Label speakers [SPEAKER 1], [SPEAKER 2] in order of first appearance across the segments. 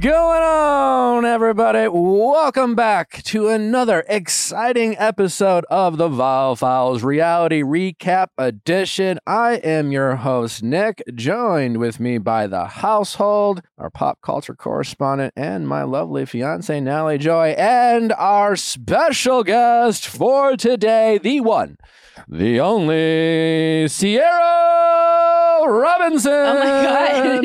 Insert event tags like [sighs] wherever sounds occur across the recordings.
[SPEAKER 1] going on, everybody? Welcome back to another exciting episode of the Vile Files Reality Recap Edition. I am your host, Nick, joined with me by the household, our pop culture correspondent, and my lovely fiance, Natalie Joy, and our special guest for today, the one, the only Sierra Robinson.
[SPEAKER 2] Oh my god!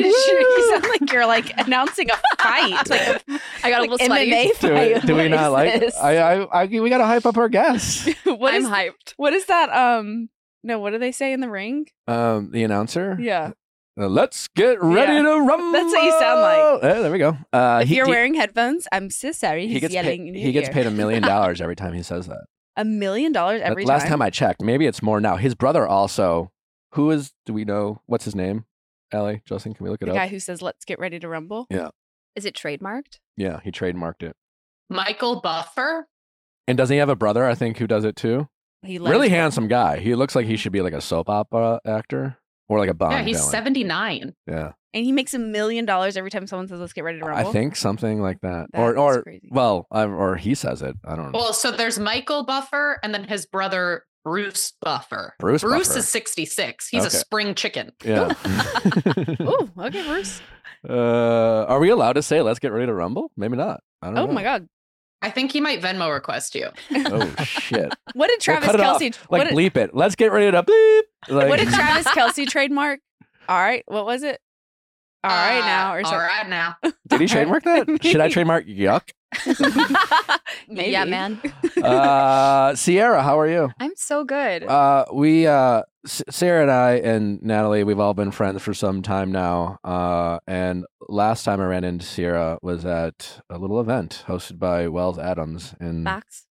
[SPEAKER 1] [laughs]
[SPEAKER 2] [laughs] you sound like you're [laughs] like announcing a fight. Like a,
[SPEAKER 3] I got
[SPEAKER 2] Like
[SPEAKER 3] a little sweaty. [laughs]
[SPEAKER 2] MMA
[SPEAKER 1] do we, do we not like I, I, I we gotta hype up our guests
[SPEAKER 2] [laughs] what
[SPEAKER 3] I'm
[SPEAKER 2] is-
[SPEAKER 3] hyped.
[SPEAKER 2] what is that? Um, no, what do they say in the ring?
[SPEAKER 1] um the announcer
[SPEAKER 2] Yeah,
[SPEAKER 1] Uh, let's get ready
[SPEAKER 2] Yeah.
[SPEAKER 1] to rumble
[SPEAKER 2] That's what you sound like.
[SPEAKER 1] Yeah, there we go uh
[SPEAKER 2] if
[SPEAKER 1] he,
[SPEAKER 2] you're
[SPEAKER 1] he-
[SPEAKER 2] wearing headphones, I'm so sorry. He's
[SPEAKER 1] he gets
[SPEAKER 2] yelling.
[SPEAKER 1] paid,
[SPEAKER 2] in
[SPEAKER 1] he
[SPEAKER 2] your
[SPEAKER 1] gets
[SPEAKER 2] ear.
[SPEAKER 1] paid a
[SPEAKER 2] [laughs]
[SPEAKER 1] million dollars every time he says that
[SPEAKER 2] a million dollars
[SPEAKER 1] But
[SPEAKER 2] every
[SPEAKER 1] last
[SPEAKER 2] time.
[SPEAKER 1] time i checked maybe it's more now his brother also who is do we know what's his name ellie justin can we look it
[SPEAKER 2] the
[SPEAKER 1] up
[SPEAKER 2] guy who says "Let's get ready to rumble."
[SPEAKER 3] Is it trademarked?
[SPEAKER 1] yeah he trademarked it
[SPEAKER 4] Michael Buffer.
[SPEAKER 1] and doesn't he have a brother i think who does it too
[SPEAKER 2] He loves
[SPEAKER 1] really
[SPEAKER 2] it.
[SPEAKER 1] handsome guy he looks like he should be like a soap opera actor or like a Bond
[SPEAKER 4] yeah, he's
[SPEAKER 1] villain.
[SPEAKER 4] 79.
[SPEAKER 1] yeah
[SPEAKER 2] and he makes a million dollars every time someone says "Let's get ready to rumble."
[SPEAKER 1] I think something like that,
[SPEAKER 2] That
[SPEAKER 1] or
[SPEAKER 2] is
[SPEAKER 1] or
[SPEAKER 2] crazy.
[SPEAKER 1] well, [laughs] I, or he says it. I don't know.
[SPEAKER 4] Well, so there's Michael Buffer and then his brother Bruce Buffer.
[SPEAKER 1] Bruce
[SPEAKER 4] Bruce
[SPEAKER 1] Buffer.
[SPEAKER 4] is 66. He's
[SPEAKER 1] Okay.
[SPEAKER 4] a spring chicken.
[SPEAKER 1] yeah.
[SPEAKER 2] [laughs] Ooh, okay, Bruce.
[SPEAKER 1] [laughs] uh, are we allowed to say "Let's get ready to rumble"? Maybe not. I don't
[SPEAKER 2] Oh
[SPEAKER 1] know.
[SPEAKER 2] my god,
[SPEAKER 4] I think he might Venmo request you.
[SPEAKER 1] Oh shit!
[SPEAKER 2] what did [laughs] Travis
[SPEAKER 1] cut it off.
[SPEAKER 2] Kelsey?
[SPEAKER 1] Like
[SPEAKER 2] what, did,
[SPEAKER 1] bleep it. Let's get ready to bleep. Like, [laughs]
[SPEAKER 2] what did [laughs] Travis Kelsey trademark? All right, what was it? All right
[SPEAKER 4] Uh,
[SPEAKER 2] now or
[SPEAKER 4] All
[SPEAKER 2] something.
[SPEAKER 4] right now.
[SPEAKER 1] did he trademark that?
[SPEAKER 2] [laughs]
[SPEAKER 1] Should I trademark yuck?
[SPEAKER 2] Maybe.
[SPEAKER 3] [laughs]
[SPEAKER 2] [laughs]
[SPEAKER 3] Yeah, man.
[SPEAKER 1] Uh, Sierra, how are you?
[SPEAKER 3] I'm so good. [laughs]
[SPEAKER 1] Uh, we uh, S- Sarah and I and Natalie, we've all been friends for some time now. Uh, and last time I ran into Sierra was at a little event hosted by Wells Adams in
[SPEAKER 3] Max.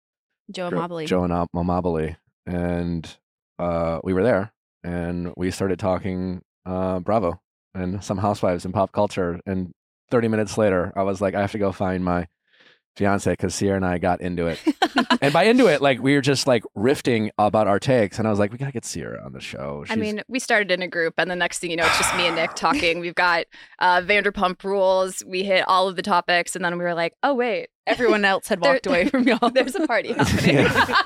[SPEAKER 2] Joe
[SPEAKER 1] Gro-
[SPEAKER 2] Amabile.
[SPEAKER 3] [laughs]
[SPEAKER 1] Joe and Am- Amabile, and uh, we were there, and we started talking uh, Bravo and some housewives and pop culture. And 30 minutes later, I was like, I have to go find my fiance because Sierra and I got into it. and by into it, like we were just like riffing about our takes, and I was like, we gotta get Sierra on the show.
[SPEAKER 3] I
[SPEAKER 1] She's- [laughs]
[SPEAKER 3] mean, we started in a group, and the next thing you know, it's just me and Nick talking. We've got uh, Vanderpump rules. We hit all of the topics, and then we were like, oh, wait,
[SPEAKER 2] Everyone else had walked
[SPEAKER 3] [laughs] There-
[SPEAKER 2] away from y'all.
[SPEAKER 3] there's a party happening. [laughs]
[SPEAKER 1] Yeah.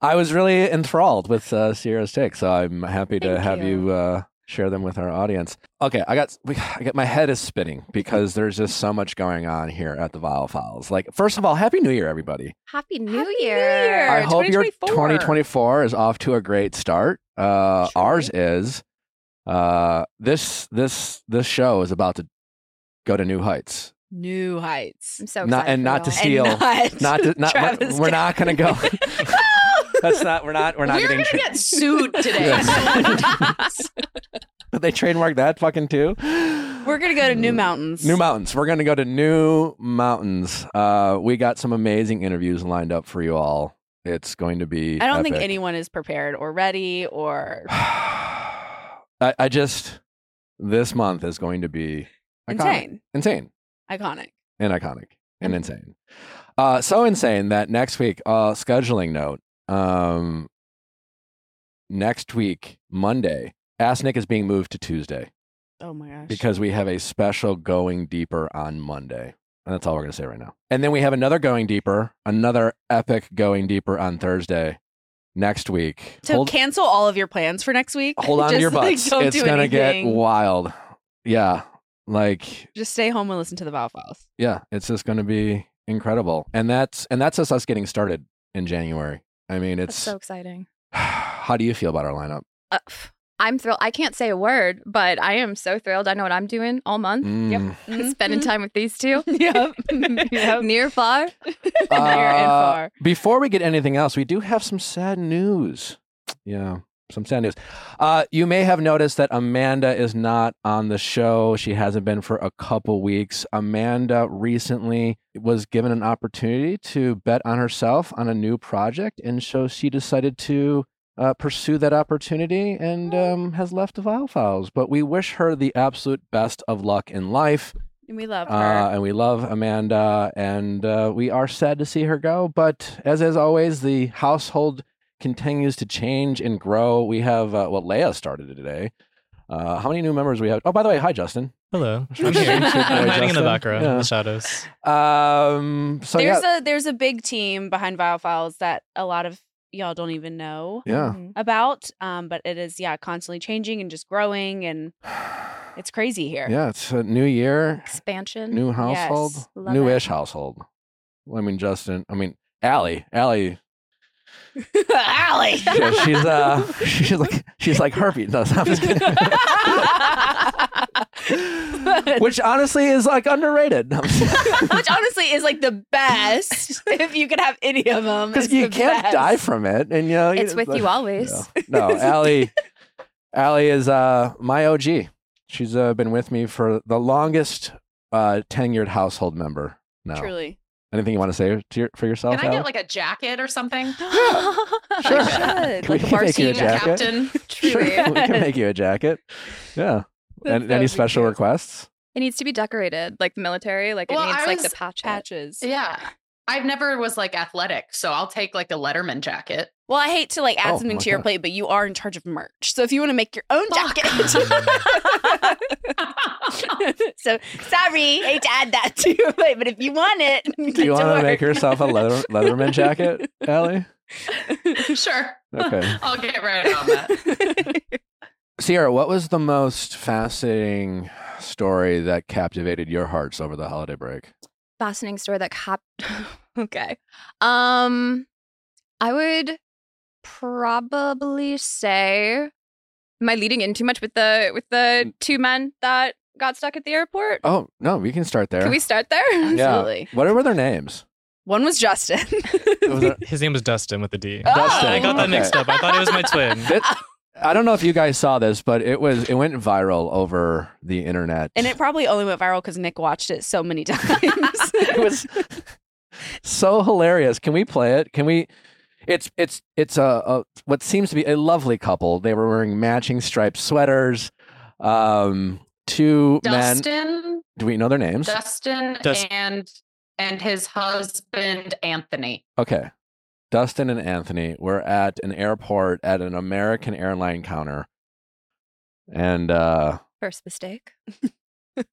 [SPEAKER 1] I was really enthralled with uh, Sierra's takes, so I'm happy to
[SPEAKER 3] Thank
[SPEAKER 1] have you,
[SPEAKER 3] you.
[SPEAKER 1] uh, share them with our audience. Okay, I got, we, I got my head is spinning because there's just so much going on here at the Vile Files. Like, first of all, Happy New Year, everybody!
[SPEAKER 3] Happy New
[SPEAKER 2] Happy New
[SPEAKER 3] Year.
[SPEAKER 1] I
[SPEAKER 2] Year.
[SPEAKER 1] hope your
[SPEAKER 2] 2024.
[SPEAKER 1] 2024 is off to a great start. Uh,
[SPEAKER 2] Sure.
[SPEAKER 1] Ours is. Uh, this this this show is about to go to new heights.
[SPEAKER 2] New heights.
[SPEAKER 3] I'm so excited.
[SPEAKER 1] Not- and
[SPEAKER 3] for
[SPEAKER 1] not to
[SPEAKER 3] y'all.
[SPEAKER 1] steal.
[SPEAKER 2] And
[SPEAKER 1] [laughs]
[SPEAKER 2] not,
[SPEAKER 1] Not to, not we're,
[SPEAKER 2] Travis
[SPEAKER 1] we're not gonna go.
[SPEAKER 2] [laughs]
[SPEAKER 1] [laughs] That's not we're not we're not
[SPEAKER 4] We're
[SPEAKER 1] getting.
[SPEAKER 4] going to
[SPEAKER 1] tra-
[SPEAKER 4] get
[SPEAKER 1] [laughs]
[SPEAKER 4] sued today.
[SPEAKER 1] Yeah.
[SPEAKER 4] so many [laughs] times.
[SPEAKER 1] they trademark that fucking too.
[SPEAKER 2] We're gonna go to
[SPEAKER 1] Mm.
[SPEAKER 2] New Mountains.
[SPEAKER 1] New Mountains. We're going to go to New Mountains. Uh, we got some amazing interviews lined up for you all. It's going to be.
[SPEAKER 2] I don't think
[SPEAKER 1] epic.
[SPEAKER 2] anyone is prepared or ready or
[SPEAKER 1] [sighs] I, I just this month is going to be iconic.
[SPEAKER 2] insane.
[SPEAKER 1] insane,
[SPEAKER 2] Iconic.
[SPEAKER 1] and iconic,
[SPEAKER 2] Mm-hmm.
[SPEAKER 1] and insane. Uh, so insane that next week. Uh, scheduling note. Um, next week, Monday, Ask Nick is being moved to Tuesday
[SPEAKER 2] Oh my gosh.
[SPEAKER 1] because we have a special going deeper on Monday. And that's all we're going to say right now. And then we have another going deeper, another epic going deeper on Thursday next week.
[SPEAKER 2] so
[SPEAKER 1] hold, Oh.
[SPEAKER 2] cancel all of your plans for next week. [laughs]
[SPEAKER 1] hold on to
[SPEAKER 2] Just,
[SPEAKER 1] your
[SPEAKER 2] like,
[SPEAKER 1] butts.
[SPEAKER 2] don't
[SPEAKER 1] it's
[SPEAKER 2] do
[SPEAKER 1] going to get
[SPEAKER 2] anything.
[SPEAKER 1] wild. Yeah. Like,
[SPEAKER 2] Just stay home and listen to the Vow Files.
[SPEAKER 1] yeah, it's just going to be incredible. And that's, and that's just us getting started in January. I mean,
[SPEAKER 3] That's
[SPEAKER 1] it's,
[SPEAKER 3] so exciting.
[SPEAKER 1] [sighs] how do you feel about our lineup?
[SPEAKER 3] Uh, pff, I'm thrilled. I can't say a word, but I am so thrilled. I know what I'm doing all month. [laughs]
[SPEAKER 1] Mm.
[SPEAKER 2] Mm-hmm. [laughs]
[SPEAKER 3] Spending time with these two. [laughs]
[SPEAKER 2] yep. yep.
[SPEAKER 3] Near far.
[SPEAKER 2] Near and
[SPEAKER 1] Uh,
[SPEAKER 2] far.
[SPEAKER 1] Before we get anything else, we do have some sad news. Yeah, some sad news. Uh, you may have noticed that Amanda is not on the show. She hasn't been for a couple weeks. Amanda recently was given an opportunity to bet on herself on a new project, and so she decided to. Uh, pursue that opportunity and um, has left the Vile Files. But we wish her the absolute best of luck in life.
[SPEAKER 2] And we love
[SPEAKER 1] Uh,
[SPEAKER 2] her.
[SPEAKER 1] and we love Amanda, and uh, we are sad to see her go. But as as always, the household continues to change and grow. We have uh, well, Leia started today. Uh, how many new members we have? Oh, by the way, hi Justin.
[SPEAKER 5] Hello. [laughs] I'm here. I'm hiding in the
[SPEAKER 1] Justin.
[SPEAKER 5] background, in
[SPEAKER 1] Yeah.
[SPEAKER 5] the [laughs] shadows.
[SPEAKER 1] Um, so
[SPEAKER 2] there's
[SPEAKER 1] yeah,
[SPEAKER 2] a there's a big team behind Files that a lot of y'all don't even know
[SPEAKER 1] yeah.
[SPEAKER 3] Mhm.
[SPEAKER 2] about. Um, but it is yeah, constantly changing and just growing, and it's crazy here.
[SPEAKER 1] Yeah, it's a new year,
[SPEAKER 3] Expansion.
[SPEAKER 1] new household,
[SPEAKER 2] Yes,
[SPEAKER 1] new
[SPEAKER 3] love
[SPEAKER 1] newish household. I mean, Justin. I mean, Allie.
[SPEAKER 2] [laughs]
[SPEAKER 1] Allie.
[SPEAKER 2] Allie.
[SPEAKER 1] yeah, she's uh, she's like she's like herpes. No, I'm
[SPEAKER 2] [laughs]
[SPEAKER 1] just [laughs] kidding. Which honestly is like underrated.
[SPEAKER 2] Which honestly is like the best [laughs] if you could have any of them.
[SPEAKER 1] because you can't die from it, uh, and you know
[SPEAKER 3] It's with
[SPEAKER 1] [laughs]
[SPEAKER 3] you always.
[SPEAKER 1] [gasps]
[SPEAKER 3] [laughs]
[SPEAKER 1] No, no Allie, Allie is uh, my OG. She's uh, been with me for the longest uh, tenured household member now.
[SPEAKER 2] Truly.
[SPEAKER 1] Anything you want to say to your, for yourself?
[SPEAKER 4] Can I
[SPEAKER 1] Allie?
[SPEAKER 4] get like a jacket or something?
[SPEAKER 1] Sure.
[SPEAKER 2] I
[SPEAKER 1] [laughs]
[SPEAKER 2] should.
[SPEAKER 1] Can we
[SPEAKER 2] Like a bar
[SPEAKER 1] make you a
[SPEAKER 4] Team
[SPEAKER 2] team.
[SPEAKER 1] jacket?
[SPEAKER 4] captain.
[SPEAKER 1] Sure, [laughs]
[SPEAKER 3] Truly.
[SPEAKER 1] we can make you a jacket. Yeah.
[SPEAKER 2] That-
[SPEAKER 1] And,
[SPEAKER 2] that
[SPEAKER 1] any
[SPEAKER 2] would be
[SPEAKER 1] special
[SPEAKER 2] cute.
[SPEAKER 1] requests?
[SPEAKER 3] It needs to be decorated like the military. Like
[SPEAKER 4] Well,
[SPEAKER 3] it needs
[SPEAKER 4] I
[SPEAKER 3] like the
[SPEAKER 4] was
[SPEAKER 3] patch.
[SPEAKER 2] Uh, Patches.
[SPEAKER 4] Yeah. I've never was like athletic, so I'll take like a Letterman jacket. [laughs]
[SPEAKER 2] Well, I hate to like add
[SPEAKER 1] Oh,
[SPEAKER 2] something
[SPEAKER 1] my
[SPEAKER 2] to your
[SPEAKER 1] God.
[SPEAKER 2] plate, but you are in charge of merch. So if you want to make your own
[SPEAKER 4] Fuck.
[SPEAKER 2] [laughs] jacket. so sorry, hate to add that to your plate, but if you want
[SPEAKER 1] [laughs]
[SPEAKER 2] it,
[SPEAKER 1] Do you want to make
[SPEAKER 2] [laughs]
[SPEAKER 1] yourself a leather, Leatherman jacket, Allie?
[SPEAKER 4] [laughs] sure.
[SPEAKER 1] Okay.
[SPEAKER 4] I'll get right on
[SPEAKER 2] [laughs]
[SPEAKER 4] that.
[SPEAKER 1] Sierra, what was the most fascinating story that captivated your hearts over the holiday break?
[SPEAKER 3] fascinating story that hap- [laughs] okay um i would probably say am i leading in too much with the with the two men that got stuck at the airport
[SPEAKER 1] Mm. Oh, no, we can start there.
[SPEAKER 3] can we start there
[SPEAKER 1] Yeah.
[SPEAKER 2] Absolutely.
[SPEAKER 1] What were their names?
[SPEAKER 2] One was Justin.
[SPEAKER 1] Was [laughs] it-
[SPEAKER 5] His name was Dustin with the D.
[SPEAKER 2] Oh,
[SPEAKER 1] Dustin.
[SPEAKER 5] I got that
[SPEAKER 1] okay.
[SPEAKER 5] mixed up. I thought it was my
[SPEAKER 2] [laughs]
[SPEAKER 5] twin.
[SPEAKER 1] Thi- I don't know if you guys saw this, but it was it went viral over the internet.
[SPEAKER 2] [laughs] and
[SPEAKER 1] [laughs]
[SPEAKER 2] it [laughs] probably only went viral because Nick watched it so many [laughs] times.
[SPEAKER 1] it was so hilarious. Can we play it? Can we? It's it's it's a, a what seems to be a lovely couple. They were wearing matching striped sweaters. Um, two men.
[SPEAKER 4] Dustin,
[SPEAKER 1] Do we know their names?
[SPEAKER 4] Dustin
[SPEAKER 5] Dust-
[SPEAKER 4] and and his husband Anthony.
[SPEAKER 1] Okay. Dustin and Anthony were at an airport at an American airline counter. And uh
[SPEAKER 3] first mistake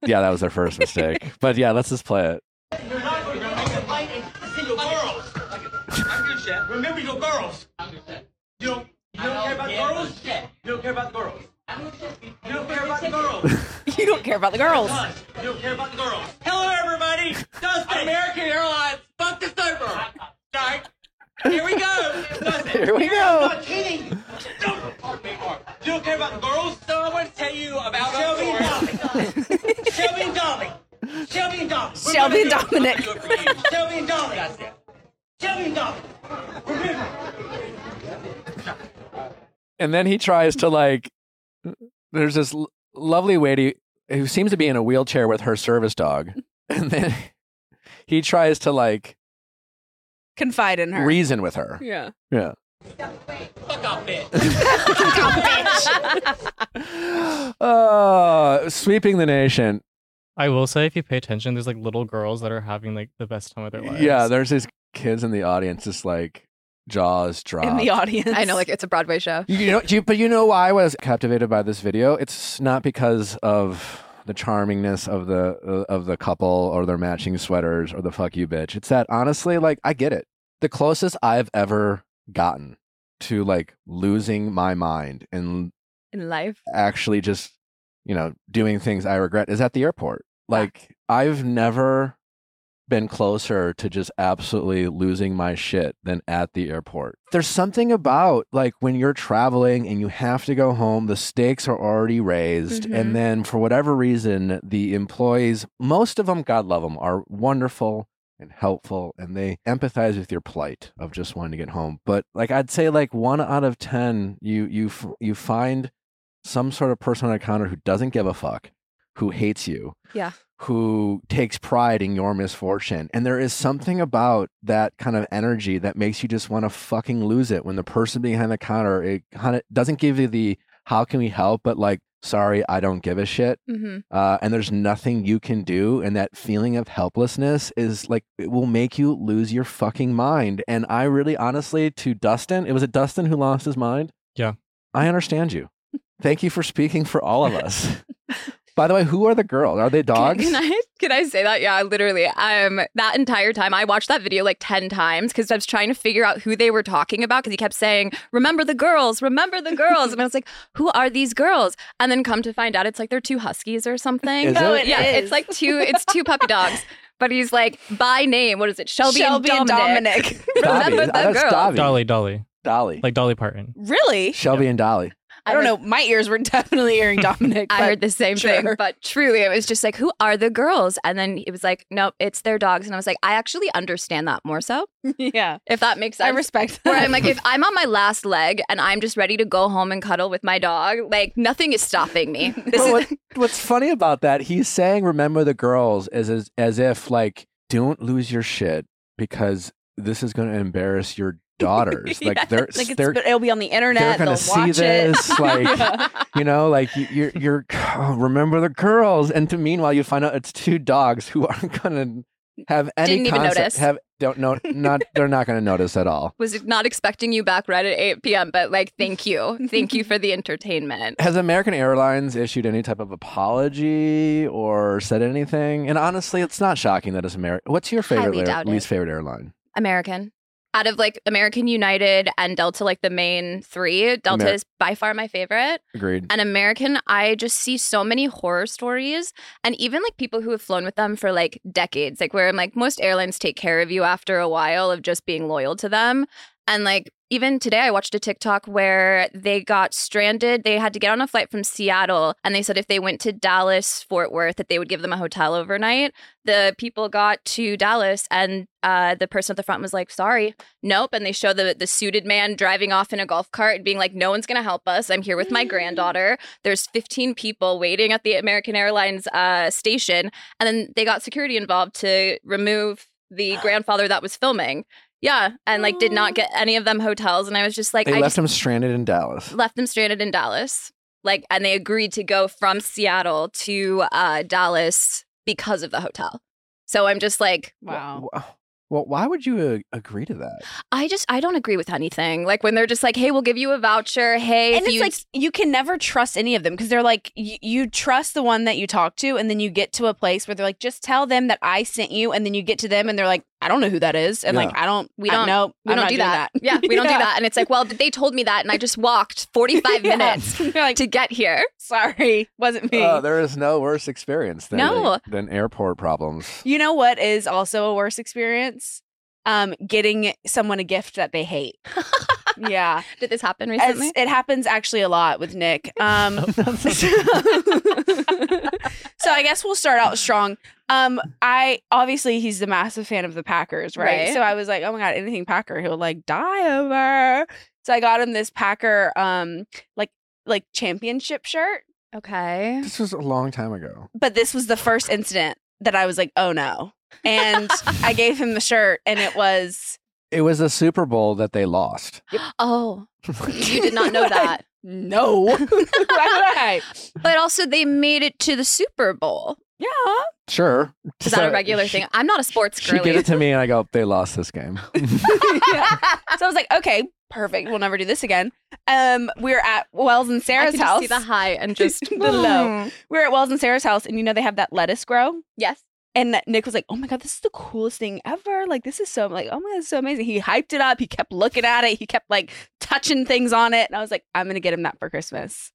[SPEAKER 1] yeah, that was their first
[SPEAKER 2] [laughs]
[SPEAKER 1] mistake. but yeah, let's just play it.
[SPEAKER 6] You're not going to make a fight and see your girls. I'm your chef. Remember your girls. I'm your chef. You don't, you don't care about girls? You don't care about girls. I'm your chef. You don't care about girls.
[SPEAKER 2] you don't care about the girls.
[SPEAKER 6] Come on. You don't care about the girls. Hello, everybody. Dustin. American Airlines. Fuck the server. Sorry. Here we go.
[SPEAKER 1] [laughs]
[SPEAKER 6] Dustin.
[SPEAKER 1] Here we go.
[SPEAKER 6] I'm not kidding. Don't talk me hard. You don't care about the girls? So I want to tell you about Shelby and Dolly. Shelby and Dolly. Shelby and Dolly.
[SPEAKER 2] Shelby and
[SPEAKER 6] Remember
[SPEAKER 2] Dominic.
[SPEAKER 6] this. Shelby and Dolly, I said. Shelby and Dolly. Remember.
[SPEAKER 1] and then he tries to like there's this l- lovely lady who seems to be in a wheelchair with her service
[SPEAKER 2] [laughs]
[SPEAKER 1] dog and then he tries to like
[SPEAKER 2] Confide in her.
[SPEAKER 1] reason with
[SPEAKER 2] [laughs]
[SPEAKER 1] her
[SPEAKER 2] yeah.
[SPEAKER 1] yeah [laughs]
[SPEAKER 6] Fuck off, bitch.
[SPEAKER 1] uh sweeping the nation
[SPEAKER 5] I will say, if you pay attention, there's like little girls that are having like the best time of their lives.
[SPEAKER 1] yeah there's these kids in the audience just like jaws dropped
[SPEAKER 2] In the audience.
[SPEAKER 3] i know like it's a broadway show
[SPEAKER 1] You know, you, but you know why I was captivated by this video? It's not because of the charmingness of the uh, of the couple or their matching sweaters or the fuck you bitch. It's that honestly, like I get it. The closest I've ever gotten to like losing my mind and
[SPEAKER 3] in life
[SPEAKER 1] actually just you know doing things I regret is at the airport. Like I've never been closer to just absolutely losing my shit than at the airport. There's something about like when you're traveling and you have to go home, the stakes are already raised
[SPEAKER 3] Mhm.
[SPEAKER 1] and then for whatever reason the employees, most of them God love them, are wonderful and helpful and they empathize with your plight of just wanting to get home. But like I'd say like 1 out of 10 you you f- you find some sort of person on a counter who doesn't give a fuck, who hates you,
[SPEAKER 3] Yeah.
[SPEAKER 1] who takes pride in your misfortune. And there is something about that kind of energy that makes you just want to fucking lose it when the person behind the counter it kind of doesn't give you the how can we help, but like sorry, I don't give a shit.
[SPEAKER 3] mm-hmm.
[SPEAKER 1] Uh, and there's nothing you can do, and that feeling of helplessness is like it will make you lose your fucking mind. And I really, honestly, to Dustin, it was a Dustin who lost his mind.
[SPEAKER 5] Yeah.
[SPEAKER 3] [laughs]
[SPEAKER 1] I understand you. Thank you for speaking for all of us. By the way, who are the girls? Are they dogs?
[SPEAKER 3] Can, I can I say that? Yeah, literally. Um, that entire time I watched that video like ten times because I was trying to figure out who they were talking about because he kept saying, "Remember the girls, remember the girls," and I was like, [laughs] "Who are these girls?" And then come to find out, it's like they're two huskies or something.
[SPEAKER 1] Is it? Oh, it
[SPEAKER 3] [laughs] yeah,
[SPEAKER 2] is.
[SPEAKER 3] it's like two. It's two puppy dogs. But he's like by name. What is it? Shelby,
[SPEAKER 2] Shelby and
[SPEAKER 3] and Dominic.
[SPEAKER 2] Dominic. [laughs]
[SPEAKER 1] Dobby.
[SPEAKER 3] Remember
[SPEAKER 1] Oh,
[SPEAKER 3] the
[SPEAKER 1] That's
[SPEAKER 3] girls.
[SPEAKER 1] Dobby.
[SPEAKER 5] Dolly, Dolly,
[SPEAKER 1] Dolly.
[SPEAKER 5] like Dolly Parton.
[SPEAKER 2] [laughs] really?
[SPEAKER 1] Shelby and Dolly.
[SPEAKER 2] I don't know. My ears were [laughs] definitely hearing Dominic.
[SPEAKER 3] I
[SPEAKER 2] but-
[SPEAKER 3] heard the same
[SPEAKER 2] sure.
[SPEAKER 3] thing, but truly, it was just like, who are the girls? And then it was like, nope, it's their dogs. And I was like, I actually understand that more so,
[SPEAKER 2] Yeah.
[SPEAKER 3] if that makes
[SPEAKER 2] [laughs]
[SPEAKER 3] sense.
[SPEAKER 2] I respect
[SPEAKER 3] Where
[SPEAKER 2] that. [laughs]
[SPEAKER 3] I'm like, if I'm on my last leg and I'm just ready to go home and cuddle with my dog, like nothing is
[SPEAKER 1] [laughs]
[SPEAKER 3] stopping me. This
[SPEAKER 1] But
[SPEAKER 3] is
[SPEAKER 1] what, what's funny about that? He's saying "Remember the girls" as as, as if like, don't lose your shit because this is going to embarrass your
[SPEAKER 3] [laughs]
[SPEAKER 1] daughters. Like
[SPEAKER 2] Yeah,
[SPEAKER 1] they're
[SPEAKER 2] like it's,
[SPEAKER 1] they're
[SPEAKER 2] but it'll be on the internet.
[SPEAKER 1] they're gonna
[SPEAKER 2] They'll
[SPEAKER 1] see
[SPEAKER 2] watch it. [laughs]
[SPEAKER 1] this. Like you know, like you, you're you're oh, remember the girls, and to meanwhile you find out it's two dogs who aren't going to have any
[SPEAKER 3] Didn't even
[SPEAKER 1] concept.
[SPEAKER 3] notice.
[SPEAKER 1] Have don't know
[SPEAKER 3] [laughs]
[SPEAKER 1] not they're not going to notice at all.
[SPEAKER 3] [laughs] was not expecting you back right at 8 p.m., but like, thank you. Thank you for
[SPEAKER 1] [laughs]
[SPEAKER 3] the entertainment.
[SPEAKER 1] Has American Airlines issued any type of apology or said anything? And honestly, it's not shocking that it's American. What's your favorite,
[SPEAKER 3] Highly
[SPEAKER 1] air-
[SPEAKER 3] doubt it.
[SPEAKER 1] least favorite airline?
[SPEAKER 3] American. Out of like American United and Delta, like the main three, Delta
[SPEAKER 1] Amer-
[SPEAKER 3] is by far my favorite.
[SPEAKER 1] Agreed.
[SPEAKER 3] an American, I just see so many horror stories and even like people who have flown with them for like decades, like where I'm like, most airlines take care of you after a while of just being loyal to them. And like, even today, I watched a TikTok where they got stranded. They had to get on a flight from Seattle and they said if they went to Dallas, Fort Worth, that they would give them a hotel overnight. The people got to Dallas and uh, the person at the front was like, sorry, nope and they show the the suited man driving off in a golf cart and being like no one's gonna help us i'm here with my granddaughter
[SPEAKER 1] Mm.
[SPEAKER 3] there's 15 people waiting at the american airlines uh, station and then they got security involved to remove
[SPEAKER 1] [gasps]
[SPEAKER 3] the grandfather that was filming yeah and like did not get any of them hotels and i was just like
[SPEAKER 1] They
[SPEAKER 3] i
[SPEAKER 1] left
[SPEAKER 3] just
[SPEAKER 1] him stranded in Dallas.
[SPEAKER 3] left them stranded in dallas like and they agreed to go from seattle to uh, dallas because of the hotel so i'm just like
[SPEAKER 2] wow.
[SPEAKER 1] Wh- Well, why would you uh, agree to
[SPEAKER 3] [laughs]
[SPEAKER 1] that?
[SPEAKER 3] I just I don't agree with anything. Like when they're just like, "Hey, we'll give you a voucher." Hey,
[SPEAKER 2] And
[SPEAKER 3] if
[SPEAKER 2] it's
[SPEAKER 3] you
[SPEAKER 2] like you can never trust any of them because they're like you, you trust the one that you talk to, and then you get to a place where they're like, just tell them that I sent you, and then you get to them, and they're like, I don't know who that is, and
[SPEAKER 1] Yeah.
[SPEAKER 2] like I don't,
[SPEAKER 3] We
[SPEAKER 2] I
[SPEAKER 3] don't-
[SPEAKER 2] know,
[SPEAKER 3] we
[SPEAKER 2] I'm
[SPEAKER 3] don't
[SPEAKER 2] not
[SPEAKER 3] do
[SPEAKER 2] doing
[SPEAKER 3] that. yeah, we don't
[SPEAKER 2] Yeah.
[SPEAKER 3] do that. And it's like, well, they told me that, and I just walked forty five
[SPEAKER 2] Yeah.
[SPEAKER 3] minutes
[SPEAKER 2] You're like,
[SPEAKER 3] to get here.
[SPEAKER 2] [laughs] sorry, wasn't me.
[SPEAKER 1] Oh, there is no worse experience than,
[SPEAKER 3] No.
[SPEAKER 1] than airport problems.
[SPEAKER 2] You know what is also a worse experience? Um, getting someone a gift that they
[SPEAKER 1] [laughs]
[SPEAKER 2] hate. yeah,
[SPEAKER 3] Did this happen
[SPEAKER 2] As-
[SPEAKER 3] recently?
[SPEAKER 2] it happens actually a lot with Nick. Um,
[SPEAKER 3] [laughs]
[SPEAKER 2] so, so I guess we'll start out strong. Um, I obviously he's a massive fan of the Packers, right?
[SPEAKER 3] Right.
[SPEAKER 2] So I was like, oh my god, anything Packer, he'll like die over. So I got him this Packer, um, like like championship shirt.
[SPEAKER 3] okay.
[SPEAKER 1] This was a long time ago.
[SPEAKER 2] But this was the first incident that I was like, oh no.
[SPEAKER 3] [laughs]
[SPEAKER 2] And I gave him the shirt, and it was
[SPEAKER 1] It was the Super Bowl that they lost.
[SPEAKER 3] [laughs] Oh, you did not know that.
[SPEAKER 2] no. Why would I?
[SPEAKER 3] But also, they made it to the Super Bowl.
[SPEAKER 2] [laughs] Yeah.
[SPEAKER 1] Sure.
[SPEAKER 3] Is that
[SPEAKER 1] So
[SPEAKER 3] a regular
[SPEAKER 1] she-
[SPEAKER 3] thing? I'm not a sports
[SPEAKER 1] She gave
[SPEAKER 3] girly.
[SPEAKER 1] it to me, and I go, "They lost this
[SPEAKER 3] [laughs]
[SPEAKER 1] game."
[SPEAKER 2] So I was like, okay, perfect. We'll never do this again. Um, we were at Wells and
[SPEAKER 3] I
[SPEAKER 2] Sarah's
[SPEAKER 3] could just
[SPEAKER 2] house. [laughs]
[SPEAKER 3] see the high and just
[SPEAKER 2] The
[SPEAKER 3] [laughs]
[SPEAKER 2] low. we were at Wells and Sarah's house, and you know they have that lettuce grow.
[SPEAKER 3] Yes.
[SPEAKER 2] And Nick was like, "Oh my god, this is the coolest thing ever! Like this is so I'm like, oh my god, it's so amazing." He hyped it up. He kept looking at it. He kept like touching things on it, and I was like, "I'm gonna get him that for Christmas."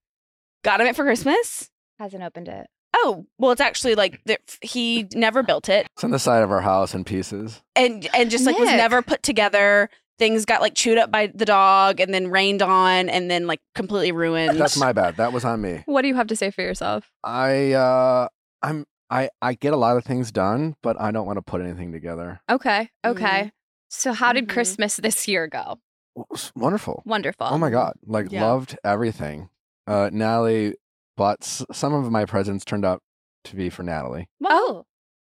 [SPEAKER 2] Got him it for Christmas.
[SPEAKER 3] Hasn't opened it.
[SPEAKER 2] Oh well, it's actually like the, he never built it,
[SPEAKER 1] It's on the side of our house in pieces.
[SPEAKER 2] and and just like was
[SPEAKER 3] Nick.
[SPEAKER 2] never put together. Things got like chewed up by the dog, and then rained on, and then like completely ruined.
[SPEAKER 1] That's my bad. That was on me.
[SPEAKER 3] What do you have to say for yourself?
[SPEAKER 1] I uh I'm I I get a lot of things done, but I don't want to put anything together.
[SPEAKER 3] Okay. Okay.
[SPEAKER 2] Mhm.
[SPEAKER 3] So, how did
[SPEAKER 2] Mhm.
[SPEAKER 3] Christmas this year go?
[SPEAKER 1] It was Wonderful.
[SPEAKER 3] Wonderful.
[SPEAKER 1] Oh my god. Like
[SPEAKER 2] Yeah.
[SPEAKER 1] loved everything. Uh Natalie bought s- some of my presents turned out to be for Natalie.
[SPEAKER 3] Oh,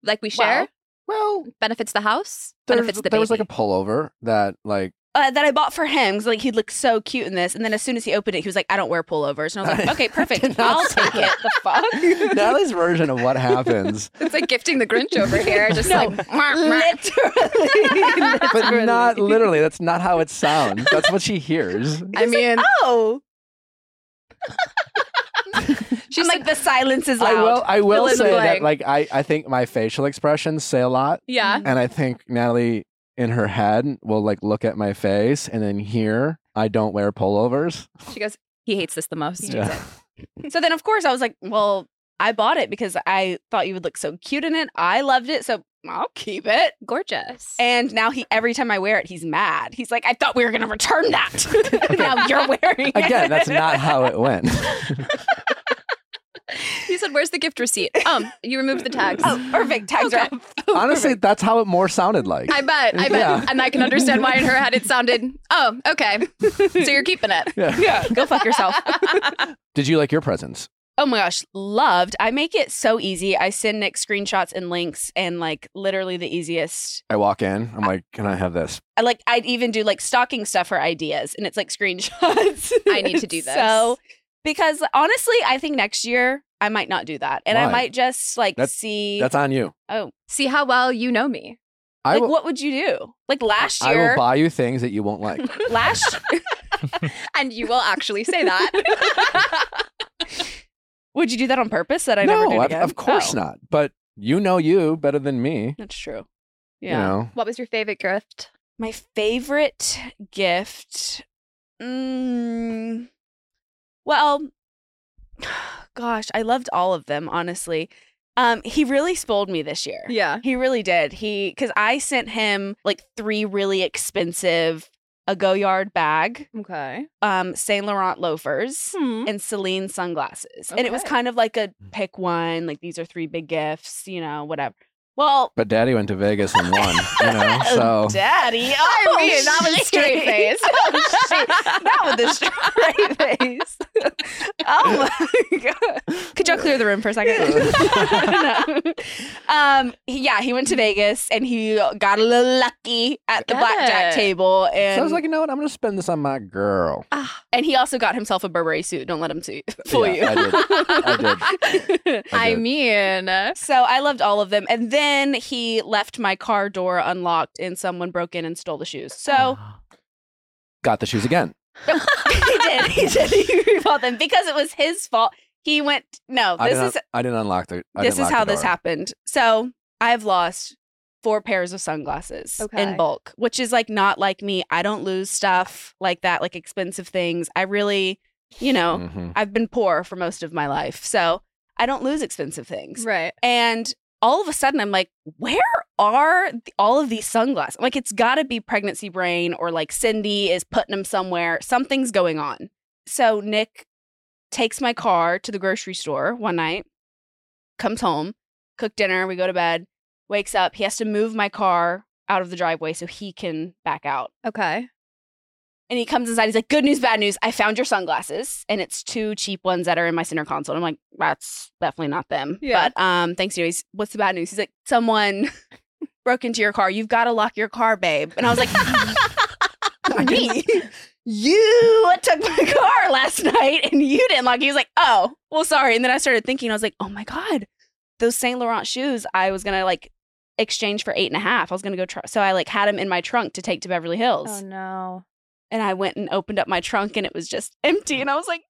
[SPEAKER 3] like we share
[SPEAKER 2] Wow.
[SPEAKER 1] Well,
[SPEAKER 3] benefits the house,
[SPEAKER 1] there,
[SPEAKER 3] benefits the
[SPEAKER 1] there
[SPEAKER 3] baby.
[SPEAKER 1] was like a pullover that
[SPEAKER 3] [laughs]
[SPEAKER 1] like
[SPEAKER 2] uh, that I bought for him because like he looked so cute in this. And then as soon as he opened it, he was like, "I don't wear pullovers." And I was
[SPEAKER 1] [laughs]
[SPEAKER 2] like,
[SPEAKER 1] I
[SPEAKER 2] "Okay,
[SPEAKER 1] did
[SPEAKER 2] perfect.
[SPEAKER 1] not
[SPEAKER 2] I'll
[SPEAKER 1] say
[SPEAKER 2] take it."
[SPEAKER 1] that.
[SPEAKER 2] The
[SPEAKER 1] [laughs]
[SPEAKER 2] fuck? [laughs]
[SPEAKER 1] Natalie's version of what
[SPEAKER 3] [laughs]
[SPEAKER 1] happens,
[SPEAKER 3] it's like gifting the Grinch
[SPEAKER 1] [laughs]
[SPEAKER 3] over here, just
[SPEAKER 2] No.
[SPEAKER 3] like "Mwah, mwah."
[SPEAKER 2] literally,
[SPEAKER 1] but
[SPEAKER 3] [laughs]
[SPEAKER 1] not
[SPEAKER 2] Literally.
[SPEAKER 1] literally. That's
[SPEAKER 2] [laughs]
[SPEAKER 1] not how it sounds. That's what she hears.
[SPEAKER 3] I mean,
[SPEAKER 2] Oh, She's like, the silence is loud.
[SPEAKER 1] I will. I will
[SPEAKER 3] Fill in the
[SPEAKER 1] say that,
[SPEAKER 3] blank.
[SPEAKER 1] like, I, I think my facial expressions say a lot,
[SPEAKER 3] Yeah.
[SPEAKER 1] and I think Natalie in her head will like look at my face and then hear I don't wear pullovers.
[SPEAKER 3] She goes, he hates this the most.
[SPEAKER 1] Yeah.
[SPEAKER 2] So then, of course, I was like, well, I bought it because I thought you would look so cute in it. I loved it. So I'll keep it.
[SPEAKER 3] Gorgeous.
[SPEAKER 2] And now he, every time I wear it, he's mad. He's like, I thought we were going to return that. [laughs] now you're wearing
[SPEAKER 1] [laughs]
[SPEAKER 2] it.
[SPEAKER 1] Again, that's not how it went.
[SPEAKER 3] he said, where's the gift receipt? Um, you removed the tags.
[SPEAKER 2] Oh, [laughs] perfect. Tags are off.
[SPEAKER 1] Honestly, that's how it more sounded like.
[SPEAKER 3] I bet. I bet.
[SPEAKER 1] Yeah.
[SPEAKER 3] And I can understand why in her head it sounded, oh, okay. So you're keeping it.
[SPEAKER 1] Yeah.
[SPEAKER 2] Yeah, [laughs] go fuck yourself.
[SPEAKER 1] Did you like your presents?
[SPEAKER 2] Oh my gosh, loved. I make it so easy. I send Nick screenshots and links and like literally the easiest.
[SPEAKER 1] I walk in. I'm like, can I have this?
[SPEAKER 2] I like I'd even do like stocking stuffer ideas and it's like screenshots.
[SPEAKER 3] I
[SPEAKER 2] [laughs]
[SPEAKER 3] need to do this.
[SPEAKER 2] So because honestly, I think next year I might not do that. And
[SPEAKER 1] Why?
[SPEAKER 2] I might just like
[SPEAKER 1] That's-
[SPEAKER 2] see
[SPEAKER 1] That's on you.
[SPEAKER 2] oh
[SPEAKER 3] See how well you know me.
[SPEAKER 1] I
[SPEAKER 2] like
[SPEAKER 1] will.
[SPEAKER 2] what would you do? Like last
[SPEAKER 1] I will
[SPEAKER 2] year
[SPEAKER 1] buy you things that you won't like. [laughs]
[SPEAKER 2] [laughs] last [laughs]
[SPEAKER 3] And you will actually say that.
[SPEAKER 2] would you do that on purpose that I
[SPEAKER 1] no,
[SPEAKER 2] never did
[SPEAKER 1] of-
[SPEAKER 2] again?
[SPEAKER 1] of course
[SPEAKER 2] Oh,
[SPEAKER 1] not. But you know you better than me.
[SPEAKER 2] That's true. Yeah.
[SPEAKER 1] You know.
[SPEAKER 3] what was your favorite gift?
[SPEAKER 2] My favorite gift. Mm, well, [sighs] gosh, I loved all of them, honestly. Um, he really spoiled me this year.
[SPEAKER 3] Yeah.
[SPEAKER 2] He really did. He because I sent him like three really expensive a go yard bag,
[SPEAKER 3] Okay.
[SPEAKER 2] um, Saint Laurent loafers,
[SPEAKER 3] Hmm.
[SPEAKER 2] and Celine sunglasses, and it was
[SPEAKER 3] Okay.
[SPEAKER 2] kind of like a
[SPEAKER 1] Hmm.
[SPEAKER 2] pick one. Like these are three big gifts, you know, whatever. Well,
[SPEAKER 1] But Daddy went to Vegas and won. you
[SPEAKER 2] [laughs]
[SPEAKER 1] know. So
[SPEAKER 2] daddy,
[SPEAKER 3] [laughs] I
[SPEAKER 2] oh,
[SPEAKER 3] mean, that was a [laughs] straight
[SPEAKER 2] shit.
[SPEAKER 3] face.
[SPEAKER 2] Oh, shit. Not with a straight [laughs] face. oh my god! Could y'all clear the room for a second? [laughs] No. Um, he- yeah, he went to Vegas and he got a little lucky at the
[SPEAKER 3] Got
[SPEAKER 2] blackjack
[SPEAKER 3] it.
[SPEAKER 2] table,
[SPEAKER 1] So I was
[SPEAKER 2] and ah,
[SPEAKER 1] like, you know what? I'm going to spend this on my girl.
[SPEAKER 2] and he also got himself a Burberry suit. Don't let him see, [laughs] fool
[SPEAKER 1] Yeah, I did. I
[SPEAKER 2] you.
[SPEAKER 1] I
[SPEAKER 3] I
[SPEAKER 1] did.
[SPEAKER 2] [laughs]
[SPEAKER 3] mean,
[SPEAKER 2] So I loved all of them, and then he left my car door unlocked, and someone broke in and stole the shoes. So.
[SPEAKER 1] Ah. Got the shoes again.
[SPEAKER 2] [laughs] he did. [laughs] He did. He
[SPEAKER 3] [laughs]
[SPEAKER 2] rebought them because it was his fault. He went. No,
[SPEAKER 1] I
[SPEAKER 2] this
[SPEAKER 1] didn't,
[SPEAKER 2] is
[SPEAKER 1] I didn't unlock the. I
[SPEAKER 2] this
[SPEAKER 1] didn't
[SPEAKER 2] is
[SPEAKER 1] lock the
[SPEAKER 2] how this
[SPEAKER 1] door.
[SPEAKER 2] happened. So I've lost four pairs of sunglasses
[SPEAKER 3] Okay.
[SPEAKER 2] in bulk, which is like not like me. I don't lose stuff like that, like expensive things. I really, you know,
[SPEAKER 1] Mhm.
[SPEAKER 2] I've been poor for most of my life, so I don't lose expensive things.
[SPEAKER 3] right.
[SPEAKER 2] And all of a sudden, I'm like, where are th- all of these sunglasses? Like, it's got to be pregnancy brain or like Cindy is putting them somewhere. Something's going on. So Nick takes my car to the grocery store one night, comes home, cook dinner, we go to bed, wakes up. He has to move my car out of the driveway so he can back out.
[SPEAKER 3] Okay.
[SPEAKER 2] And he comes inside. He's like, "Good news, bad news. I found your sunglasses, and it's two cheap ones that are in my center console." And I'm like, "That's definitely not them."
[SPEAKER 3] Yeah.
[SPEAKER 2] But um, thanks, anyways. What's the bad news? He's like, "Someone [laughs] broke into your car. You've got to lock your car, babe." And I was like, "Me? You took my car last night, and you didn't lock." it." He was like, "Oh, well, sorry." And then I started thinking. I was like, "Oh my god, those Saint Laurent shoes. I was gonna like." exchange for eight and a half i was gonna go try so i like had them in my trunk to take to beverly hills
[SPEAKER 3] Oh, no.
[SPEAKER 2] and I went and opened up my trunk and it was just empty. And I was like,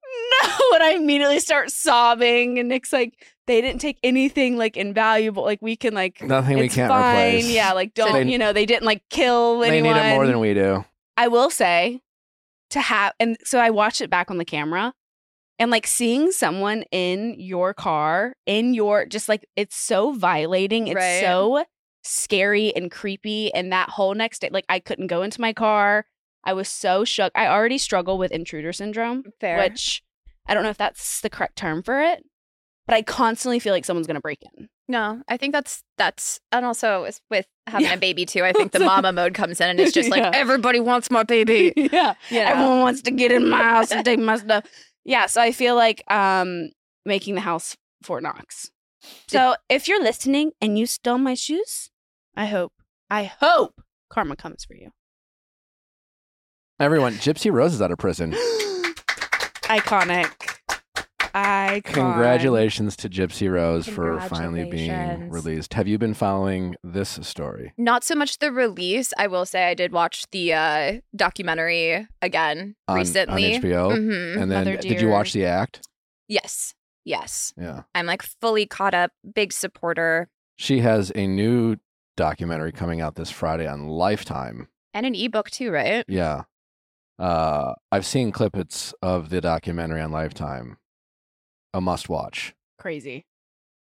[SPEAKER 2] no. [laughs] And I immediately start sobbing. And Nick's like, they didn't take anything like invaluable. Like we can like
[SPEAKER 1] Nothing we
[SPEAKER 2] it's
[SPEAKER 1] can't
[SPEAKER 2] fine.
[SPEAKER 1] replace.
[SPEAKER 2] Yeah, like
[SPEAKER 1] So
[SPEAKER 2] don't
[SPEAKER 1] they-
[SPEAKER 2] you know, they didn't like kill
[SPEAKER 1] they
[SPEAKER 2] anyone.
[SPEAKER 1] need it more than we do.
[SPEAKER 2] I will say to have and so I watched it back on the camera and like seeing someone in your car, in your just like it's so violating. It's
[SPEAKER 3] Right.
[SPEAKER 2] so scary and creepy. And that whole next day, like I couldn't go into my car. I was so shook. I already struggle with intruder syndrome,
[SPEAKER 3] Fair.
[SPEAKER 2] which I don't know if that's the correct term for it, but I constantly feel like someone's gonna break in.
[SPEAKER 3] No, I think that's that's and also it's with having
[SPEAKER 2] Yeah.
[SPEAKER 3] a baby too. I think the mama mode comes in and it's just like
[SPEAKER 2] Yeah.
[SPEAKER 3] everybody wants my baby.
[SPEAKER 2] yeah.
[SPEAKER 3] Yeah.
[SPEAKER 2] Everyone wants to get in my house and take my stuff. Yeah, so I feel like um making the house Fort Knox. So if you're listening and you stole my shoes, I hope, I hope karma comes for
[SPEAKER 1] [gasps]
[SPEAKER 2] you.
[SPEAKER 1] Everyone, Gypsy Rose is out of prison.
[SPEAKER 2] Iconic. Icon.
[SPEAKER 1] Congratulations to Gypsy Rose for finally being
[SPEAKER 3] Congratulations.
[SPEAKER 1] released. Have you been following this story?
[SPEAKER 3] Not so much the release. I will say I did watch the uh documentary again
[SPEAKER 1] on,
[SPEAKER 3] recently.
[SPEAKER 1] on HBO?
[SPEAKER 3] hmm
[SPEAKER 1] And then
[SPEAKER 2] Mm, Mother
[SPEAKER 1] did you watch the act?
[SPEAKER 3] Yes. Yes.
[SPEAKER 1] Yeah.
[SPEAKER 3] I'm like fully caught up, big supporter,
[SPEAKER 1] She has a new documentary coming out this Friday on Lifetime.
[SPEAKER 3] and an ebook too, right?
[SPEAKER 1] Yeah. Uh, I've seen clippets of the documentary on Lifetime. A must watch.
[SPEAKER 2] Crazy.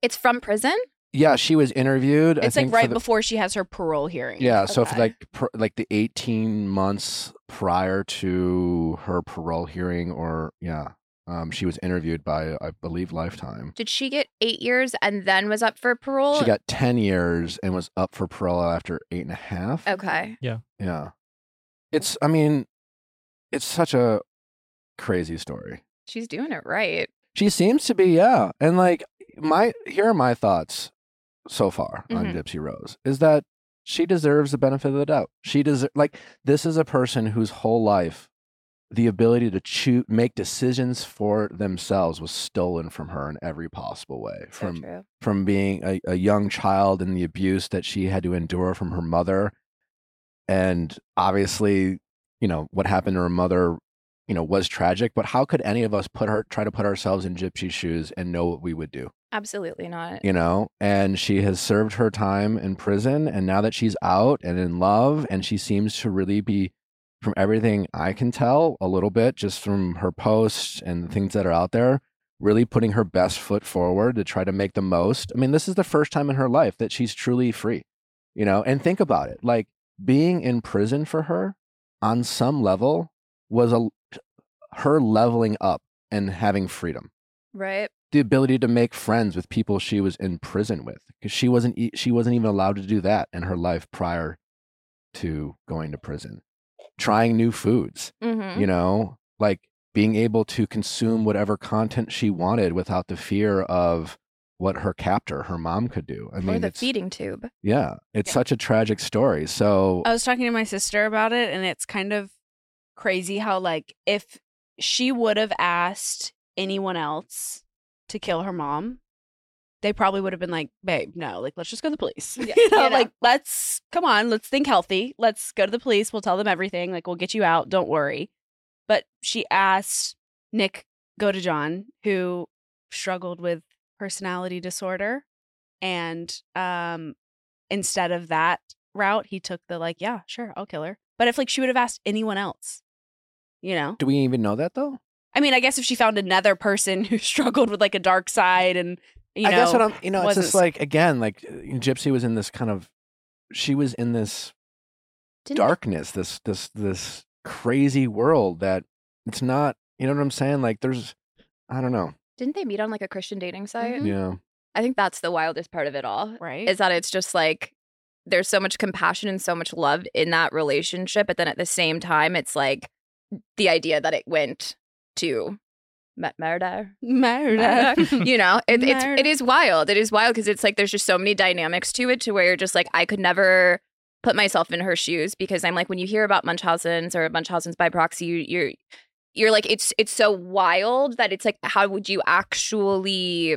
[SPEAKER 3] It's from prison?
[SPEAKER 1] Yeah, she was interviewed. I
[SPEAKER 2] It's like
[SPEAKER 1] think, for
[SPEAKER 2] right
[SPEAKER 1] the-
[SPEAKER 2] before she has her parole hearing.
[SPEAKER 1] Yeah, so for
[SPEAKER 2] Okay.
[SPEAKER 1] like pr- like the 18 months prior to her parole hearing or yeah, um she was interviewed by I believe Lifetime.
[SPEAKER 3] Did she get eight years and then was up for parole?
[SPEAKER 1] She got 10 years and was up for parole after eight and a half.
[SPEAKER 3] okay.
[SPEAKER 1] Yeah. It's I mean, it's such a crazy story.
[SPEAKER 3] She's doing it right.
[SPEAKER 1] She seems to be, yeah. And like my here are my thoughts so far on
[SPEAKER 3] Mhm.
[SPEAKER 1] Gypsy Rose is that she deserves the benefit of the doubt. She does like this is a person whose whole life the ability to choose make decisions for themselves was stolen from her in every possible way.
[SPEAKER 3] So
[SPEAKER 1] From
[SPEAKER 3] true.
[SPEAKER 1] from being a, a young child and the abuse that she had to endure from her mother. And obviously, you know, what happened to her mother, you know, was tragic, but how could any of us put her try to put ourselves in Gypsy's shoes and know what we would do?
[SPEAKER 3] Absolutely not.
[SPEAKER 1] You know? And she has served her time in prison and now that she's out and in love and she seems to really be from everything I can tell a little bit just from her posts and the things that are out there, really putting her best foot forward to try to make the most. I mean, this is the first time in her life that she's truly free, you know? And think about it like being in prison for her on some level was a, her leveling up and having freedom
[SPEAKER 3] Right?
[SPEAKER 1] the ability to make friends with people she was in prison with because she wasn't e- she wasn't even allowed to do that in her life prior to going to prison trying new foods
[SPEAKER 3] Mm-hmm.
[SPEAKER 1] you know like being able to consume whatever content she wanted without the fear of what her captor her mom could do i mean
[SPEAKER 3] or the
[SPEAKER 1] it's-
[SPEAKER 3] feeding tube.
[SPEAKER 1] yeah it's
[SPEAKER 2] Yeah. Uh,
[SPEAKER 1] such a tragic story so
[SPEAKER 2] I was talking to my sister about it, and it's kind of crazy how, like, if she would have asked anyone else to kill her mom, they probably would have been like, babe, no, like, let's just go to the police. [laughs]
[SPEAKER 3] Yeah,
[SPEAKER 2] you know,
[SPEAKER 3] you know.
[SPEAKER 2] like, let's come on, let's think healthy. Let's go to the police. We'll tell them everything. Like, we'll get you out. Don't worry. But she asked Nick, go to John, who struggled with personality disorder. And um, instead of that route, he took the like, yeah, sure, I'll kill her. But if like she would have asked anyone else, you know,
[SPEAKER 1] do we even know that though
[SPEAKER 2] I mean, I guess if she found another person [laughs] who struggled with like a dark side and you know,
[SPEAKER 1] I guess what I'm, you know, it's
[SPEAKER 2] wasn't
[SPEAKER 1] just
[SPEAKER 2] s-
[SPEAKER 1] like again, like uh, Gypsy was in this kind of, she was in this
[SPEAKER 3] Didn't-
[SPEAKER 1] darkness, this this this crazy world that it's not, you know what I'm saying? Like there's, I don't know,
[SPEAKER 3] Didn't they meet on like a Christian dating site?
[SPEAKER 2] Mhm.
[SPEAKER 1] yeah,
[SPEAKER 3] I think that's the wildest part of it all.
[SPEAKER 2] right,
[SPEAKER 3] is that it's just like there's so much compassion and so much love in that relationship but then at the same time it's like the idea that it went to mu- murder
[SPEAKER 1] [laughs]
[SPEAKER 2] murder. [laughs]
[SPEAKER 3] you know it, it's
[SPEAKER 2] Murder.
[SPEAKER 3] it is wild it is wild because it's like there's just so many dynamics to it to where you're just like i could never put myself in her shoes because i'm like when you hear about munchausen's or munchausen's by proxy you you're you're like it's it's so wild that it's like how would you actually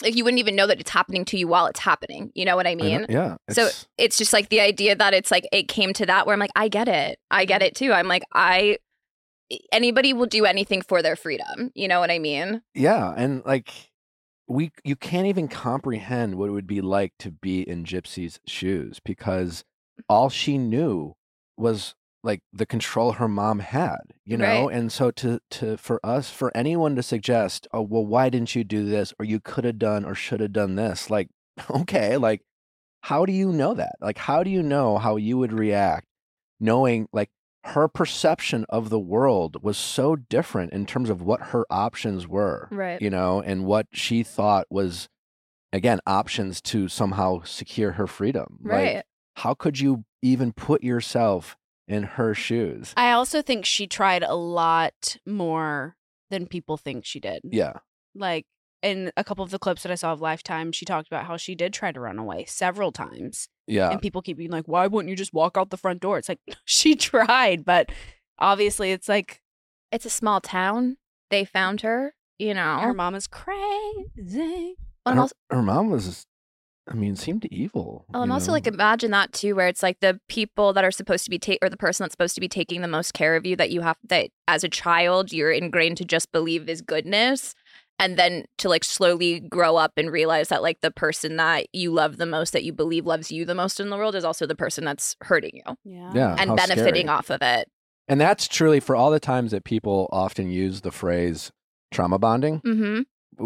[SPEAKER 3] like you wouldn't even know that it's happening to you while it's happening you know what i
[SPEAKER 1] I know-
[SPEAKER 3] mean
[SPEAKER 1] yeah.
[SPEAKER 3] so
[SPEAKER 1] it's-
[SPEAKER 3] it's just like the idea that it's like it came to that where I'm like, I get it. I get it too. I'm like, I anybody will do anything for their freedom. You know what I mean?
[SPEAKER 1] yeah, and like we, you can't even comprehend what it would be like to be in Gypsy's shoes because all she knew was like the control her mom had you know
[SPEAKER 3] Right.
[SPEAKER 1] and so to to for us for anyone to suggest oh well why didn't you do this or you could have done or should have done this like [laughs] okay like how do you know that like how do you know how you would react knowing like her perception of the world was so different in terms of what her options were
[SPEAKER 3] Right.
[SPEAKER 1] you know and what she thought was again options to somehow secure her freedom Like,
[SPEAKER 3] Right.
[SPEAKER 1] how could you even put yourself in her shoes?
[SPEAKER 2] I also think she tried a lot more than people think she did.
[SPEAKER 3] Um,
[SPEAKER 1] yeah.
[SPEAKER 2] like in a couple of the clips that I saw of Lifetime, she talked about how she did try to run away several times.
[SPEAKER 1] Yeah.
[SPEAKER 2] and people keep being like, why wouldn't you just walk out the front door? It's like, [laughs] she tried, but obviously it's like,
[SPEAKER 3] It's a small town. They found her, you know.
[SPEAKER 1] Oh.
[SPEAKER 2] her mom is crazy.
[SPEAKER 3] and
[SPEAKER 1] her,
[SPEAKER 3] also,
[SPEAKER 1] her mom was, I mean, seemed evil.
[SPEAKER 3] oh,
[SPEAKER 1] you
[SPEAKER 3] and also
[SPEAKER 1] know?
[SPEAKER 3] like imagine that too, where it's like the people that are supposed to be take or the person that's supposed to be taking the most care of you that you have that as a child you're ingrained to just believe is goodness. and then to like slowly grow up and realize that like the person that you love the most that you believe loves you the most in the world is also the person that's hurting you
[SPEAKER 2] Yeah.
[SPEAKER 1] Yeah.
[SPEAKER 3] and
[SPEAKER 1] how
[SPEAKER 3] benefiting
[SPEAKER 1] scary.
[SPEAKER 3] off of it
[SPEAKER 1] And that's truly for all the times that people often use the phrase trauma bonding.
[SPEAKER 3] mm-hmm.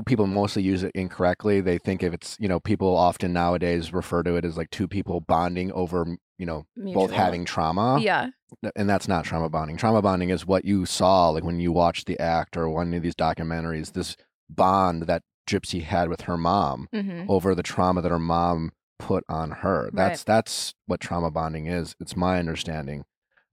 [SPEAKER 1] People mostly use it incorrectly. They think if it's, you know, people often nowadays refer to it as like two people bonding over, you know, both having trauma.
[SPEAKER 3] yeah
[SPEAKER 1] And that's not trauma bonding. Trauma bonding is what you saw, like when you watched the act or one of these documentaries, this bond that Gypsy had with her mom
[SPEAKER 3] mm-hmm.
[SPEAKER 1] over the trauma that her mom put on her. That's that's what trauma bonding is. It's my understanding.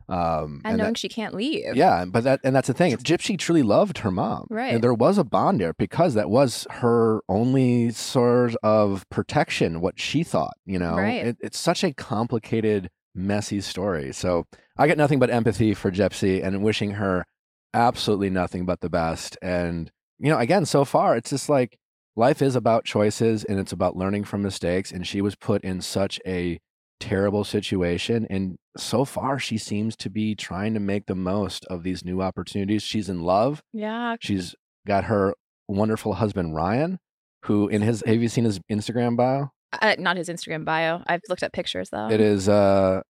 [SPEAKER 1] Um,
[SPEAKER 3] and,
[SPEAKER 1] that-
[SPEAKER 3] knowing she can't leave
[SPEAKER 1] yeah, but that and that's the thing. Gypsy truly loved her mom,
[SPEAKER 3] Right.
[SPEAKER 1] And there was a bond there because that was her only source of protection. What she thought, you know,
[SPEAKER 3] Right.
[SPEAKER 1] It- it's such a complicated, messy story. So I get nothing but empathy for Gypsy and wishing her absolutely nothing but the best. And you know, again, so far it's just like life is about choices and it's about learning from mistakes. And she was put in such a terrible situation. And so far, she seems to be trying to make the most of these new opportunities. She's in love.
[SPEAKER 3] yeah
[SPEAKER 1] She's got her wonderful husband, Ryan, who in his, have you seen his Instagram bio?
[SPEAKER 3] uh, not his instagram bio i've looked at pictures though
[SPEAKER 1] It is, uh,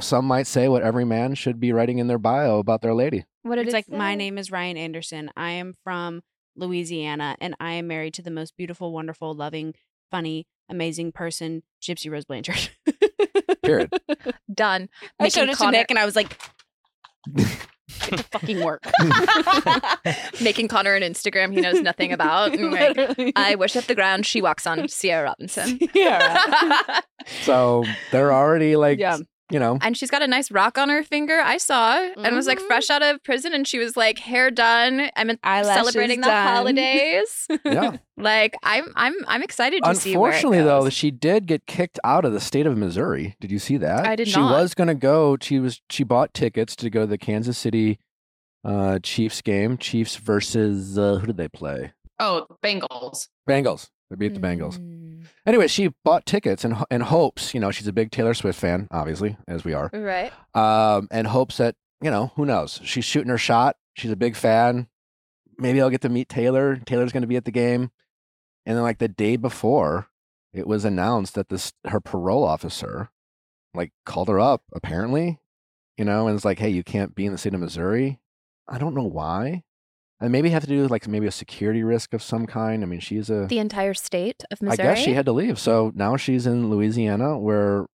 [SPEAKER 1] some might say what every man should be writing in their bio about their lady.
[SPEAKER 3] what did
[SPEAKER 2] It's
[SPEAKER 3] it
[SPEAKER 2] like, my
[SPEAKER 3] say?
[SPEAKER 2] name is Ryan Anderson. I am from Louisiana and I am married to the most beautiful, wonderful, loving, funny, amazing person, Gypsy Rose Blanchard. [laughs]
[SPEAKER 3] [laughs]
[SPEAKER 1] Period.
[SPEAKER 3] done
[SPEAKER 2] I
[SPEAKER 3] Making
[SPEAKER 2] showed it to
[SPEAKER 3] Connor-
[SPEAKER 2] Nick and I was like, get to fucking work.
[SPEAKER 3] making connor an instagram he
[SPEAKER 2] [laughs]
[SPEAKER 3] knows nothing about and, like,
[SPEAKER 2] Literally.
[SPEAKER 3] i wish at the ground she walks on sierra
[SPEAKER 2] [laughs]
[SPEAKER 3] robinson [laughs]
[SPEAKER 2] Yeah.
[SPEAKER 1] So they're already like,
[SPEAKER 2] Yeah.
[SPEAKER 1] you know,
[SPEAKER 3] and she's got a nice rock on her finger. I saw and was like
[SPEAKER 2] Mhm.
[SPEAKER 3] fresh out of prison, and she was like hair done. I'm in-
[SPEAKER 2] Eyelashes
[SPEAKER 3] celebrating the
[SPEAKER 2] done. [laughs]
[SPEAKER 3] holidays. [laughs]
[SPEAKER 1] yeah.
[SPEAKER 3] like I'm, I'm, I'm excited to see. where it
[SPEAKER 1] Unfortunately, though,
[SPEAKER 3] goes.
[SPEAKER 1] she did get kicked out of the state of Missouri. Did you see that?
[SPEAKER 3] I did
[SPEAKER 1] She
[SPEAKER 3] not.
[SPEAKER 1] was going to go. She was. She bought tickets to go to the Kansas City uh, Chiefs game. Chiefs versus uh, who did they play?
[SPEAKER 4] Oh, Bengals.
[SPEAKER 1] Bengals. They beat the
[SPEAKER 2] Mm.
[SPEAKER 3] Mm.
[SPEAKER 1] Bengals. Anyway, she bought tickets and in hopes. You know, she's a big Taylor Swift fan, obviously, as we are. [sighs]
[SPEAKER 3] right?
[SPEAKER 1] Um, and hopes that you know who knows. She's shooting her shot. She's a big fan. Maybe I'll get to meet Taylor. Taylor's going to be at the game. And then, like the day before, it was announced that this her parole officer, like, called her up apparently, you know, and it's like, hey, you can't be in the state of Missouri. I don't know why. And maybe it had to do with like maybe a security risk of some kind. I mean, she's a
[SPEAKER 3] The entire state of
[SPEAKER 1] I
[SPEAKER 3] Missouri.
[SPEAKER 1] guess she had to leave. So now she's in Louisiana, where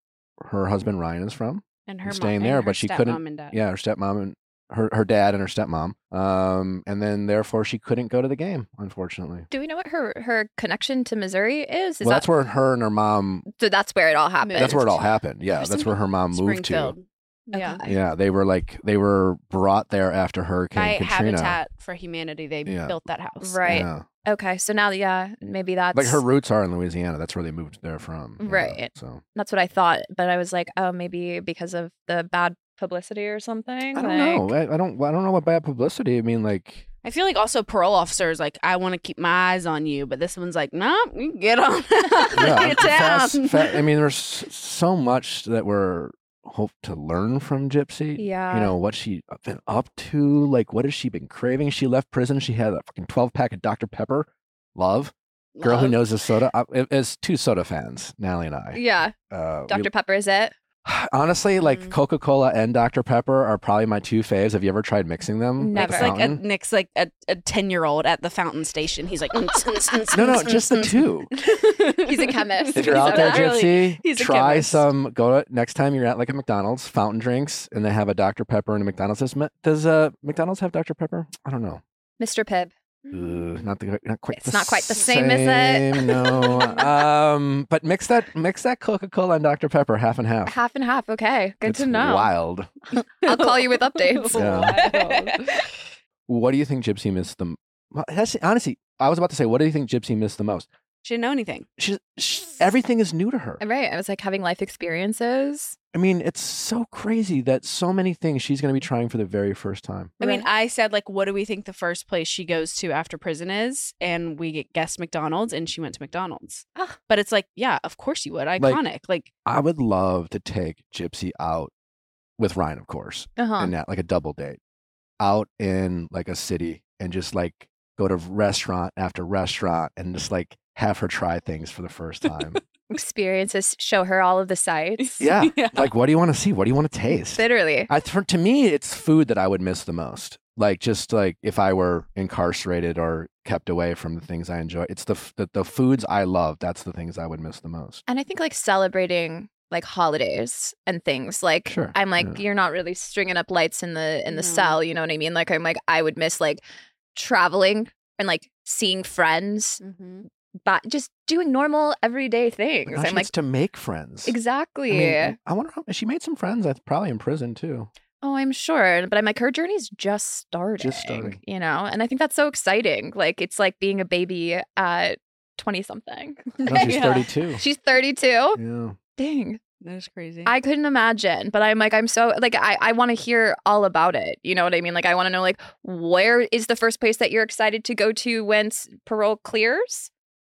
[SPEAKER 1] her husband Ryan is from.
[SPEAKER 2] and her
[SPEAKER 1] staying
[SPEAKER 2] mom,
[SPEAKER 1] there,
[SPEAKER 2] and her
[SPEAKER 1] but she couldn't-
[SPEAKER 2] stepmom And dad.
[SPEAKER 1] Yeah, her stepmom and her, her dad and her stepmom. Um, and then therefore she couldn't go to the game, unfortunately.
[SPEAKER 3] Do we know what her her connection to Missouri is? is
[SPEAKER 1] well,
[SPEAKER 3] that,
[SPEAKER 1] that's where her and her mom.
[SPEAKER 3] so that's where it all happened.
[SPEAKER 1] That's where it all happened. Yeah,
[SPEAKER 2] There's
[SPEAKER 1] that's
[SPEAKER 2] some
[SPEAKER 1] where her mom moved to.
[SPEAKER 2] Springfield.
[SPEAKER 3] Yeah.
[SPEAKER 1] Yeah, they were like they were brought there after
[SPEAKER 2] By
[SPEAKER 1] Hurricane Katrina.
[SPEAKER 2] Habitat for Humanity, they
[SPEAKER 1] Yeah.
[SPEAKER 2] built that house.
[SPEAKER 3] Right.
[SPEAKER 1] Yeah.
[SPEAKER 3] Okay, so now, yeah, maybe that's
[SPEAKER 1] Like her roots are in Louisiana. That's where they moved there from. you know,
[SPEAKER 3] Right.
[SPEAKER 1] So
[SPEAKER 3] That's what I thought, but I was like, oh, maybe because of the bad publicity or something.
[SPEAKER 1] I don't
[SPEAKER 3] like-
[SPEAKER 1] know. I, I don't. I don't know what bad publicity. I mean, like
[SPEAKER 2] I feel like also parole officers like I want to keep my eyes on you, but this one's like, no, nope, you get
[SPEAKER 3] [laughs]
[SPEAKER 2] on,
[SPEAKER 1] yeah,
[SPEAKER 2] get down.
[SPEAKER 1] fast- fa- I mean, there's s- so much that we're hope to learn from Gypsy.
[SPEAKER 3] Yeah.
[SPEAKER 1] eh, You
[SPEAKER 2] Uh,
[SPEAKER 1] know what she been up to? Like, what has she been craving? She left prison. She had a fucking twelve pack of Dr Pepper. Love girl who
[SPEAKER 2] Love.
[SPEAKER 1] knows the soda. I, it- it's two soda fans, Natalie and I.
[SPEAKER 3] Yeah,
[SPEAKER 1] Uh,
[SPEAKER 3] Dr.
[SPEAKER 1] we-
[SPEAKER 3] Pepper is it?
[SPEAKER 1] [sighs]
[SPEAKER 3] [laughs]
[SPEAKER 1] honestly, like
[SPEAKER 2] Mhm.
[SPEAKER 1] Coca Cola and Dr Pepper are probably my two faves. Have you ever tried mixing them? at the
[SPEAKER 3] Never.
[SPEAKER 2] Nick's like a,
[SPEAKER 1] fountain?
[SPEAKER 2] Nick's like a a ten year old at the fountain station. He's like, [laughs] "Mm,
[SPEAKER 1] no, no, just the two.
[SPEAKER 2] He's
[SPEAKER 3] He's a chemist.
[SPEAKER 1] If you're out there,
[SPEAKER 3] [laughs]
[SPEAKER 1] Gypsy,
[SPEAKER 2] he's a
[SPEAKER 1] try
[SPEAKER 2] chemist.
[SPEAKER 1] some. Go to, next time you're at like a McDonald's fountain drinks, and they have a Dr Pepper and a McDonald's. Does, Ma- does uh, McDonald's have Dr Pepper? I don't know.
[SPEAKER 3] Mr. Pibb.
[SPEAKER 1] Uh, not the not quite.
[SPEAKER 3] It's not quite the same, is it?
[SPEAKER 1] same, no.
[SPEAKER 3] [laughs]
[SPEAKER 1] um, but mix that mix that Coca Cola and Dr Pepper half and half.
[SPEAKER 3] Half and half. Okay. Good
[SPEAKER 1] It's
[SPEAKER 3] to know.
[SPEAKER 1] Wild.
[SPEAKER 3] I'll
[SPEAKER 1] [laughs]
[SPEAKER 3] call you with updates.
[SPEAKER 1] Yeah. What do you think Gypsy missed the? m- well, That's, honestly, I was about to say, what do you think Gypsy missed the most?
[SPEAKER 2] She didn't know anything.
[SPEAKER 1] She's, she, everything is new to her.
[SPEAKER 3] [laughs] Right. I was like having life experiences.
[SPEAKER 1] I mean, it's so crazy that so many things she's going to be trying for the very first time.
[SPEAKER 2] I mean,
[SPEAKER 3] Right.
[SPEAKER 2] I said like, what do we think the first place she goes to after prison is? And we get guessed McDonald's, and she went to McDonald's.
[SPEAKER 3] Ah.
[SPEAKER 2] But it's like, yeah, of course you would. Iconic. Like,
[SPEAKER 1] I would love to take Gypsy out with Ryan, of course,
[SPEAKER 3] Uh huh.
[SPEAKER 1] and that like a double date out in like a city and just like go to restaurant after restaurant and just like have her try things for the
[SPEAKER 3] [laughs]
[SPEAKER 1] first time.
[SPEAKER 3] Experiences show her all of the
[SPEAKER 2] [laughs]
[SPEAKER 3] sights.
[SPEAKER 1] yeah.
[SPEAKER 3] [laughs]
[SPEAKER 1] Like, what do you want to see? What do you want to taste?
[SPEAKER 3] Literally.
[SPEAKER 1] I, for, to me, it's food that I would miss the most. Like just like if I were incarcerated or kept away from the things I enjoy, it's the f- the, the foods I love. That's the things I would miss the most.
[SPEAKER 3] And I think like celebrating like holidays and things like
[SPEAKER 1] Sure,
[SPEAKER 3] I'm like
[SPEAKER 1] yeah.
[SPEAKER 3] you're not really stringing up lights in the in the
[SPEAKER 2] No.
[SPEAKER 3] cell, you know what I mean? Like I'm like I would miss like traveling and like seeing friends,
[SPEAKER 2] Mm-hmm.
[SPEAKER 3] but just doing normal everyday things.
[SPEAKER 1] Now she
[SPEAKER 3] I'm like
[SPEAKER 1] gets to make friends. I,
[SPEAKER 3] exactly.
[SPEAKER 1] mean, I wonder how she made some friends. That's probably in prison
[SPEAKER 3] [laughs]
[SPEAKER 1] too.
[SPEAKER 3] Oh, I'm sure. But I'm like, her journey's just starting.
[SPEAKER 1] starting.
[SPEAKER 3] You know? And I think that's so exciting. Like, it's like being a baby at 20 something. [laughs]
[SPEAKER 1] No, she's thirty two.
[SPEAKER 3] She's 32.
[SPEAKER 1] Yeah.
[SPEAKER 3] Dang.
[SPEAKER 2] That is crazy.
[SPEAKER 3] I couldn't imagine. But I'm like, I'm so, like, I, I want to hear all about it. You know what I mean? Like, I want to know, like, where is the first place that you're excited to go to once parole clears?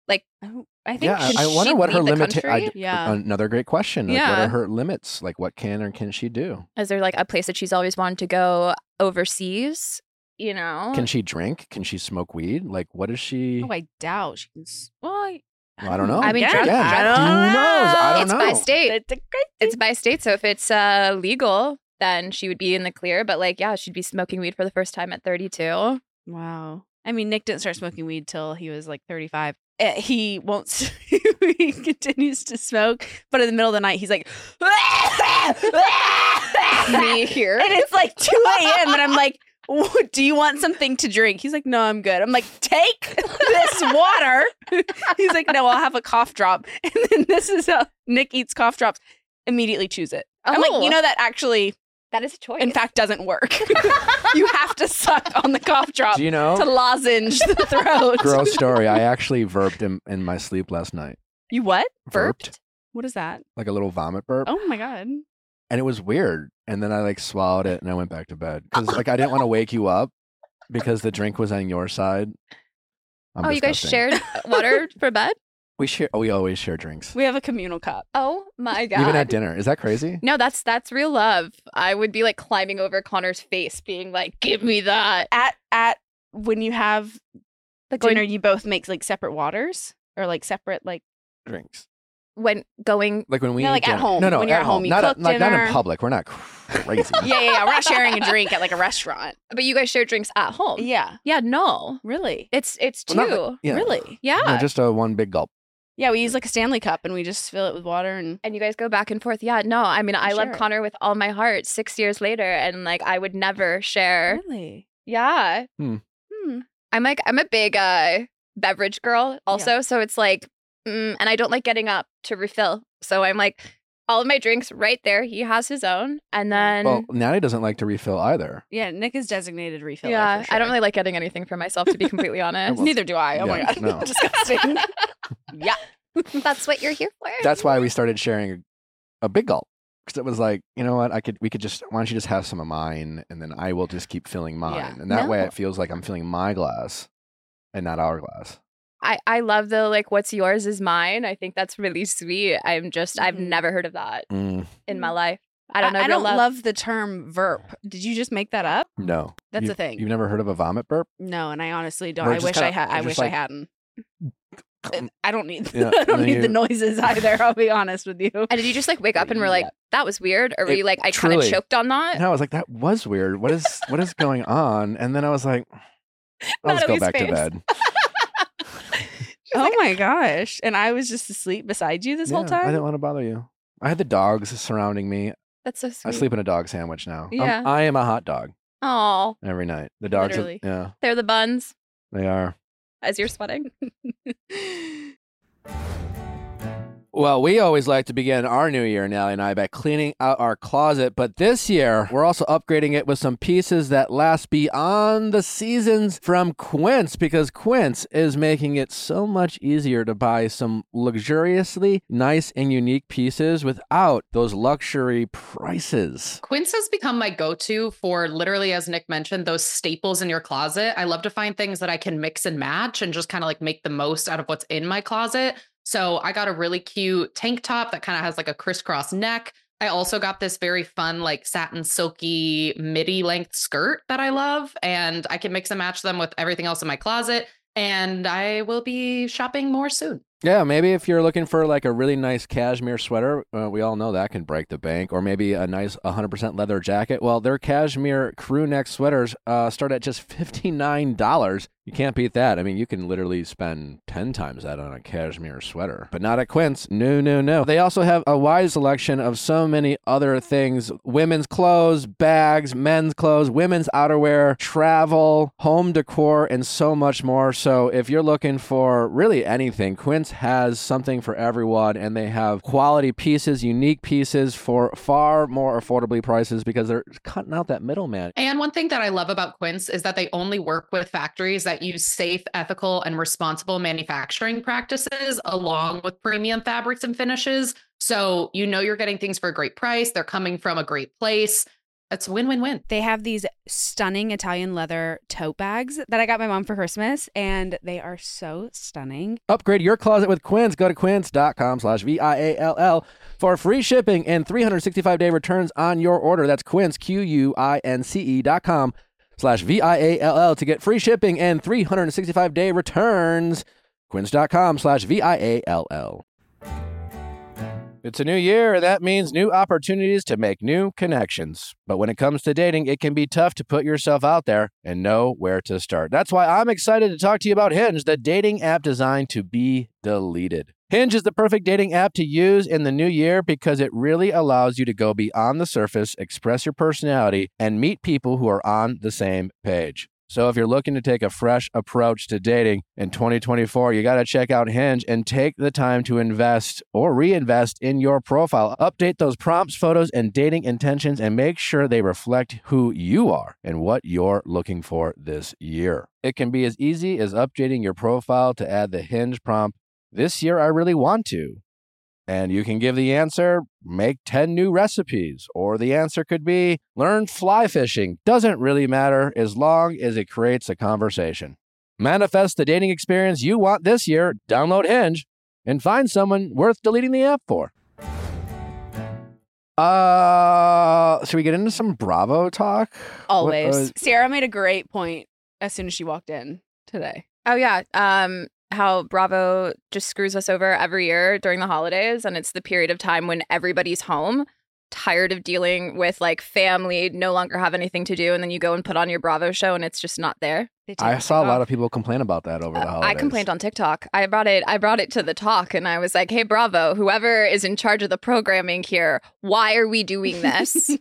[SPEAKER 2] I don't- I think
[SPEAKER 1] Yeah, I-
[SPEAKER 2] she-
[SPEAKER 1] I wonder
[SPEAKER 3] she'd
[SPEAKER 1] what her
[SPEAKER 3] leave the
[SPEAKER 1] limit.
[SPEAKER 3] country?
[SPEAKER 2] Yeah.
[SPEAKER 1] Another great question. Like, What
[SPEAKER 3] Yeah.
[SPEAKER 1] are her limits? Like, what can or can she do?
[SPEAKER 3] Is there, like, a place that she's always wanted to go overseas? You know?
[SPEAKER 1] Can she drink? Can she smoke weed? Like, what is she?
[SPEAKER 2] Oh, I doubt she can. s- Well, I,
[SPEAKER 1] Well, I don't know.
[SPEAKER 3] I mean, drug-
[SPEAKER 1] Again,
[SPEAKER 3] I
[SPEAKER 1] who
[SPEAKER 2] don't
[SPEAKER 1] knows? I
[SPEAKER 2] know.
[SPEAKER 1] don't
[SPEAKER 3] Uh, it's
[SPEAKER 1] know.
[SPEAKER 3] by state.
[SPEAKER 2] That's a great
[SPEAKER 3] It's by state, so if it's uh, legal, then she would be in the clear. But like, yeah, she'd be smoking weed for the first time at 32. [laughs]
[SPEAKER 2] Wow. I mean, Nick didn't start smoking weed till he was like 35. Eh, He won't. s- [laughs] he continues to smoke, but in the middle of the night, he's like, [laughs]
[SPEAKER 3] Me here.
[SPEAKER 2] and it's like 2 a.m. And I'm like, "Wha- do you want something to drink? He's like, no, I'm good. I'm like, take this water. [laughs] He's like, no, I'll have a cough drop. And then this is how Nick eats cough drops. Immediately choose it. I'm like,
[SPEAKER 3] Oh.
[SPEAKER 2] you know, that actually,
[SPEAKER 3] That is a choice.
[SPEAKER 2] in fact, doesn't work. [laughs] you have to suck on the cough drop
[SPEAKER 1] Do you
[SPEAKER 2] to
[SPEAKER 1] know? [laughs]
[SPEAKER 2] lozenge the throat.
[SPEAKER 1] Gross story. I actually burped in, in my sleep last night.
[SPEAKER 2] You what?
[SPEAKER 1] Burped?
[SPEAKER 2] What is that?
[SPEAKER 1] Like a little vomit burp.
[SPEAKER 2] Oh my god.
[SPEAKER 1] And it was weird. And then I like swallowed it and I went back to bed because like I didn't want to wake you up because the drink was on your side. I'm
[SPEAKER 3] oh, you guys
[SPEAKER 1] disgusting.
[SPEAKER 3] shared water for bed?
[SPEAKER 1] We share. We always share drinks.
[SPEAKER 2] We have a communal cup.
[SPEAKER 3] [laughs] Oh my god.
[SPEAKER 1] Even at dinner. Is that
[SPEAKER 3] [laughs]
[SPEAKER 1] crazy?
[SPEAKER 3] no, that's that's real love. I would be like climbing over Connor's face, being like, "Give me that."
[SPEAKER 2] At at when you have
[SPEAKER 3] Like
[SPEAKER 2] dinner,
[SPEAKER 3] going,
[SPEAKER 2] you both make like separate waters or like separate like
[SPEAKER 1] Drinks.
[SPEAKER 3] when going.
[SPEAKER 1] Like when we
[SPEAKER 2] No,
[SPEAKER 1] eat
[SPEAKER 2] like, at
[SPEAKER 1] dinner-
[SPEAKER 2] home.
[SPEAKER 1] No, no,
[SPEAKER 2] When you're at home, you
[SPEAKER 1] not
[SPEAKER 2] cook
[SPEAKER 1] like not in
[SPEAKER 2] dinner.
[SPEAKER 1] public. We're not crazy.
[SPEAKER 2] [laughs] yeah yeah yeah. We're not sharing a drink at like a restaurant.
[SPEAKER 3] But you guys share drinks at home.
[SPEAKER 2] [laughs] Yeah,
[SPEAKER 3] Yeah. No.
[SPEAKER 2] really,
[SPEAKER 3] It's it's two.
[SPEAKER 1] Well, not like- yeah.
[SPEAKER 2] really.
[SPEAKER 3] yeah.
[SPEAKER 1] No, just a one big gulp.
[SPEAKER 2] Yeah, we use like a Stanley cup and we just fill it with water and
[SPEAKER 3] and you guys go back and forth. Yeah, no, I mean, I love
[SPEAKER 2] Sure.
[SPEAKER 3] Connor with all my heart six years later, and like I would never share.
[SPEAKER 2] really.
[SPEAKER 3] Yeah.
[SPEAKER 2] Hmm.
[SPEAKER 3] I'm like, I'm a big uh, beverage girl also. So it's like, mm, and I don't like getting up to refill. So I'm like, all of my drinks right there. He has his own. And then,
[SPEAKER 1] Well, Natty doesn't like to refill either.
[SPEAKER 2] Yeah, Nick is designated refiller.
[SPEAKER 3] yeah,
[SPEAKER 2] for
[SPEAKER 3] I don't
[SPEAKER 2] sure.
[SPEAKER 3] really like getting anything for myself, to be completely honest.
[SPEAKER 1] Well,
[SPEAKER 2] Neither do I. Oh my
[SPEAKER 1] yeah,
[SPEAKER 2] god,
[SPEAKER 1] no.
[SPEAKER 2] [laughs] disgusting. yeah,
[SPEAKER 3] That's what you're here for.
[SPEAKER 1] That's why we started sharing a big gulp because it was like, you know what? I could, we could just. Why don't you just have some of mine, and then I will just keep filling mine,
[SPEAKER 2] Yeah.
[SPEAKER 1] and that way
[SPEAKER 3] No.
[SPEAKER 1] it feels like I'm filling my glass and not our glass.
[SPEAKER 3] I, I love the like, what's yours is mine. I think that's really sweet. I'm just, I've
[SPEAKER 2] Mhm.
[SPEAKER 3] never heard of that
[SPEAKER 1] Mm,
[SPEAKER 3] in my life. Mm-hmm. I don't know.
[SPEAKER 2] I,
[SPEAKER 3] real
[SPEAKER 2] don't love. the term verp. Did you just make that up?
[SPEAKER 1] no,
[SPEAKER 2] That's
[SPEAKER 1] You-
[SPEAKER 2] a thing.
[SPEAKER 1] You've never heard of a vomit burp?
[SPEAKER 2] No, and I honestly don't.
[SPEAKER 1] Or
[SPEAKER 2] I
[SPEAKER 1] just
[SPEAKER 2] wish I
[SPEAKER 1] kinda-
[SPEAKER 2] had.
[SPEAKER 1] or
[SPEAKER 2] I
[SPEAKER 1] just
[SPEAKER 2] wish I
[SPEAKER 1] like-
[SPEAKER 2] hadn't. [laughs] I don't need.
[SPEAKER 1] Yeah,
[SPEAKER 2] I don't
[SPEAKER 1] and
[SPEAKER 2] need the
[SPEAKER 1] you-
[SPEAKER 2] noises either. I'll be honest with you.
[SPEAKER 3] And did you just like wake up and were like, that was weird? Or were
[SPEAKER 1] It-
[SPEAKER 3] you like, I kind of
[SPEAKER 1] truly.
[SPEAKER 3] choked on
[SPEAKER 2] uh
[SPEAKER 3] that?
[SPEAKER 1] And I was like, that was weird. What is what is going on? And then I was
[SPEAKER 2] [laughs]
[SPEAKER 1] like, I'll just go
[SPEAKER 3] Natalie's
[SPEAKER 1] back to
[SPEAKER 3] face.
[SPEAKER 1] bed.
[SPEAKER 2] oh my gosh! And I was just asleep beside you this whole
[SPEAKER 1] Yeah, I
[SPEAKER 2] time.
[SPEAKER 1] didn't want to bother you. I had the dogs surrounding me.
[SPEAKER 3] That's so
[SPEAKER 1] I
[SPEAKER 3] sweet.
[SPEAKER 1] sleep in a dog sandwich now. I'm-
[SPEAKER 3] Yeah.
[SPEAKER 1] I am a hot dog
[SPEAKER 3] Oh,
[SPEAKER 1] every night. The dogs, are,
[SPEAKER 2] Literally.
[SPEAKER 1] yeah,
[SPEAKER 3] they're the buns
[SPEAKER 1] they are.
[SPEAKER 3] as you're sweating.
[SPEAKER 1] Well, we always like to begin our new year, Nellie and I, by cleaning out our closet. But this year, we're also upgrading it with some pieces that last beyond the seasons from Quince, because Quince is making it so much easier to buy some luxuriously nice and unique pieces without those luxury prices.
[SPEAKER 4] Quince has become my go to for literally, as Nick mentioned, those staples in your closet. I love to find things that I can mix and match and just kind of like make the most out of what's in my closet. So I got a really cute tank top that kind of has like a crisscross neck I also got this very fun, like satin silky midi length skirt that I love, and I can mix and match them with everything else in my closet. And I will be shopping more soon.
[SPEAKER 1] Yeah, maybe if you're looking for like a really nice cashmere sweater, uh, we all know that can break the bank, or maybe a nice 100% leather jacket. Well, their cashmere crew neck sweaters uh, start at just [laughs] $59. You can't beat that. I mean, you can literally spend 10 times that on a cashmere sweater, but not at Quince. No, no, no. They also have a wide selection of so many other things women's clothes, bags, men's clothes, women's outerwear, travel, home decor, and so much more. So if you're looking for really anything, Quince has something for everyone, and they have quality pieces, unique pieces for far more affordably prices because they're cutting out that middleman.
[SPEAKER 4] And one thing that I love about Quince is that they only work with factories that use safe, ethical, and responsible manufacturing practices along with premium fabrics and finishes. So you know you're getting things for a great price. They're coming from a great place. It's win win win.
[SPEAKER 2] [sighs] They have these stunning Italian leather tote bags that I got my mom for Christmas, and they are so stunning.
[SPEAKER 1] Upgrade your closet with Quince. Go to quince.com slash V-I-A-L-L for free shipping and 365-day returns on your order. That's quince, Q-U-I-N-C-E E dot com slash V-I-A-L-L to get free shipping and 365-day returns. Quince.com slash V-I-A-L-L. It's a new year. That means new opportunities to make new connections. But when it comes to dating, it can be tough to put yourself out there and know where to start. That's why I'm excited to talk to you about Hinge, the dating app designed to be deleted. Hinge is the perfect dating app to use in the new year because it really allows you to go beyond the surface, express your personality, and meet people who are on the same page. So if you're looking to take a fresh approach to dating in 2024, you got to check out Hinge and take the time to invest or reinvest in your profile. Update those prompts, photos, and dating intentions and make sure they reflect who you are and what you're looking for this year. It can be as easy as updating your profile to add the Hinge prompt, this year I really want to. And you can give the answer, make 10 new recipes. Or the answer could be, learn fly fishing. Doesn't really matter as long as it creates a conversation. Manifest the dating experience you want this year. Download Hinge and find someone worth deleting the app for. Uh, should we get into some Bravo talk?
[SPEAKER 2] Always.
[SPEAKER 1] was-
[SPEAKER 2] Sarah made a great point as soon as she walked in today.
[SPEAKER 3] Oh yeah. Um how Bravo just screws us over every year during the holidays and it's the period of time when everybody's home, tired of dealing with like family, no longer have anything to do and then you go and put on your Bravo show and it's just not there.
[SPEAKER 2] They "Oh, take
[SPEAKER 1] I
[SPEAKER 2] the
[SPEAKER 1] saw a
[SPEAKER 2] thing
[SPEAKER 1] lot
[SPEAKER 2] off.
[SPEAKER 1] of people complain about that over the
[SPEAKER 3] Uh,
[SPEAKER 1] holidays.
[SPEAKER 3] I complained on TikTok. I brought it I brought it to the talk and I was like, "Hey Bravo, whoever is in charge of the programming here, why are we doing [laughs] this?"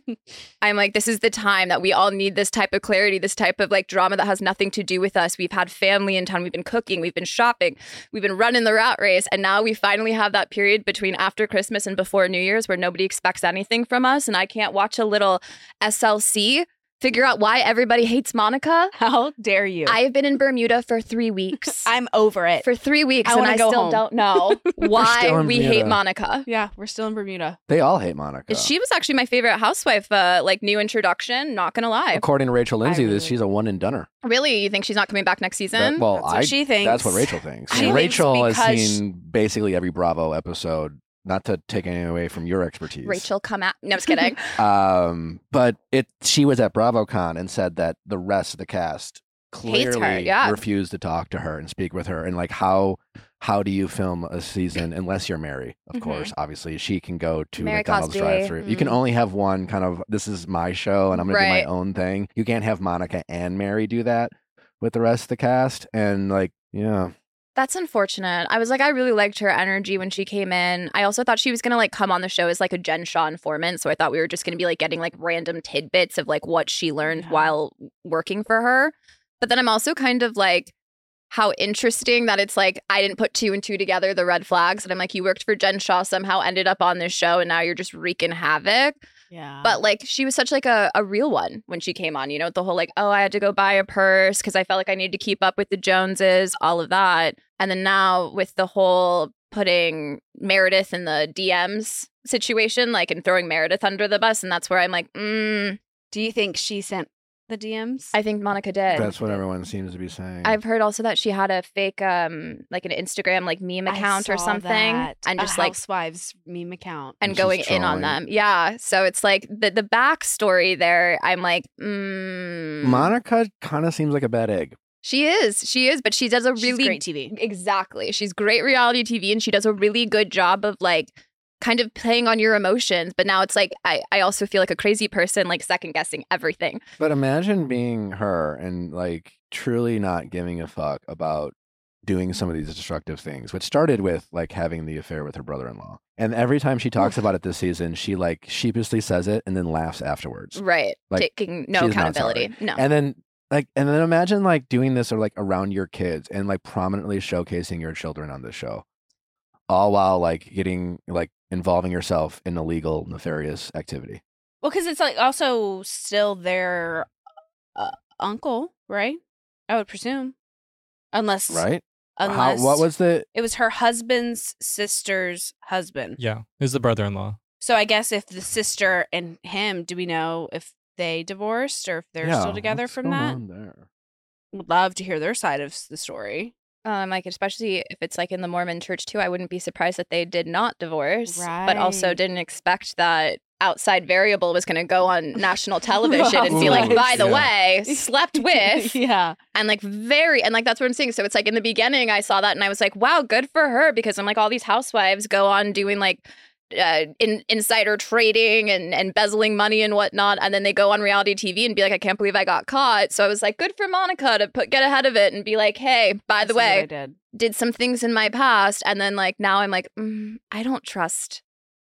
[SPEAKER 3] I'm like, this is the time that we all need this type of clarity, this type of like drama that has nothing to do with us. We've had family in town, we've been cooking, we've been shopping, we've been running the rat race. And now we finally have that period between after Christmas and before New Year's where nobody expects anything from us. And I can't watch a little SLC figure out why everybody hates Monica.
[SPEAKER 2] How dare you?
[SPEAKER 3] I have been in Bermuda for three [laughs] weeks.
[SPEAKER 2] I'm over it.
[SPEAKER 3] for three weeks,
[SPEAKER 2] I
[SPEAKER 3] and
[SPEAKER 2] wanna
[SPEAKER 3] I
[SPEAKER 2] go
[SPEAKER 3] still
[SPEAKER 2] home.
[SPEAKER 3] don't [laughs] know
[SPEAKER 1] still
[SPEAKER 3] why
[SPEAKER 1] in
[SPEAKER 3] we hate
[SPEAKER 1] Bermuda.
[SPEAKER 3] Monica.
[SPEAKER 2] yeah, we're still in Bermuda.
[SPEAKER 1] They all hate Monica.
[SPEAKER 3] She was actually my favorite housewife, uh, like new introduction, not gonna lie.
[SPEAKER 1] According to Rachel Lindsay, this
[SPEAKER 2] really-
[SPEAKER 1] she's a one and doneer.
[SPEAKER 3] Really, you think she's not coming back next season?
[SPEAKER 1] That- well,
[SPEAKER 2] That's what
[SPEAKER 1] Oh, I,
[SPEAKER 2] she thinks.
[SPEAKER 1] That's what Rachel thinks.
[SPEAKER 2] She
[SPEAKER 1] And
[SPEAKER 2] thinks
[SPEAKER 1] Rachel has
[SPEAKER 2] because-
[SPEAKER 1] seen basically every Bravo episode. Not to take anything away from your expertise,
[SPEAKER 3] Rachel, come at. No, I'm
[SPEAKER 1] [laughs]
[SPEAKER 3] just kidding.
[SPEAKER 1] Um, but it she was at BravoCon and said that the rest of the cast
[SPEAKER 3] Hates her,
[SPEAKER 1] clearly
[SPEAKER 3] yeah.
[SPEAKER 1] refused to talk to her and speak with her. And like, how how do you film a season unless you're Mary? Of
[SPEAKER 2] Mhm.
[SPEAKER 1] course, obviously she can go to
[SPEAKER 3] Mm-hmm. Mary
[SPEAKER 1] McDonald's
[SPEAKER 3] Cosby. Mm-hmm.
[SPEAKER 1] drive-through. You can
[SPEAKER 2] Mhm.
[SPEAKER 1] only have one kind of. This is my show, and I'm gonna
[SPEAKER 3] Right.
[SPEAKER 1] do my own thing. You can't have Monica and Mary do that with the rest of the cast. And like, yeah.
[SPEAKER 3] That's unfortunate. I was like, I really liked her energy when she came in. I also thought she was gonna like come on the show as like a Jen Shaw informant. So I thought we were just gonna be like getting like random tidbits of like what she learned
[SPEAKER 2] Yeah.
[SPEAKER 3] while working for her. But then I'm also kind of like, how interesting that it's like I didn't put two and two together, the red flags. And I'm like, you worked for Jen Shaw, somehow ended up on this show, and now you're just wreaking havoc.
[SPEAKER 2] Yeah.
[SPEAKER 3] But like she was such like a, a real one when she came on, you know, with the whole like, oh, I had to go buy a purse because I felt like I needed to keep up with the Joneses, all of that. And then now with the whole putting Meredith in the DMs situation, like and throwing Meredith under the bus, and that's where I'm like, mm,
[SPEAKER 2] do you think she sent the DMs?
[SPEAKER 3] I think Monica did.
[SPEAKER 1] That's what everyone seems to be saying.
[SPEAKER 3] I've heard also that she had a fake, um, like an Instagram like meme
[SPEAKER 2] I
[SPEAKER 3] account or
[SPEAKER 2] saw
[SPEAKER 3] something,
[SPEAKER 2] that.
[SPEAKER 3] and
[SPEAKER 2] A
[SPEAKER 3] just like
[SPEAKER 2] housewives meme account.
[SPEAKER 3] and
[SPEAKER 1] And she's
[SPEAKER 3] going in on
[SPEAKER 1] trolling.
[SPEAKER 3] them. Yeah, so it's like the the backstory there. I'm like, mm,
[SPEAKER 1] Monica kind of seems like a bad egg.
[SPEAKER 3] she is, she is, but she does a
[SPEAKER 2] She's
[SPEAKER 3] really
[SPEAKER 2] great TV.
[SPEAKER 3] Exactly. She's great reality TV and she does a really good job of like kind of playing on your emotions. But now it's like I, I also feel like a crazy person, like second guessing everything.
[SPEAKER 1] But imagine being her and like truly not giving a fuck about doing some of these destructive things, which started with like having the affair with her brother in law. And every time she talks about it this season, she like sheepishly says it and then laughs afterwards.
[SPEAKER 3] Right.
[SPEAKER 1] Like,
[SPEAKER 3] Taking no
[SPEAKER 1] she's not
[SPEAKER 3] accountability. No.
[SPEAKER 1] And then like and then imagine like doing this or like around your kids and like prominently showcasing your children on this show. All while like getting like involving yourself in illegal nefarious activity.
[SPEAKER 2] Well, because it's like also still their uh, uncle, right? I would presume, unless
[SPEAKER 1] Right? How,
[SPEAKER 2] unless
[SPEAKER 1] what was the
[SPEAKER 2] it was her husband's sister's husband.
[SPEAKER 5] [laughs] Yeah, is the brother-in-law.
[SPEAKER 2] So I guess if the sister and him, do we know if they divorced or if they're
[SPEAKER 1] Yeah,
[SPEAKER 2] still together
[SPEAKER 1] what's
[SPEAKER 2] from
[SPEAKER 1] going
[SPEAKER 2] that?
[SPEAKER 1] on there?
[SPEAKER 2] Would love to hear their side of s- the story.
[SPEAKER 3] um, like especially if it's like in the Mormon church too, I wouldn't be surprised that they did not divorce. But also
[SPEAKER 2] Right.
[SPEAKER 3] didn't expect that outside variable was gonna go on national television and be
[SPEAKER 1] [laughs]
[SPEAKER 3] like,
[SPEAKER 1] Right.
[SPEAKER 3] by the
[SPEAKER 1] Yeah.
[SPEAKER 3] [laughs] way, slept
[SPEAKER 2] [laughs]
[SPEAKER 3] with
[SPEAKER 2] yeah,
[SPEAKER 3] and like very and like that's what i'm saying so it's like in the beginning i saw that and i was like wow good for her because i'm like all these housewives go on doing like uh, in, insider trading and and embezzling money and whatnot and then they go on reality tv and be like i can't believe i got caught so i was like good for monica to put get ahead of it and be like hey by the way
[SPEAKER 2] did.
[SPEAKER 3] did some things in my past and then like now i'm like mm, i don't trust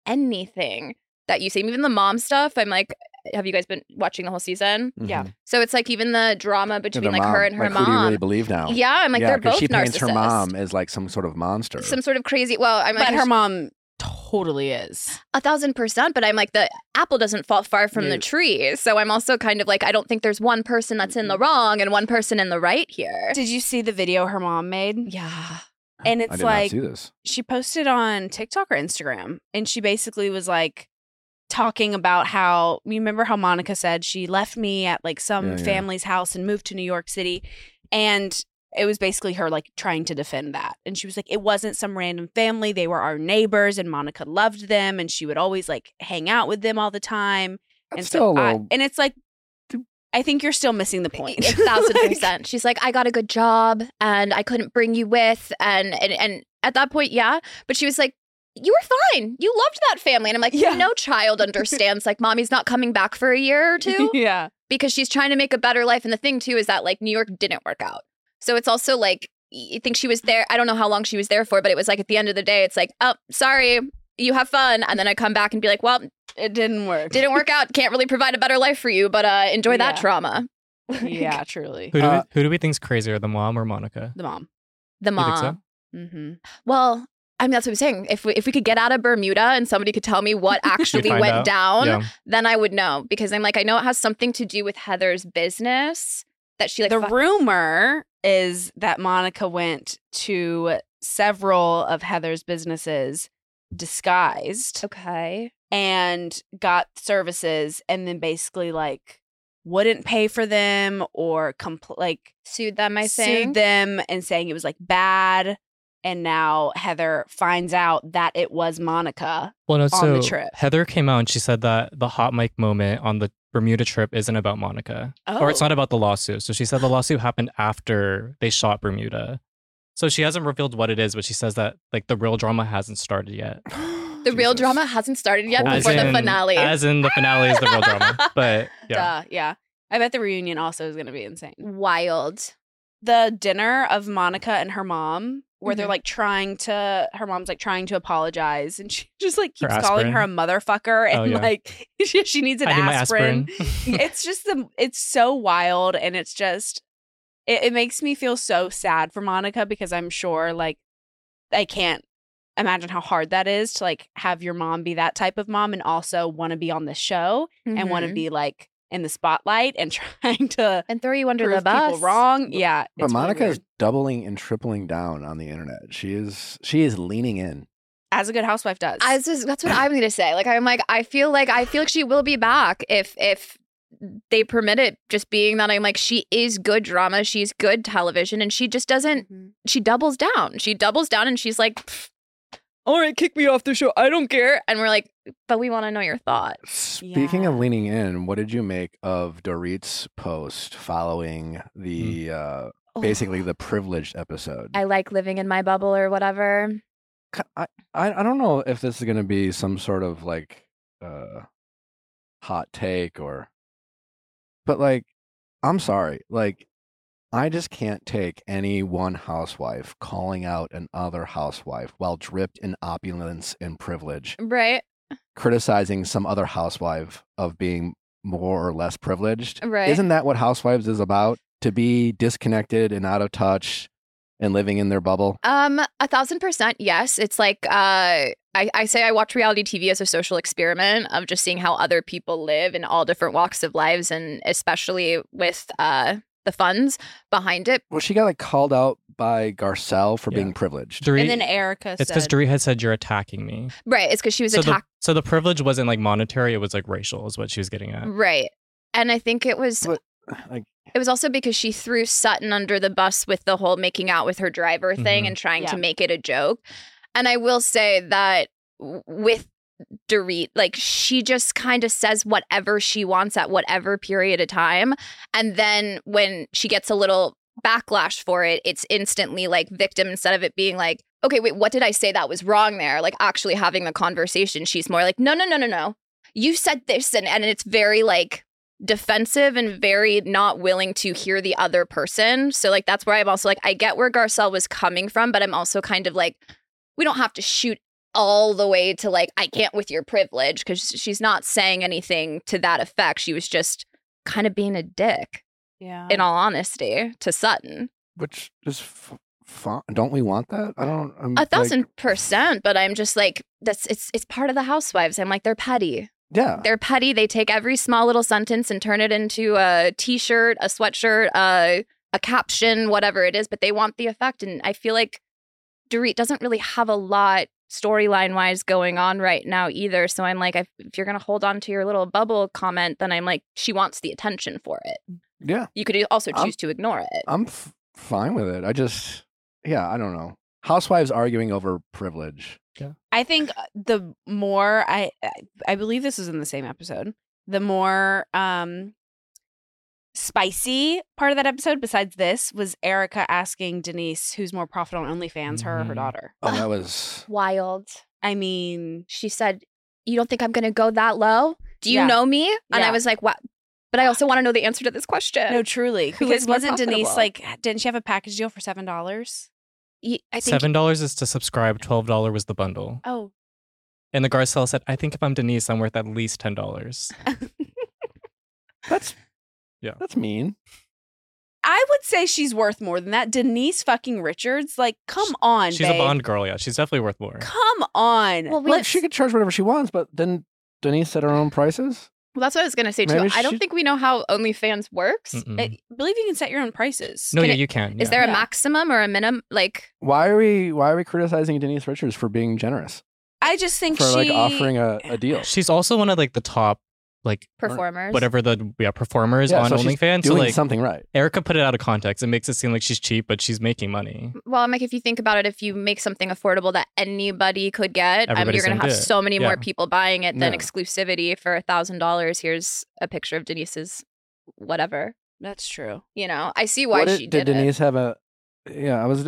[SPEAKER 3] anything that you say even the mom stuff i'm like have you guys been watching the whole season
[SPEAKER 2] Yeah.
[SPEAKER 1] Mhm.
[SPEAKER 3] so it's like even the drama
[SPEAKER 1] Yeah,
[SPEAKER 3] between
[SPEAKER 1] the
[SPEAKER 3] like her
[SPEAKER 1] mom.
[SPEAKER 3] and her
[SPEAKER 1] Like,
[SPEAKER 3] mom
[SPEAKER 1] Who do you really believe now?
[SPEAKER 3] yeah, I'm like
[SPEAKER 1] Yeah,
[SPEAKER 3] they're
[SPEAKER 1] 'cause
[SPEAKER 3] both
[SPEAKER 1] she paints
[SPEAKER 3] narcissists.
[SPEAKER 1] her mom as like some sort of monster.
[SPEAKER 3] Some sort of crazy. Well, I'm like
[SPEAKER 2] but her mom totally is.
[SPEAKER 3] a thousand percent. But I'm like the apple doesn't fall far from the
[SPEAKER 1] Yeah.
[SPEAKER 3] tree. So I'm also kind of like I don't think there's one person that's in the wrong and one person in the right here.
[SPEAKER 2] Did you see the video her mom made?
[SPEAKER 3] Yeah.
[SPEAKER 2] And
[SPEAKER 1] I
[SPEAKER 2] it's
[SPEAKER 1] did
[SPEAKER 2] like
[SPEAKER 1] not see this.
[SPEAKER 2] she posted on TikTok or Instagram, and she basically was like talking about how you remember how Monica said she left me at like some
[SPEAKER 1] Yeah, yeah.
[SPEAKER 2] family's house and moved to New York City, and it was basically her like trying to defend that, and she was like, it wasn't some random family; they were our neighbors, and Monica loved them, and she would always like hang out with them all the time,
[SPEAKER 1] That's
[SPEAKER 2] and
[SPEAKER 1] still a
[SPEAKER 2] I-
[SPEAKER 1] little.
[SPEAKER 2] and it's like. I think you're still missing the [laughs] point.
[SPEAKER 3] A thousand
[SPEAKER 2] Like-
[SPEAKER 3] percent. She's [laughs] like, I got a good job and I couldn't bring you with. And, and, and at that point, yeah. But she was like, you were fine. You loved that family. And I'm like,
[SPEAKER 2] Yeah.
[SPEAKER 3] no [laughs] child understands. like, mommy's not coming back for a year or two
[SPEAKER 2] yeah.
[SPEAKER 3] because she's trying to make a better life. And the thing, too, is that like New York didn't work out. So it's also like, y- you think she was there. I don't know how long she was there for, but it was like at the end of the day, it's like, oh, sorry, you have fun. And then I come back and be like, well,
[SPEAKER 2] It didn't work. [laughs]
[SPEAKER 3] didn't work out. Can't really provide a better life for you, but uh, enjoy that
[SPEAKER 2] Yeah.
[SPEAKER 3] trauma.
[SPEAKER 2] yeah, truly.
[SPEAKER 5] Who do
[SPEAKER 1] Uh,
[SPEAKER 5] we, who do we think's crazier, the mom or Monica?
[SPEAKER 2] The mom.
[SPEAKER 3] The
[SPEAKER 5] You
[SPEAKER 3] mom.
[SPEAKER 5] think so?
[SPEAKER 2] Mm-hmm.
[SPEAKER 3] Well, I mean, that's what I'm saying. If we, if we could get out of Bermuda and somebody could tell me
[SPEAKER 5] [laughs]
[SPEAKER 3] what actually
[SPEAKER 5] find
[SPEAKER 3] went
[SPEAKER 5] out.
[SPEAKER 3] down,
[SPEAKER 5] Yeah.
[SPEAKER 3] then I would know because I'm like, I know it has something to do with Heather's business that she like.
[SPEAKER 2] the
[SPEAKER 3] fu-
[SPEAKER 2] rumor is that Monica went to several of Heather's businesses disguised
[SPEAKER 3] okay.
[SPEAKER 2] and got services and then basically like wouldn't pay for them or compl- like
[SPEAKER 3] Sued them, I
[SPEAKER 2] sued
[SPEAKER 3] think.
[SPEAKER 2] them and saying it was like bad and now Heather finds out that it was Monica.
[SPEAKER 5] Well, no,
[SPEAKER 2] on the
[SPEAKER 5] so
[SPEAKER 2] trip.
[SPEAKER 5] Heather came out and she said that the hot mic moment on the Bermuda trip isn't about Monica, Oh. or
[SPEAKER 3] Oh.
[SPEAKER 5] it's not about the lawsuit. So she said the lawsuit happened after they shot Bermuda. So she hasn't revealed what it is, but she says that like the real drama hasn't started yet.
[SPEAKER 3] [laughs] the
[SPEAKER 1] [sighs]
[SPEAKER 3] real drama hasn't started yet
[SPEAKER 1] Holy
[SPEAKER 3] before
[SPEAKER 1] shit.
[SPEAKER 3] Oh, the finale.
[SPEAKER 5] As in the finale is the real drama,
[SPEAKER 3] [laughs]
[SPEAKER 5] but yeah,
[SPEAKER 2] Duh, yeah. I bet the reunion also is going to be insane.
[SPEAKER 3] Wild.
[SPEAKER 2] the dinner of Monica and her mom where they're
[SPEAKER 3] Mhm.
[SPEAKER 5] Mm-hmm.
[SPEAKER 2] like trying to her mom's like trying to apologize and she [laughs] just like
[SPEAKER 5] Her
[SPEAKER 2] keeps calling her a
[SPEAKER 5] aspirin.
[SPEAKER 2] motherfucker and
[SPEAKER 5] Oh, yeah.
[SPEAKER 2] like [laughs] she, she needs an
[SPEAKER 5] I need my
[SPEAKER 2] aspirin.
[SPEAKER 5] aspirin.
[SPEAKER 2] it's just the it's so wild and it's just it, it makes me feel so sad for Monica because I'm sure like I can't imagine how hard that is to like have your mom be that type of mom and also want to be on the show and want to
[SPEAKER 5] Mm-hmm.
[SPEAKER 3] Mhm.
[SPEAKER 2] be like in the spotlight and [laughs] trying to
[SPEAKER 3] and throw you under
[SPEAKER 2] prove
[SPEAKER 3] the bus.
[SPEAKER 2] people wrong. Yeah,
[SPEAKER 1] But
[SPEAKER 2] it's really
[SPEAKER 1] Monica
[SPEAKER 2] weird.
[SPEAKER 1] is doubling and tripling down on the internet. She is she is leaning in.
[SPEAKER 2] as a good housewife does.
[SPEAKER 3] I was just, that's what I'm gonna say. Like I'm like I feel like I feel like she will be back if if they permit it just being that I'm like, she is good drama, she's good television, and she just doesn't
[SPEAKER 2] Mm-hmm.
[SPEAKER 3] she doubles down. She doubles down and she's like, "Pff, all right, kick me off the show. I don't care. And we're like, but we want to know your thoughts.
[SPEAKER 1] Speaking of
[SPEAKER 2] Yeah.
[SPEAKER 1] leaning in, what did you make of Dorit's post following
[SPEAKER 3] Mm.
[SPEAKER 1] the uh,
[SPEAKER 3] Oh.
[SPEAKER 1] basically the privileged episode?
[SPEAKER 3] I like living in my bubble or whatever.
[SPEAKER 1] Ki- I, I I don't know if this is going to be some sort of like uh, hot take or, but like, I'm sorry, like. I just can't take any one housewife calling out another housewife while dripped in opulence and privilege.
[SPEAKER 3] Right,
[SPEAKER 1] criticizing some other housewife of being more or less privileged.
[SPEAKER 3] right.
[SPEAKER 1] Isn't that what housewives is about? To be disconnected and out of touch and living in their bubble?
[SPEAKER 3] Um, a thousand percent, yes. It's like uh I, I say I watch reality TV as a social experiment of just seeing how other people live in all different walks of lives and especially with uh the funds behind it.
[SPEAKER 1] Well, she got like called out by Garcelle for being
[SPEAKER 5] Yeah.
[SPEAKER 1] privileged.
[SPEAKER 5] Dorit,
[SPEAKER 2] And then Erica
[SPEAKER 5] it's because
[SPEAKER 2] said,
[SPEAKER 5] Dorit had said you're attacking me.
[SPEAKER 3] Right. It's because she was
[SPEAKER 5] so, the,
[SPEAKER 3] attacked
[SPEAKER 5] so the privilege wasn't like monetary; it was like racial, is what she was getting at.
[SPEAKER 3] right. And I think it was
[SPEAKER 1] But- Like,
[SPEAKER 3] it was also because she threw Sutton under the bus with the whole making out with her driver thing
[SPEAKER 5] Mhm.
[SPEAKER 3] and trying
[SPEAKER 2] Yeah.
[SPEAKER 3] to make it a joke. And I will say that w- with Dorit, like she just kind of says whatever she wants at whatever period of time. And then when she gets a little backlash for it, it's instantly like victim instead of it being like, okay, wait, what did I say that was wrong there? Like actually having the conversation, she's more like, no, no, no, no, no. You said this. And, and it's very like defensive and very not willing to hear the other person. So like that's where I'm also like, I get where Garcelle was coming from, but I'm also kind of like, we don't have to shoot all the way to like I can't with your privilege because she's not saying anything to that effect. She was just kind of being a dick,
[SPEAKER 2] yeah.
[SPEAKER 3] in all honesty, to Sutton.
[SPEAKER 1] which is f- fun. Don't we want that? I don't. I'm,
[SPEAKER 3] A
[SPEAKER 1] like-
[SPEAKER 3] thousand percent. But I'm just like that's it's it's part of the housewives. I'm like they're petty.
[SPEAKER 1] yeah.
[SPEAKER 3] They're petty. They take every small little sentence and turn it into a t-shirt, a sweatshirt, a a caption, whatever it is. But they want the effect, and I feel like Dorit doesn't really have a lot storyline wise going on right now either. So I'm like, if if you're gonna hold on to your little bubble comment, then I'm like, she wants the attention for it.
[SPEAKER 1] Yeah.
[SPEAKER 3] You could e, also choose
[SPEAKER 1] I'm-
[SPEAKER 3] to ignore it.
[SPEAKER 1] I'm f- fine with it. I just, yeah, I don't know. Housewives arguing over privilege.
[SPEAKER 2] I think uh, the more I, I I believe this is in the same episode. The more um spicy part of that episode, besides this, was Erica asking Denise, who's more profitable on OnlyFans, her or her
[SPEAKER 5] Mhm.
[SPEAKER 2] daughter.
[SPEAKER 1] Oh, that was.
[SPEAKER 3] Wild.
[SPEAKER 2] I mean,
[SPEAKER 3] She said, "You don't think I'm gonna go that low? Do you
[SPEAKER 2] Yeah.
[SPEAKER 3] know me?" And I
[SPEAKER 2] Yeah.
[SPEAKER 3] was like, "What?" But I also want to know the answer to this question.
[SPEAKER 2] no, truly,
[SPEAKER 3] Who
[SPEAKER 2] because
[SPEAKER 3] is more
[SPEAKER 2] wasn't Denise
[SPEAKER 3] profitable?
[SPEAKER 2] like? Didn't she have a package deal for seven dollars?
[SPEAKER 3] Y- I think
[SPEAKER 5] Seven dollars is to subscribe. Twelve dollar was the bundle.
[SPEAKER 2] Oh,
[SPEAKER 5] And the Garcelle said, "I think if I'm Denise, I'm worth at least ten dollars."
[SPEAKER 1] That's.
[SPEAKER 5] Yeah.
[SPEAKER 1] That's mean.
[SPEAKER 2] I would say she's worth more than that. Denise fucking Richards, like, come on,
[SPEAKER 5] She's a
[SPEAKER 2] babe.
[SPEAKER 5] Bond girl. Yeah, she's definitely worth more.
[SPEAKER 2] Come on.
[SPEAKER 3] Well, we-
[SPEAKER 1] Like, she could charge whatever she wants, but then Denise set her own prices.
[SPEAKER 3] Well, that's what I was gonna say too.
[SPEAKER 1] Maybe
[SPEAKER 3] I don't
[SPEAKER 1] she-
[SPEAKER 3] think we know how OnlyFans works.
[SPEAKER 5] Mm-mm.
[SPEAKER 2] I believe you can set your own prices.
[SPEAKER 5] Mm-hmm. no,
[SPEAKER 3] can
[SPEAKER 5] yeah,
[SPEAKER 3] it-
[SPEAKER 5] you can.
[SPEAKER 3] Is
[SPEAKER 5] yeah.
[SPEAKER 3] there a
[SPEAKER 2] Yeah.
[SPEAKER 3] maximum or a minimum? Like,
[SPEAKER 1] why are we why are we criticizing Denise Richards for being generous
[SPEAKER 2] I just think
[SPEAKER 1] for like
[SPEAKER 2] she
[SPEAKER 1] offering a,
[SPEAKER 3] [sighs]
[SPEAKER 1] a deal?
[SPEAKER 5] She's also one of like the top, like
[SPEAKER 3] performers.
[SPEAKER 5] whatever the yeah performers
[SPEAKER 1] Yeah,
[SPEAKER 5] on
[SPEAKER 1] so she's
[SPEAKER 5] OnlyFans. So
[SPEAKER 1] Doing
[SPEAKER 5] like
[SPEAKER 1] something right.
[SPEAKER 5] Erica put it out of context. It makes it seem like she's cheap, but she's making money.
[SPEAKER 3] Well, I'm like, if you think about it, if you make something affordable that anybody could get, um,
[SPEAKER 5] Everybody's
[SPEAKER 3] you're gonna
[SPEAKER 5] gonna
[SPEAKER 3] have
[SPEAKER 5] do it.
[SPEAKER 3] so many more
[SPEAKER 5] Yeah.
[SPEAKER 3] people buying it than
[SPEAKER 1] Yeah.
[SPEAKER 3] exclusivity for a thousand dollars. Here's a picture of Denise's whatever.
[SPEAKER 2] That's true.
[SPEAKER 3] You know, I see why
[SPEAKER 1] What
[SPEAKER 3] she
[SPEAKER 1] did
[SPEAKER 3] did, it.
[SPEAKER 1] Denise have a? Yeah, I was.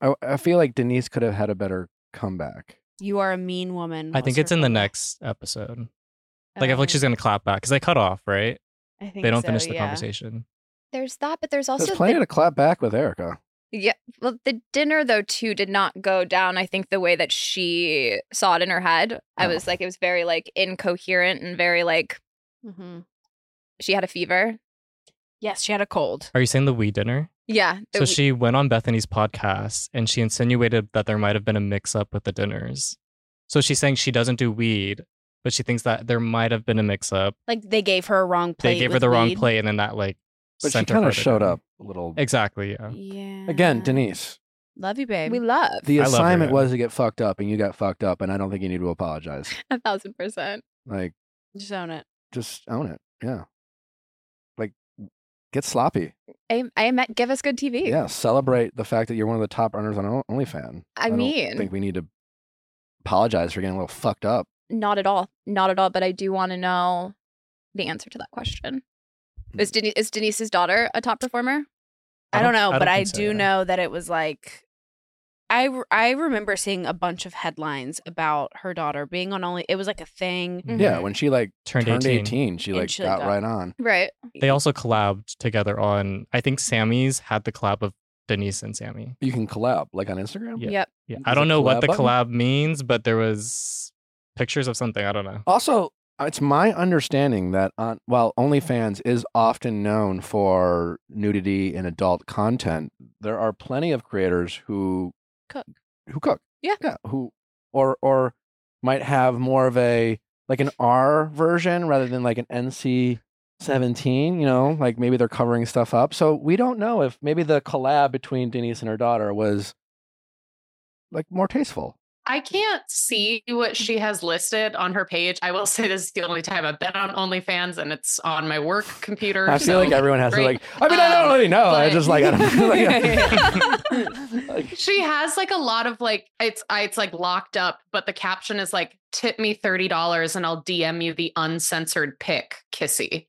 [SPEAKER 1] I, I feel like Denise could have had a better comeback.
[SPEAKER 2] You are a mean woman.
[SPEAKER 5] I think it's in the next episode. Like I feel like she's gonna clap back because they cut off, right?
[SPEAKER 2] Um, I Oh. think
[SPEAKER 5] They don't
[SPEAKER 2] so,
[SPEAKER 5] finish the
[SPEAKER 2] yeah.
[SPEAKER 5] conversation.
[SPEAKER 3] There's that, but there's also
[SPEAKER 1] There's
[SPEAKER 3] the-
[SPEAKER 1] plenty to clap back with Erica.
[SPEAKER 3] Yeah. Well, the dinner though too did not go down. I think the way that she saw it in her head, I
[SPEAKER 1] Oh.
[SPEAKER 3] was like, it was very like incoherent and very like Mm-hmm.
[SPEAKER 2] Mhm.
[SPEAKER 3] she had a fever.
[SPEAKER 2] Yes, she had a cold.
[SPEAKER 5] Are you saying the we dinner?
[SPEAKER 3] Yeah. the
[SPEAKER 5] So
[SPEAKER 3] w-
[SPEAKER 5] she went on Bethany's podcast and she insinuated that there might have been a mix up with the dinners. So she's saying she doesn't do weed, but she thinks that there might have been a mix up.
[SPEAKER 2] Like they gave her a wrong plate.
[SPEAKER 5] They gave her
[SPEAKER 2] with
[SPEAKER 5] the wrong
[SPEAKER 2] weed.
[SPEAKER 5] plate and then that like
[SPEAKER 1] But she
[SPEAKER 5] sent her
[SPEAKER 1] kind of
[SPEAKER 5] further
[SPEAKER 1] showed
[SPEAKER 5] down.
[SPEAKER 1] up a little.
[SPEAKER 5] Exactly, yeah.
[SPEAKER 2] Yeah.
[SPEAKER 1] Again, Denise,
[SPEAKER 2] Love you, babe.
[SPEAKER 3] we love
[SPEAKER 1] the
[SPEAKER 5] I love her,
[SPEAKER 1] assignment
[SPEAKER 5] yeah.
[SPEAKER 1] was to get fucked up, and you got fucked up, and I don't think you need to apologize.
[SPEAKER 3] a thousand percent.
[SPEAKER 1] Like,
[SPEAKER 2] Just own it.
[SPEAKER 1] just own it. Yeah. Get sloppy.
[SPEAKER 3] A- AM, give us good TV.
[SPEAKER 1] Yeah, celebrate the fact that you're one of the top earners on O- OnlyFans.
[SPEAKER 3] I
[SPEAKER 1] don't
[SPEAKER 3] mean-
[SPEAKER 1] think we need to apologize for getting a little fucked up.
[SPEAKER 3] Not at all. Not at all. But I do want to know the answer to that question. Is, Denise, is Denise's daughter a top performer?
[SPEAKER 2] I don't know, but I
[SPEAKER 5] think so,
[SPEAKER 2] do
[SPEAKER 5] yeah.
[SPEAKER 2] know that it was like I re- I remember seeing a bunch of headlines about her daughter being on only it was like a thing.
[SPEAKER 3] Mm-hmm.
[SPEAKER 1] Yeah, when she like
[SPEAKER 5] Turned,
[SPEAKER 1] turned
[SPEAKER 5] 18.
[SPEAKER 1] 18, she
[SPEAKER 2] And
[SPEAKER 1] like
[SPEAKER 2] she, like,
[SPEAKER 1] got
[SPEAKER 2] got-
[SPEAKER 1] right on.
[SPEAKER 3] [laughs] Right.
[SPEAKER 5] They also collabed together on, I think Sammy's had the collab of Denise and Sammy.
[SPEAKER 1] You can collab like on Instagram.
[SPEAKER 5] Yeah.
[SPEAKER 3] Yep.
[SPEAKER 5] Yeah.
[SPEAKER 1] Is
[SPEAKER 5] I
[SPEAKER 1] it
[SPEAKER 5] don't know
[SPEAKER 1] collab
[SPEAKER 5] what the
[SPEAKER 1] button?
[SPEAKER 5] collab means, but there was pictures of something. I don't know.
[SPEAKER 1] Also, uh, it's my understanding that on while OnlyFans is often known for nudity and adult content, there are plenty of creators who
[SPEAKER 2] Cook.
[SPEAKER 1] who cook,
[SPEAKER 3] Yeah.
[SPEAKER 1] yeah, who or or might have more of a like an R version rather than like an NC. 17, you know, like maybe they're covering stuff up. So we don't know if maybe the collab between Denise and her daughter was like more tasteful.
[SPEAKER 4] I can't see what she has listed on her page. I will [laughs] say this is the only time I've been on OnlyFans and it's on my work computer.
[SPEAKER 1] I feel like
[SPEAKER 4] so-
[SPEAKER 1] everyone has to
[SPEAKER 4] great.
[SPEAKER 1] like. I mean, I don't
[SPEAKER 4] Um,
[SPEAKER 1] really know. Oh, [laughs] I just like. I
[SPEAKER 4] [laughs]
[SPEAKER 2] Um,
[SPEAKER 1] don't,
[SPEAKER 4] but-
[SPEAKER 1] like, like,
[SPEAKER 4] [laughs] she has like a lot of like it's I- it's like locked up, but the caption is like tip me thirty dollars and I'll DM you the uncensored pic, kissy.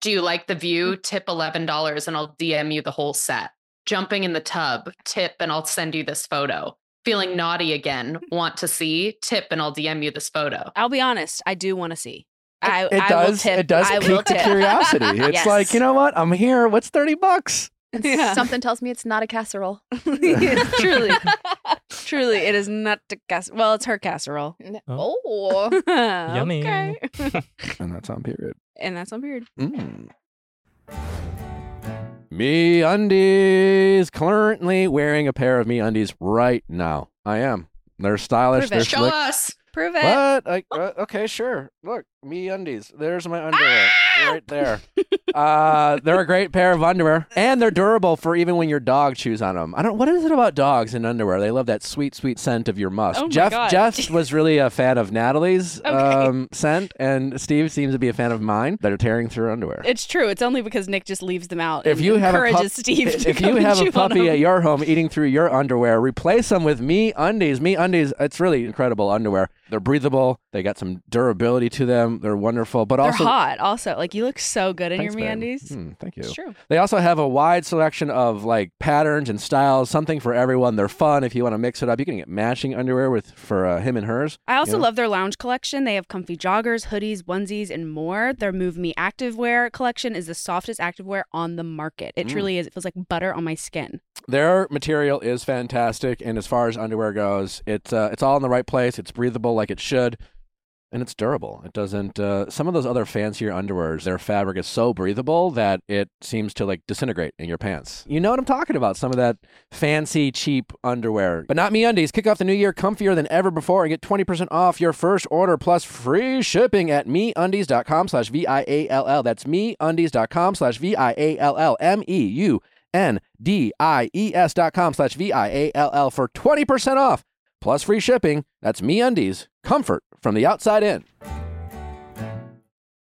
[SPEAKER 4] Do you like the view? Tip eleven dollars and I'll DM you the whole set. Jumping in the tub, tip and I'll send you this photo. Feeling naughty again, want to see, tip and I'll DM you this photo.
[SPEAKER 2] I'll be honest, I do want to see. I,
[SPEAKER 1] it
[SPEAKER 2] I will
[SPEAKER 1] does.
[SPEAKER 2] tip.
[SPEAKER 1] It does
[SPEAKER 2] I will
[SPEAKER 1] pique the
[SPEAKER 2] tip. [laughs]
[SPEAKER 1] curiosity. It's
[SPEAKER 2] Yes.
[SPEAKER 1] like you know what? I'm here. What's thirty bucks?
[SPEAKER 2] Yeah.
[SPEAKER 3] Something tells me it's not a casserole.
[SPEAKER 2] [laughs]
[SPEAKER 1] [laughs]
[SPEAKER 2] truly, truly, it is not the cas. Well, it's her casserole. [laughs]
[SPEAKER 5] Oh.
[SPEAKER 3] Oh. [laughs]
[SPEAKER 2] Yummy.
[SPEAKER 5] Yummy.
[SPEAKER 1] And that's on period.
[SPEAKER 2] and that's on period.
[SPEAKER 1] Mm. Me undies. Currently wearing a pair of me undies right now. I am. They're stylish.
[SPEAKER 2] Prove
[SPEAKER 1] They're
[SPEAKER 2] it.
[SPEAKER 4] Show
[SPEAKER 1] slick.
[SPEAKER 4] us.
[SPEAKER 2] Prove it.
[SPEAKER 1] What? I, uh, okay, sure. Look, me undies. There's my underwear
[SPEAKER 2] Ah!
[SPEAKER 1] right
[SPEAKER 2] [laughs]
[SPEAKER 1] there. Uh, they're a great pair of underwear, and they're durable for even when your dog chews on them. I don't. What is it about dogs and underwear? They love that sweet, sweet scent of your musk.
[SPEAKER 2] Oh my
[SPEAKER 1] Jeff,
[SPEAKER 2] God.
[SPEAKER 1] Jeff was really a fan of Natalie's
[SPEAKER 2] [laughs] Okay.
[SPEAKER 1] um, scent, and Steve seems to be a fan of mine. That are tearing through underwear.
[SPEAKER 2] It's true. It's only because Nick just leaves them out.
[SPEAKER 1] If
[SPEAKER 2] and
[SPEAKER 1] you have a
[SPEAKER 2] encourages
[SPEAKER 1] pup-
[SPEAKER 2] Steve, to
[SPEAKER 1] if
[SPEAKER 2] go
[SPEAKER 1] you
[SPEAKER 2] and
[SPEAKER 1] have
[SPEAKER 2] chew
[SPEAKER 1] a
[SPEAKER 2] on
[SPEAKER 1] puppy
[SPEAKER 2] them.
[SPEAKER 1] at your home eating through your underwear, replace them with me undies. Me undies, it's really incredible underwear. They're breathable. They got some durability to them. They're wonderful, but
[SPEAKER 2] they're
[SPEAKER 1] also
[SPEAKER 2] hot. Also, like you look so good in
[SPEAKER 1] Thanks,
[SPEAKER 2] your
[SPEAKER 1] babe.
[SPEAKER 2] MeUndies.
[SPEAKER 1] Hmm, thank you.
[SPEAKER 2] It's true.
[SPEAKER 1] They also have a wide selection of like patterns and styles, something for everyone. They're fun if you want to mix it up. You can get matching underwear with for uh, him and hers.
[SPEAKER 2] I also
[SPEAKER 1] Yeah.
[SPEAKER 2] love their lounge collection. They have comfy joggers, hoodies, onesies, and more. Their Move Me activewear collection is the softest activewear on the market. It
[SPEAKER 1] Mm.
[SPEAKER 2] truly is. It feels like butter on my skin.
[SPEAKER 1] Their material is fantastic, and as far as underwear goes, it's uh, it's all in the right place. It's breathable like it should, and it's durable. It doesn't. Uh, some of those other fancier underwears, their fabric is so breathable that it seems to like disintegrate in your pants. You know what I'm talking about? Some of that fancy, cheap underwear, but not me undies. Kick off the new year comfier than ever before, and get 20% off your first order plus free shipping at meundies.com/slash v i a l l. That's meundies.com/slash v i a l l m e u N D I E S dot com slash V I A L L for 20% off plus free shipping. That's me undies. Comfort from the outside in.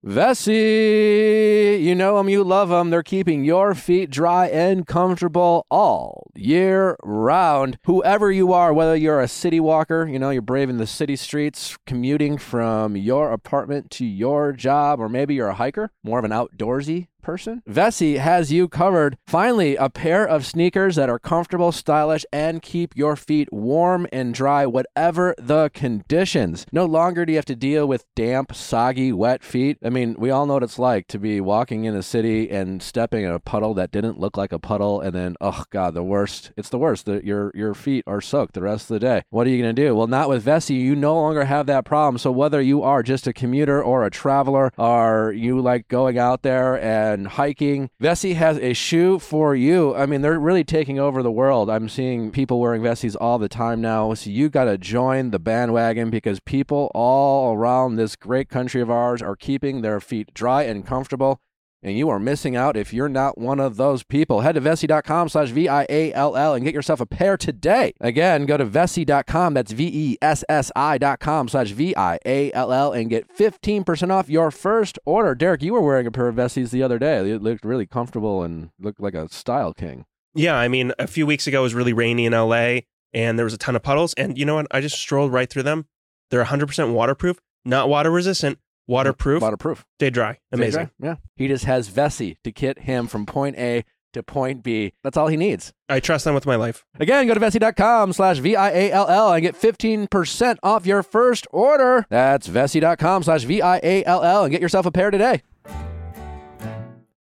[SPEAKER 1] Vessi, you know them, you love them. They're keeping your feet dry and comfortable all year round. Whoever you are, whether you're a city walker, you know, you're braving the city streets, commuting from your apartment to your job, or maybe you're a hiker, more of an outdoorsy person. Vessi has you covered. Finally, a pair of sneakers that are comfortable, stylish, and keep your feet warm and dry, whatever the conditions. No longer do you have to deal with damp, soggy, wet feet. I mean, we all know what it's like to be walking in a city and stepping in a puddle that didn't look like a puddle, and then, oh god, the worst. It's the worst. The, your your feet are soaked the rest of the day. What are you gonna do? Well, not with Vessi. You no longer have that problem. So whether you are just a commuter or a traveler, or you like going out there and hiking, Vessi has a shoe for you. I mean, they're really taking over the world. I'm seeing people wearing Vessis all the time now. So you got to join the bandwagon because people all around this great country of ours are keeping their feet dry and comfortable. And you are missing out if you're not one of those people. Head to Vessi.com slash V-I-A-L-L and get yourself a pair today. Again, go to Vessi.com, that's E V-E-S-S-I.com slash V-I-A-L-L and get 15% off your first order. Derek, you were wearing a pair of Vessis the other day. It looked really comfortable and looked like a style king.
[SPEAKER 7] Yeah, I mean, a few weeks ago it was really rainy in LA and there was a ton of puddles. And you know what? I just strolled right through them. They're 100% waterproof, not water resistant, waterproof.
[SPEAKER 1] Waterproof.
[SPEAKER 7] Stay dry. Amazing.
[SPEAKER 1] Yeah. He just has Vessi to get him from point A to point B. That's all he needs.
[SPEAKER 7] I trust them with my life.
[SPEAKER 1] Again, go to Vessi.com slash V-I-A-L-L and get 15% off your first order. That's Vessi.com slash V-I-A-L-L and get yourself a pair today.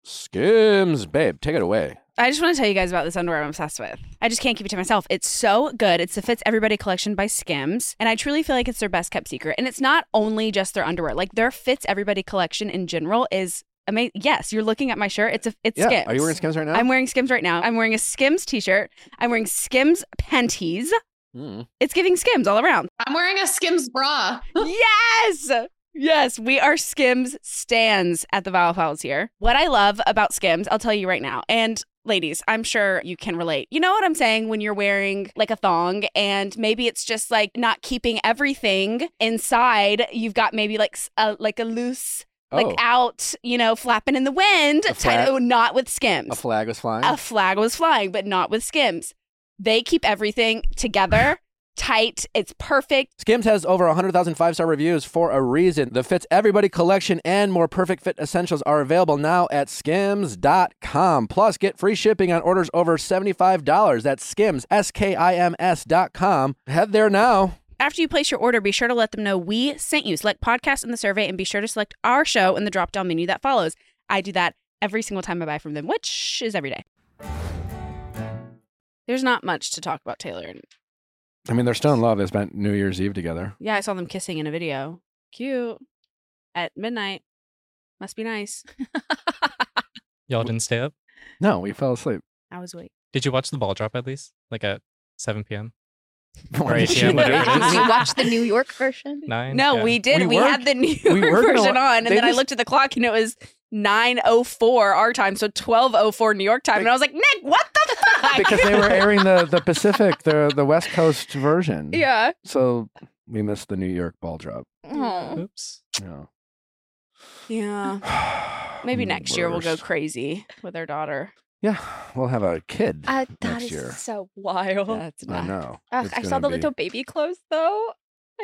[SPEAKER 1] Skims, babe, take it away.
[SPEAKER 2] I just want to tell you guys about this underwear I'm obsessed with. I just can't keep it to myself. It's so good. It's the Fits Everybody collection by Skims, and I truly feel like it's their best kept secret. And it's not only just their underwear; like their Fits Everybody collection in general is amazing. Yes, you're looking at my shirt. It's a it's
[SPEAKER 1] yeah.
[SPEAKER 2] Skims.
[SPEAKER 1] Are you wearing Skims right now?
[SPEAKER 2] I'm wearing Skims right now. I'm wearing a Skims t-shirt. I'm wearing Skims panties.
[SPEAKER 1] Mm.
[SPEAKER 2] It's giving Skims all around.
[SPEAKER 4] I'm wearing a Skims bra.
[SPEAKER 2] yes. Yes, we are Skims stands at the Vowel Files here. What I love about Skims, I'll tell you right now. And ladies, I'm sure you can relate. You know what I'm saying when you're wearing like a thong and maybe it's just like not keeping everything inside. You've got maybe like s- a, like a loose like
[SPEAKER 1] oh,
[SPEAKER 2] out, you know, flapping in the wind,
[SPEAKER 1] A
[SPEAKER 2] tight,
[SPEAKER 1] flag-
[SPEAKER 2] oh, not with Skims.
[SPEAKER 1] a flag was flying.
[SPEAKER 2] A flag was flying, but not with Skims. They keep everything together,
[SPEAKER 1] [laughs]
[SPEAKER 2] tight. It's perfect.
[SPEAKER 1] Skims has over 100,000 five star reviews for a reason. The Fits Everybody collection and more perfect fit essentials are available now at skims.com. Plus, get free shipping on orders over $75. That's skims, S K I M S.com. Head there now.
[SPEAKER 2] After you place your order, be sure to let them know we sent you. Select podcast in the survey and be sure to select our show in the drop down menu that follows. I do that every single time I buy from them, which is every day. There's not much to talk about Taylor. and-
[SPEAKER 1] I mean, they're still in love. They spent New Year's Eve together.
[SPEAKER 2] Yeah, I saw them kissing in a video. Cute. At midnight. Must be nice.
[SPEAKER 5] Y'all didn't stay up.
[SPEAKER 1] No, we fell asleep.
[SPEAKER 2] I was awake.
[SPEAKER 5] Did you watch the ball drop at least? Like at 7 p.m.
[SPEAKER 1] [laughs] Why did
[SPEAKER 5] yeah,
[SPEAKER 1] you-
[SPEAKER 5] whatever it
[SPEAKER 3] Did
[SPEAKER 5] is.
[SPEAKER 2] [laughs]
[SPEAKER 3] you watch the New York version?
[SPEAKER 5] Nine.
[SPEAKER 2] No,
[SPEAKER 5] Yeah.
[SPEAKER 2] we did.
[SPEAKER 1] We
[SPEAKER 2] We, had
[SPEAKER 1] worked-
[SPEAKER 2] the New
[SPEAKER 1] we
[SPEAKER 2] York
[SPEAKER 1] worked a
[SPEAKER 2] version
[SPEAKER 1] lot.
[SPEAKER 2] on, and
[SPEAKER 1] They
[SPEAKER 2] then I
[SPEAKER 1] just-
[SPEAKER 2] looked at the clock, and it was nine oh four our time, so twelve oh four New York time, and I was like, Nick, what the fuck?
[SPEAKER 1] because they were airing the, the Pacific, the, the West Coast version.
[SPEAKER 2] yeah.
[SPEAKER 1] So we missed the New York ball drop.
[SPEAKER 3] Mm.
[SPEAKER 2] Oh.
[SPEAKER 5] Oops.
[SPEAKER 1] Yeah.
[SPEAKER 2] Yeah.
[SPEAKER 1] [sighs]
[SPEAKER 2] Maybe next year we'll go
[SPEAKER 1] Worst.
[SPEAKER 2] crazy with our daughter.
[SPEAKER 1] Yeah, we'll have a kid
[SPEAKER 3] Uh, that
[SPEAKER 1] next
[SPEAKER 3] is
[SPEAKER 1] year.
[SPEAKER 3] so wild.
[SPEAKER 2] That's
[SPEAKER 1] I know.
[SPEAKER 3] Ugh,
[SPEAKER 1] It's
[SPEAKER 3] I saw
[SPEAKER 1] gonna
[SPEAKER 3] the
[SPEAKER 1] be-
[SPEAKER 3] little baby clothes though.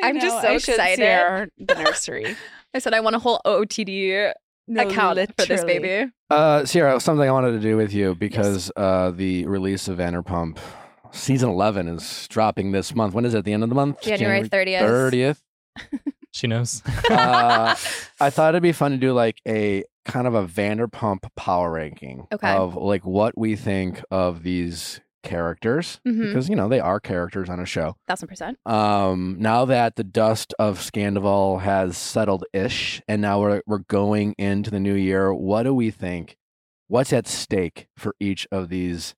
[SPEAKER 2] I
[SPEAKER 3] I'm just
[SPEAKER 2] know,
[SPEAKER 3] so
[SPEAKER 2] I should see
[SPEAKER 3] excited.
[SPEAKER 2] her at the nursery.
[SPEAKER 3] I said I want a whole OTD account for this
[SPEAKER 2] literally.
[SPEAKER 3] baby.
[SPEAKER 1] Uh, Sierra, something I wanted to do with you because uh, the release of Vanderpump season 11 is dropping this month. When is it? The end of the month?
[SPEAKER 3] January 30th. [laughs]
[SPEAKER 1] 30th.
[SPEAKER 5] She
[SPEAKER 2] [laughs]
[SPEAKER 5] knows.
[SPEAKER 1] uh, [laughs] I thought it'd be fun to do like a kind of a Vanderpump power ranking
[SPEAKER 3] Okay.
[SPEAKER 1] of like what we think of these characters
[SPEAKER 3] Mhm.
[SPEAKER 1] because, you know, they are characters on a show.
[SPEAKER 3] [laughs] Thousand percent.
[SPEAKER 1] um now that the dust of Scandival has settled ish and now we're we're going into the new year what do we think what's at stake for each of these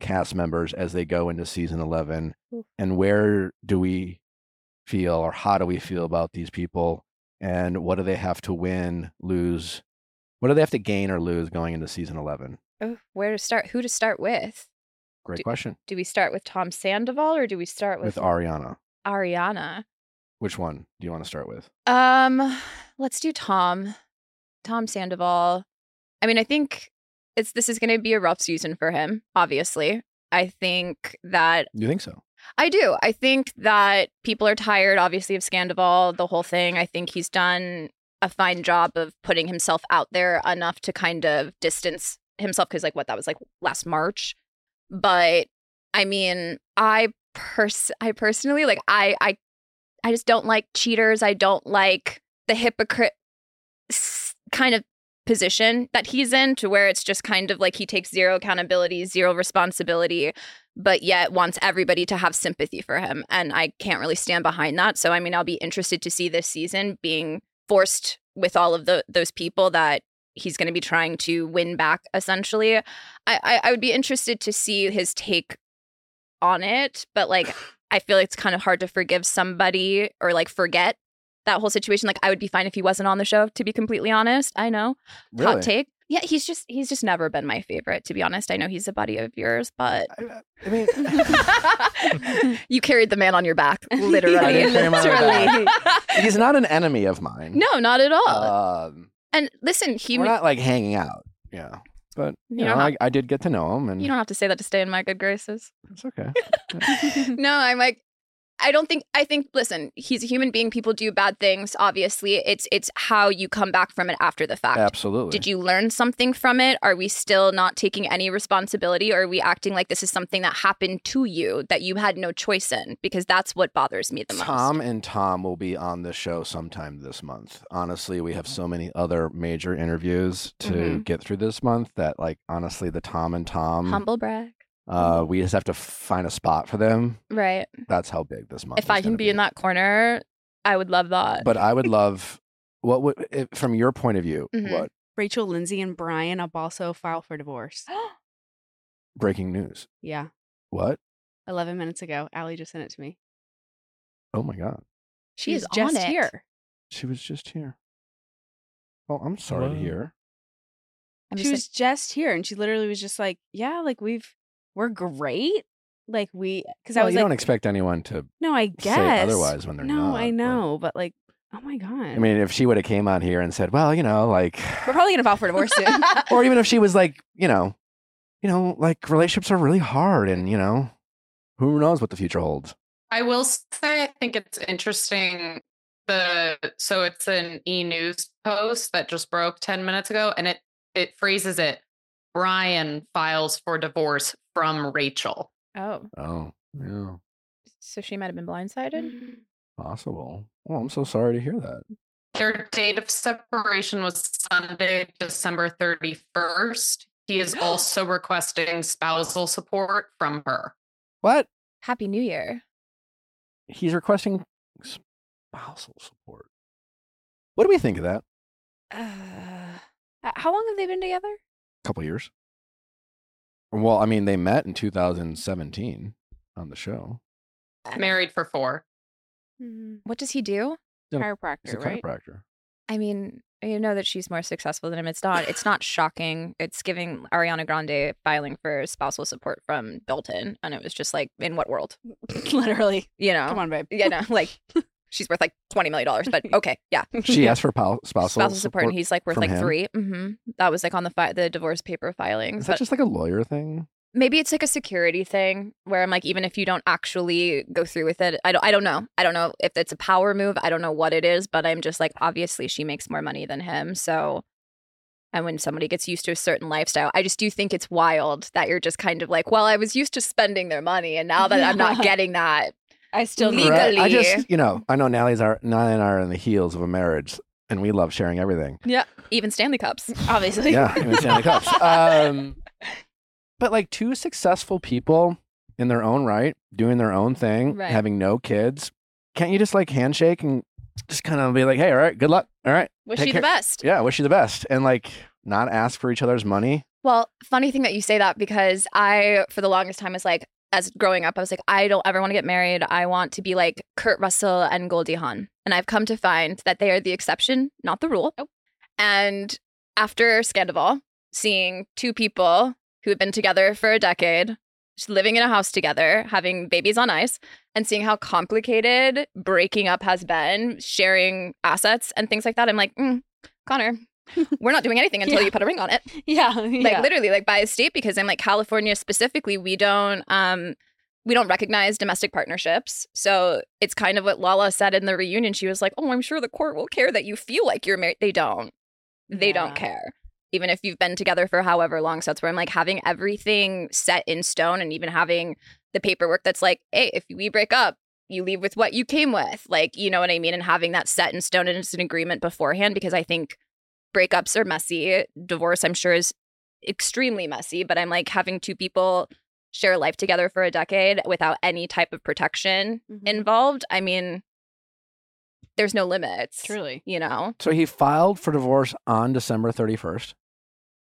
[SPEAKER 1] cast members as they go into season 11
[SPEAKER 3] Oof.
[SPEAKER 1] and where do we feel or how do we feel about these people and what do they have to win lose what do they have to gain or lose going into season 11
[SPEAKER 3] Oh, where to start? Who to start with?
[SPEAKER 1] great
[SPEAKER 3] Do-
[SPEAKER 1] question
[SPEAKER 3] Do we start with Tom Sandoval or do we start
[SPEAKER 1] with
[SPEAKER 3] with,
[SPEAKER 1] Ariana
[SPEAKER 3] Ariana?
[SPEAKER 1] which one do you want to start with
[SPEAKER 3] Um, let's do Tom. Tom Sandoval. I mean, I think it's this is going to be a rough season for him, obviously. I think that
[SPEAKER 1] you think so
[SPEAKER 3] I do. I think that people are tired, obviously, of Scandival, the whole thing. I think he's done a fine job of putting himself out there enough to kind of distance himself because, like, what that was like last March. But I mean, I pers- I personally like I I I just don't like cheaters. I don't like the hypocrite s- kind of position that he's in to where it's just kind of like he takes zero accountability, zero responsibility but yet wants everybody to have sympathy for him. And I can't really stand behind that. So I mean, I'll be interested to see this season being forced with all of the those people that he's going to be trying to win back. Essentially, I, I I would be interested to see his take on it, but like I feel it's kind of hard to forgive somebody or like forget that whole situation. Like I would be fine if he wasn't on the show. To be completely honest, I know hot take. Yeah, he's just he's just never been my favorite, to be honest. I know he's a buddy of yours, but
[SPEAKER 1] I, I mean, [laughs]
[SPEAKER 3] [laughs] you carried the man on your back, literally.
[SPEAKER 1] I didn't carry him on my
[SPEAKER 3] Literally.
[SPEAKER 1] he's not an enemy of mine.
[SPEAKER 3] no, not at all.
[SPEAKER 1] um,
[SPEAKER 3] and listen, he
[SPEAKER 1] we're not like hanging out. Yeah, but you,
[SPEAKER 3] You
[SPEAKER 1] know,
[SPEAKER 3] don't
[SPEAKER 1] I, I did get to know him, and
[SPEAKER 3] you don't have to say that to stay in my good graces.
[SPEAKER 1] [laughs] it's okay.
[SPEAKER 3] no, I'm like, I don't think. I think. Listen, he's a human being. People do bad things. Obviously, it's it's how you come back from it after the fact.
[SPEAKER 1] Absolutely.
[SPEAKER 3] Did you learn something from it? Are we still not taking any responsibility? Or are we acting like this is something that happened to you that you had no choice in? Because that's what bothers me the most.
[SPEAKER 1] Tom and Tom will be on the show sometime this month. Honestly, we have so many other major interviews to
[SPEAKER 3] Mhm.
[SPEAKER 1] get through this month that, like, honestly, the Tom and Tom,
[SPEAKER 3] Humble brag.
[SPEAKER 1] uh, we just have to find a spot for them.
[SPEAKER 3] Right.
[SPEAKER 1] That's how big this month.
[SPEAKER 3] If I can be in that corner, I would love that.
[SPEAKER 1] but
[SPEAKER 3] [laughs]
[SPEAKER 1] I would love what would if, from your point of view.
[SPEAKER 3] Mhm.
[SPEAKER 1] What
[SPEAKER 2] [laughs] Rachel Lindsay and Brian have also filed for divorce.
[SPEAKER 1] breaking news?
[SPEAKER 2] yeah.
[SPEAKER 1] What?
[SPEAKER 2] 11 minutes ago. Allie just sent it to me.
[SPEAKER 1] Oh my god,
[SPEAKER 2] She
[SPEAKER 3] She's
[SPEAKER 2] is just
[SPEAKER 3] on it.
[SPEAKER 2] here.
[SPEAKER 1] she was just here. Oh, I'm sorry
[SPEAKER 5] Whoa.
[SPEAKER 1] to hear.
[SPEAKER 3] I'm
[SPEAKER 2] she
[SPEAKER 3] just
[SPEAKER 2] was just here and she literally was just like, yeah, like we've, we're great. Like we, because
[SPEAKER 1] Well,
[SPEAKER 2] I was
[SPEAKER 1] you
[SPEAKER 2] like,
[SPEAKER 1] don't expect anyone to
[SPEAKER 2] no, I
[SPEAKER 1] say
[SPEAKER 2] guess.
[SPEAKER 1] otherwise when they're
[SPEAKER 2] no,
[SPEAKER 1] not.
[SPEAKER 2] I
[SPEAKER 1] but-
[SPEAKER 2] know, but like, oh my God.
[SPEAKER 1] I mean, if she would have came out here and said, "Well, you know, like,"
[SPEAKER 2] we're probably going to file for divorce soon.
[SPEAKER 1] [laughs]
[SPEAKER 3] [laughs]
[SPEAKER 1] or even if she was like, you know, you know, like relationships are really hard, and you know, who knows what the future holds.
[SPEAKER 4] I will say I think it's interesting. The so it's an e news post that just broke 10 minutes ago and it it phrases it Brian files for divorce from Rachel.
[SPEAKER 3] oh,
[SPEAKER 1] Oh, yeah,
[SPEAKER 3] so she might have been blindsided.
[SPEAKER 1] possible. Well, I'm so sorry to hear that.
[SPEAKER 4] Their date of separation was Sunday, December 31st. He is also requesting spousal support from her.
[SPEAKER 1] What?
[SPEAKER 3] Happy New Year.
[SPEAKER 1] He's requesting spousal support. What do we think of that?
[SPEAKER 2] Uh, how long have they been together?
[SPEAKER 1] A couple years. Well, I mean, they met in 2017 on the show.
[SPEAKER 4] Married for four.
[SPEAKER 3] What does he do?
[SPEAKER 1] Yeah,
[SPEAKER 2] Chiropractor,
[SPEAKER 1] He's a
[SPEAKER 2] right?
[SPEAKER 3] [laughs]
[SPEAKER 1] chiropractor.
[SPEAKER 3] I mean, you know that she's more successful than him. It's not. It's not shocking. It's giving Ariana Grande filing for spousal support from Dalton, and it was just like, in what world?
[SPEAKER 2] [laughs] literally.
[SPEAKER 3] You know? [laughs]
[SPEAKER 2] Come on, babe.
[SPEAKER 3] Oh, Yeah, no, like she's worth like twenty million dollars, but okay, yeah.
[SPEAKER 1] She asked for pow- spousal,
[SPEAKER 3] spousal support, and he's like worth
[SPEAKER 1] from
[SPEAKER 3] like
[SPEAKER 1] him?
[SPEAKER 3] three. Mm-hmm. That was like on the fi- the divorce paper filings.
[SPEAKER 1] Is that
[SPEAKER 3] But
[SPEAKER 1] just like a lawyer thing?
[SPEAKER 3] maybe it's like a security thing where I'm like, even if you don't actually go through with it, I don't. I don't know. I don't know if it's a power move. I don't know what it is, but I'm just like, obviously, she makes more money than him, so. And when somebody gets used to a certain lifestyle, I just do think it's wild that you're just kind of like, well, I was used to spending their money, and now that I'm not
[SPEAKER 2] Yeah.
[SPEAKER 3] getting that,
[SPEAKER 2] [laughs] I still
[SPEAKER 3] Legal-
[SPEAKER 2] need
[SPEAKER 1] Right. I
[SPEAKER 3] legally.
[SPEAKER 1] just, you know, I know Nally's are Nally and I are in the heels of a marriage, and we love sharing
[SPEAKER 3] [laughs]
[SPEAKER 1] everything.
[SPEAKER 3] even Stanley Cups.
[SPEAKER 2] obviously.
[SPEAKER 1] Yeah, even Stanley Cups. Um, but like two successful people in their own right, doing their own thing,
[SPEAKER 3] Right.
[SPEAKER 1] having no kids. Can't you just like handshake and just kind of be like, "Hey, all right, good luck. All right,
[SPEAKER 3] Was
[SPEAKER 1] Take
[SPEAKER 3] she
[SPEAKER 1] care-
[SPEAKER 3] the best?
[SPEAKER 1] yeah, wish you the best," and like not ask for each other's money.
[SPEAKER 3] Well, funny thing that you say that because I, for the longest time, was like, as growing up, I was like, I don't ever want to get married. I want to be like Kurt Russell and Goldie Hawn. And I've come to find that they are the exception, not the rule. And after Scandival, seeing two people who had been together for a decade, just living in a house together, having babies on ice, and seeing how complicated breaking up has been, sharing assets and things like that, I'm like, mm, Connor, we're not doing anything until
[SPEAKER 2] Yeah.
[SPEAKER 3] you put a ring on it
[SPEAKER 2] [laughs] [laughs] Yeah.
[SPEAKER 3] like literally like by a state because in like california specifically we don't um we don't recognize domestic partnerships so it's kind of what lala said in the reunion she was like oh i'm sure the court will care that you feel like you're married they don't they
[SPEAKER 2] Yeah.
[SPEAKER 3] don't care even if you've been together for however long so that's where i'm like having everything set in stone and even having the paperwork that's like hey if we break up you leave with what you came with like you know what i mean and having that set in stone and it's an agreement beforehand because i think breakups are messy divorce i'm sure is extremely messy but i'm like having two people share a life together for a decade without any type of protection
[SPEAKER 2] Mhm.
[SPEAKER 3] involved i mean there's no limits
[SPEAKER 2] Truly.
[SPEAKER 3] you know
[SPEAKER 1] So he filed for divorce on December 31st.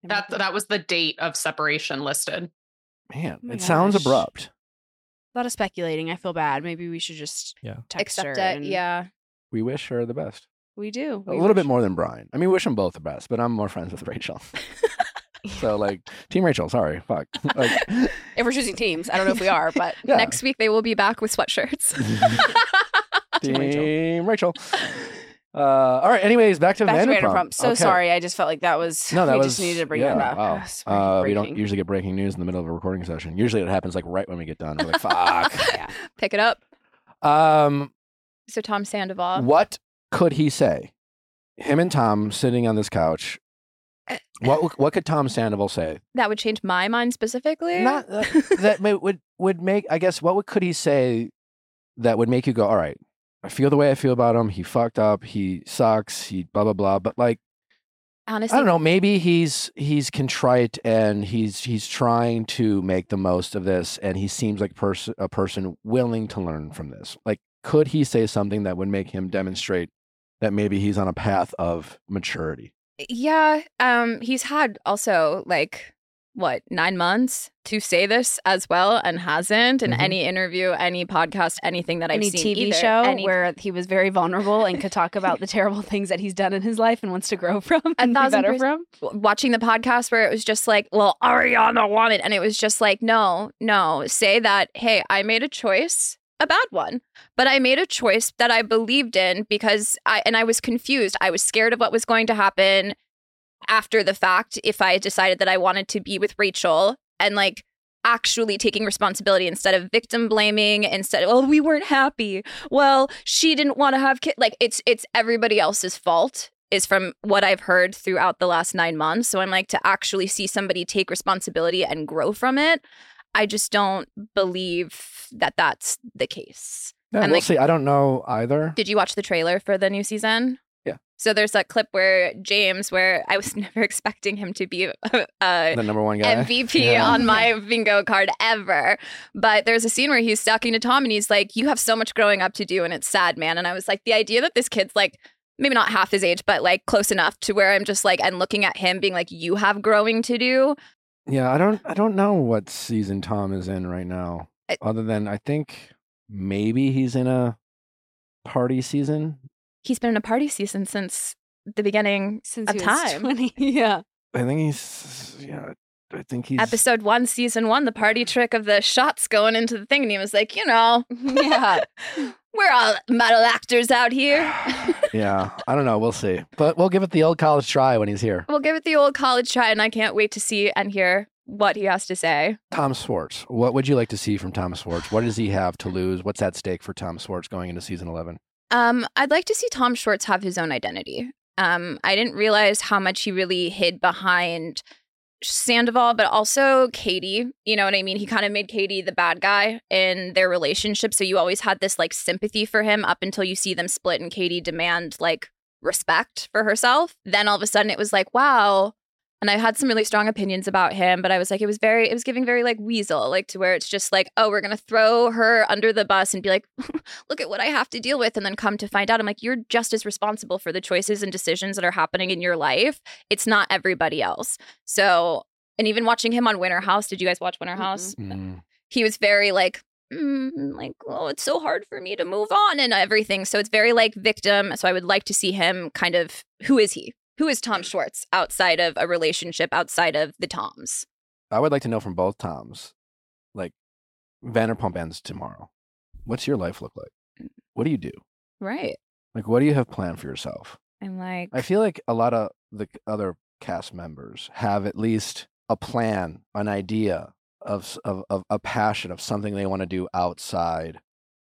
[SPEAKER 4] That that was the date of separation listed.
[SPEAKER 1] Man,
[SPEAKER 2] Oh my
[SPEAKER 1] it sounds
[SPEAKER 2] gosh.
[SPEAKER 1] abrupt.
[SPEAKER 2] A lot of speculating. I feel bad. Maybe we should just
[SPEAKER 5] Yeah.
[SPEAKER 2] text
[SPEAKER 3] accept
[SPEAKER 2] her
[SPEAKER 3] it
[SPEAKER 2] and-
[SPEAKER 3] yeah
[SPEAKER 1] We wish her the best.
[SPEAKER 2] We do.
[SPEAKER 1] a little bit more than Brian. I mean, wish them both the best, but I'm more friends with
[SPEAKER 2] [laughs]
[SPEAKER 1] Rachel. so like, Team Rachel. Sorry, fuck.
[SPEAKER 2] [laughs]
[SPEAKER 1] Like,
[SPEAKER 2] [laughs] If we're choosing teams, I don't know
[SPEAKER 3] [laughs]
[SPEAKER 2] if we are,
[SPEAKER 1] [laughs]
[SPEAKER 2] but
[SPEAKER 1] yeah.
[SPEAKER 3] Next week they will be back with sweatshirts. [laughs]
[SPEAKER 1] Team
[SPEAKER 5] Team Rachel.
[SPEAKER 1] Rachel. Uh, all right. Anyways, back to
[SPEAKER 2] back to
[SPEAKER 1] Vanderpump.
[SPEAKER 2] Vanderpump. So
[SPEAKER 1] Okay.
[SPEAKER 2] sorry. I just felt like that was.
[SPEAKER 1] No, that
[SPEAKER 2] we
[SPEAKER 1] was
[SPEAKER 2] just needed to bring
[SPEAKER 1] yeah,
[SPEAKER 2] that up. [laughs]
[SPEAKER 1] Wow.
[SPEAKER 2] It's
[SPEAKER 1] Uh, we don't
[SPEAKER 2] breaking.
[SPEAKER 1] usually get breaking news in the middle of a recording session. Usually, it happens like right when we get done. We're like, [laughs] fuck.
[SPEAKER 2] [laughs] Yeah.
[SPEAKER 3] Pick it up.
[SPEAKER 1] um,
[SPEAKER 3] So Tom Sandoval.
[SPEAKER 1] what could he say? Him and Tom sitting on this couch. What what could Tom Sandoval say?
[SPEAKER 3] That would change my mind specifically. [laughs]
[SPEAKER 1] Not uh, that ma- would would make. I guess what would, could he say that would make you go? All right, I feel the way I feel about him. He fucked up. He sucks. He blah blah blah. But like.
[SPEAKER 3] Honestly,
[SPEAKER 1] I don't know. Maybe he's he's contrite and he's he's trying to make the most of this, and he seems like pers- a person willing to learn from this. Like, could he say something that would make him demonstrate that maybe he's on a path of maturity?
[SPEAKER 3] Yeah. Um, he's had also like what nine months to say this as well, and hasn't in
[SPEAKER 1] Mhm.
[SPEAKER 3] any interview, any podcast, anything that
[SPEAKER 2] any
[SPEAKER 3] I've
[SPEAKER 2] TV
[SPEAKER 3] seen. either,
[SPEAKER 2] show
[SPEAKER 3] any-
[SPEAKER 2] where he was very vulnerable and could talk about the [laughs] terrible things that he's done in his life and wants to grow [laughs] from and be
[SPEAKER 3] thousand
[SPEAKER 2] better
[SPEAKER 3] perc-
[SPEAKER 2] from.
[SPEAKER 3] w- watching the podcast where it was just like, well, Ariana wanted, and it was just like, no, no, say that. Hey, I made a choice. A bad one, but I made a choice that I believed in because I and I was confused. I was scared of what was going to happen after the fact if I decided that I wanted to be with Rachel and like actually taking responsibility instead of victim blaming instead of well we weren't happy well she didn't want to have kids like it's it's everybody else's fault is from what i've heard throughout the last nine months so i'm like to actually see somebody take responsibility and grow from it i just don't believe that that's the case
[SPEAKER 1] Yeah,
[SPEAKER 3] And,
[SPEAKER 1] we'll
[SPEAKER 3] like-
[SPEAKER 1] see. I don't know either.
[SPEAKER 3] did you watch the trailer for the new season?
[SPEAKER 1] Yeah.
[SPEAKER 3] So there's that clip where James, where I was [laughs] never expecting him to be uh,
[SPEAKER 1] the number one guy.
[SPEAKER 3] MVP
[SPEAKER 1] Yeah.
[SPEAKER 3] on my bingo card ever. But there's a scene where he's talking to Tom and he's like, You have so much growing up to do and it's sad, man. And I was like, The idea that this kid's like, maybe not half his age, but like close enough to where I'm just like, and looking at him being like, You have growing to do.
[SPEAKER 1] Yeah, I don't I don't know what season Tom is in right now.
[SPEAKER 3] I-
[SPEAKER 1] other than I think maybe he's in a party season,
[SPEAKER 3] He's been in a party season since the beginning,
[SPEAKER 2] Since
[SPEAKER 3] Of
[SPEAKER 2] he
[SPEAKER 3] time.
[SPEAKER 2] was 20. [laughs] Yeah.
[SPEAKER 1] I think he's yeah. I think he's
[SPEAKER 3] episode one, season one, the party trick of the shots going into the thing. And he was like, You know,
[SPEAKER 2] Yeah.
[SPEAKER 3] [laughs] We're all model actors out here.
[SPEAKER 1] yeah, I don't know. We'll see, but we'll give it the old college try when he's here.
[SPEAKER 3] we'll give it the old college try, and I can't wait to see and hear what he has to say.
[SPEAKER 1] Tom Swartz, what would you like to see from Tom Swartz? What does he have to lose? What's at stake for Tom Swartz going into season eleven?
[SPEAKER 3] Um, I'd like to see Tom Schwartz have his own identity. Um, I didn't realize how much he really hid behind Sandoval, but also Katie. You know what I mean? He kind of made Katie the bad guy in their relationship. So you always had this like sympathy for him up until you see them split and Katie demand like respect for herself. Then all of a sudden it was like, wow. And I had some really strong opinions about him, but I was like, it was very, it was giving very like weasel, like to where it's just like, oh, we're going to throw her under the bus and be like, [laughs] look at what I have to deal with. And then come to find out, I'm like, you're just as responsible for the choices and decisions that are happening in your life. It's not everybody else. So, and even watching him on Winter House, did you guys watch Winter
[SPEAKER 2] Mm-mm.
[SPEAKER 3] House? he was very like mm, like oh it's so hard for me to move on and everything so it's very like victim so i would like to see him kind of who is he who is tom schwartz outside of a relationship outside of the toms
[SPEAKER 1] I would like to know from both Toms, like Vanderpump ends tomorrow. What's your life look like? What do you do?
[SPEAKER 3] right
[SPEAKER 1] Like, what do you have planned for yourself?
[SPEAKER 3] i'm like
[SPEAKER 1] I feel like a lot of the c- other cast members have at least a plan, an idea of s- of, of a passion of something they want to do outside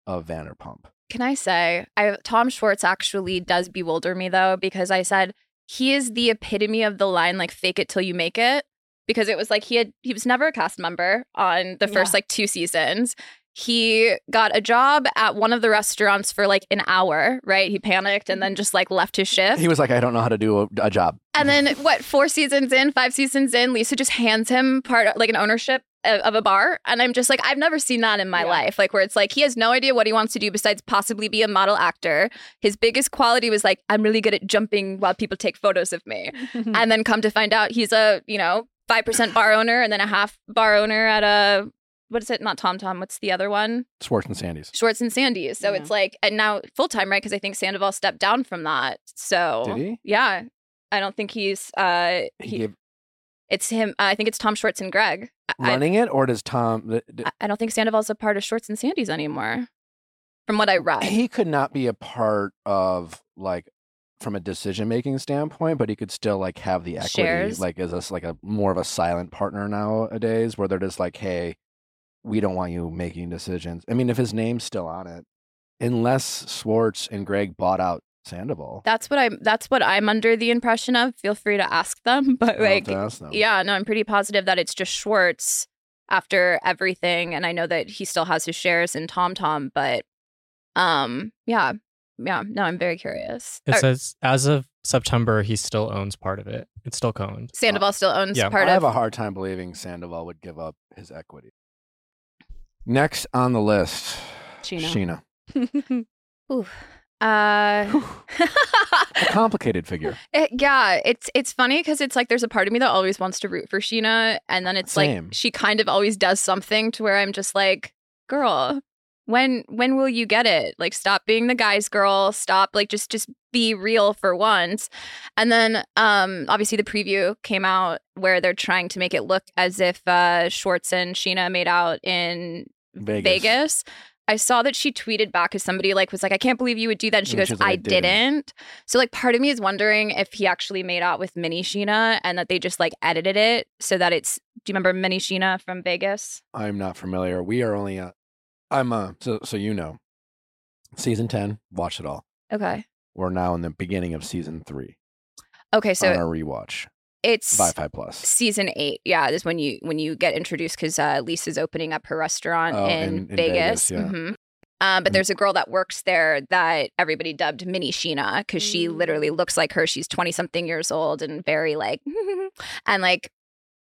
[SPEAKER 1] of Vanderpump.
[SPEAKER 3] can i say i tom schwartz actually does bewilder me though because i said he is the epitome of the line like fake it till you make it because it was like he had he was never a cast member on the first
[SPEAKER 2] Yeah.
[SPEAKER 3] like two seasons he got a job at one of the restaurants for like an hour right he panicked and then just like left his shift
[SPEAKER 1] Mm-hmm. He was like, I don't know how to do a, a job.
[SPEAKER 3] and then what four seasons in five seasons in lisa just hands him part like an ownership of, of a bar and i'm just like i've never seen that in my
[SPEAKER 2] Yeah.
[SPEAKER 3] life like where it's like he has no idea what he wants to do besides possibly be a model actor his biggest quality was like i'm really good at jumping while people take photos of me and then come to find out he's a you know 5% bar owner and then a half bar owner at a what is it? Not Tom Tom. What's the other one?
[SPEAKER 1] Schwartz and Sandy's.
[SPEAKER 3] Schwartz and Sandy's. So
[SPEAKER 2] Yeah.
[SPEAKER 3] it's like, and now full time, right? Because I think Sandoval stepped down from that. So
[SPEAKER 1] Did he?
[SPEAKER 3] yeah, I don't think he's. uh
[SPEAKER 1] He,
[SPEAKER 3] he,
[SPEAKER 1] gave
[SPEAKER 3] It's him. I think it's Tom Schwartz and Greg. I- I,
[SPEAKER 1] running it, or does Tom? th- th-
[SPEAKER 3] I, I don't think Sandoval's a part of Schwartz and Sandy's anymore, from what I read.
[SPEAKER 1] he could not be a part of like from a decision making standpoint, but he could still like have the equity,
[SPEAKER 3] Shares.
[SPEAKER 1] like as us like a more of a silent partner nowadays, where they're just like, hey, we don't want you making decisions. I mean, if his name's still on it, unless Schwartz and Greg bought out Sandoval,
[SPEAKER 3] that's what I'm. That's what I'm under the impression of. Feel free to ask them, [laughs] but
[SPEAKER 1] I'll have
[SPEAKER 3] like,
[SPEAKER 1] to ask them.
[SPEAKER 3] yeah, no, I'm pretty positive that it's just Schwartz after everything, and I know that he still has his shares in Tom Tom, but um, yeah, yeah, no, I'm very curious.
[SPEAKER 5] It
[SPEAKER 3] Or
[SPEAKER 5] says as of September, he still owns part of it. It's
[SPEAKER 2] [laughs]
[SPEAKER 5] still co-owned.
[SPEAKER 3] Sandoval still owns
[SPEAKER 5] yeah.
[SPEAKER 3] part
[SPEAKER 1] I have
[SPEAKER 3] of.
[SPEAKER 1] a hard time believing Sandoval would give up his equity. Next on the list,
[SPEAKER 2] Sheena.
[SPEAKER 1] Sheena.
[SPEAKER 3] uh, [laughs]
[SPEAKER 1] A complicated figure.
[SPEAKER 3] It, yeah, it's it's funny because it's like there's a part of me that always wants to root for Sheena, and then it's
[SPEAKER 1] Same.
[SPEAKER 3] like she kind of always does something to where I'm just like, girl, when when will you get it? Like, stop being the guy's girl. Stop, like, just just be real for once. And then, um, obviously the preview came out where they're trying to make it look as if uh, Schwartz and Sheena made out in
[SPEAKER 1] Vegas.
[SPEAKER 3] Vegas. I saw that she tweeted back because somebody like was like, "I can't believe you would do that," and she
[SPEAKER 1] And
[SPEAKER 3] goes,
[SPEAKER 1] she was
[SPEAKER 3] "I,
[SPEAKER 1] like, "I
[SPEAKER 3] didn't.
[SPEAKER 1] didn't."
[SPEAKER 3] So like, part of me is wondering if he actually made out with Mini Sheena and that they just like edited it so that it's. Do you remember Mini Sheena from Vegas?
[SPEAKER 1] I'm not familiar. We are only a. I'm a. So, so you know. Season 10, watch it all.
[SPEAKER 3] Okay.
[SPEAKER 1] We're now in the beginning of season three
[SPEAKER 3] Okay,
[SPEAKER 1] on
[SPEAKER 3] so
[SPEAKER 1] our rewatch.
[SPEAKER 3] it's
[SPEAKER 1] Wi-Fi Plus.
[SPEAKER 3] season eight. Yeah, this is when you when you get introduced because uh, Lisa's opening up her restaurant
[SPEAKER 1] Oh,
[SPEAKER 3] in,
[SPEAKER 1] in- in
[SPEAKER 3] Vegas.
[SPEAKER 1] Vegas, yeah. Mm.
[SPEAKER 3] Mhm. Um, but
[SPEAKER 1] And-
[SPEAKER 3] there's a girl that works there that everybody dubbed Mini Sheena because she
[SPEAKER 2] Mm.
[SPEAKER 3] literally looks like her. She's 20 something years old and very like, [laughs] and like,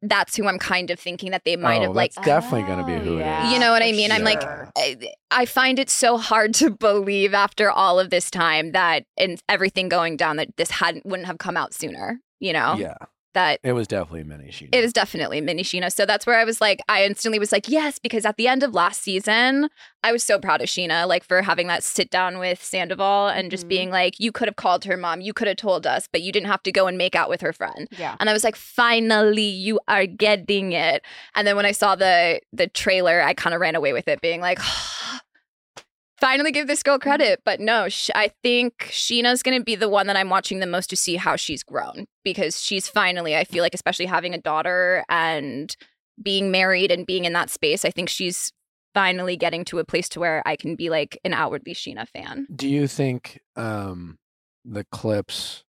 [SPEAKER 3] that's who I'm kind of thinking that they might
[SPEAKER 1] Oh,
[SPEAKER 3] have like. Oh,
[SPEAKER 1] that's definitely going to be who it
[SPEAKER 2] yeah.
[SPEAKER 1] is.
[SPEAKER 3] You know what I
[SPEAKER 2] for
[SPEAKER 3] mean? I'm like,
[SPEAKER 1] sure.
[SPEAKER 3] I, I find it so hard to believe after all of this time that and everything going down that this hadn't wouldn't have come out sooner. You know
[SPEAKER 1] Yeah,
[SPEAKER 3] that
[SPEAKER 1] it was definitely Minnie Sheena.
[SPEAKER 3] it was definitely Mini Sheena. So that's where I was like, I instantly was like, yes, because at the end of last season, I was so proud of Sheena, like for having that sit down with Sandoval and just
[SPEAKER 2] Mhm.
[SPEAKER 3] being like, you could have called her mom, you could have told us, but you didn't have to go and make out with her friend.
[SPEAKER 2] Yeah.
[SPEAKER 3] And I was like, finally, you are getting it. And then when I saw the the trailer, I kind of ran away with it, being like, [sighs] finally give this girl credit. But no, sh- I think Sheena's going to be the one that I'm watching the most to see how she's grown because she's finally, I feel like, especially having a daughter and being married and being in that space, I think she's finally getting to a place to where I can be like an outwardly Sheena fan.
[SPEAKER 1] Do you think um the clips?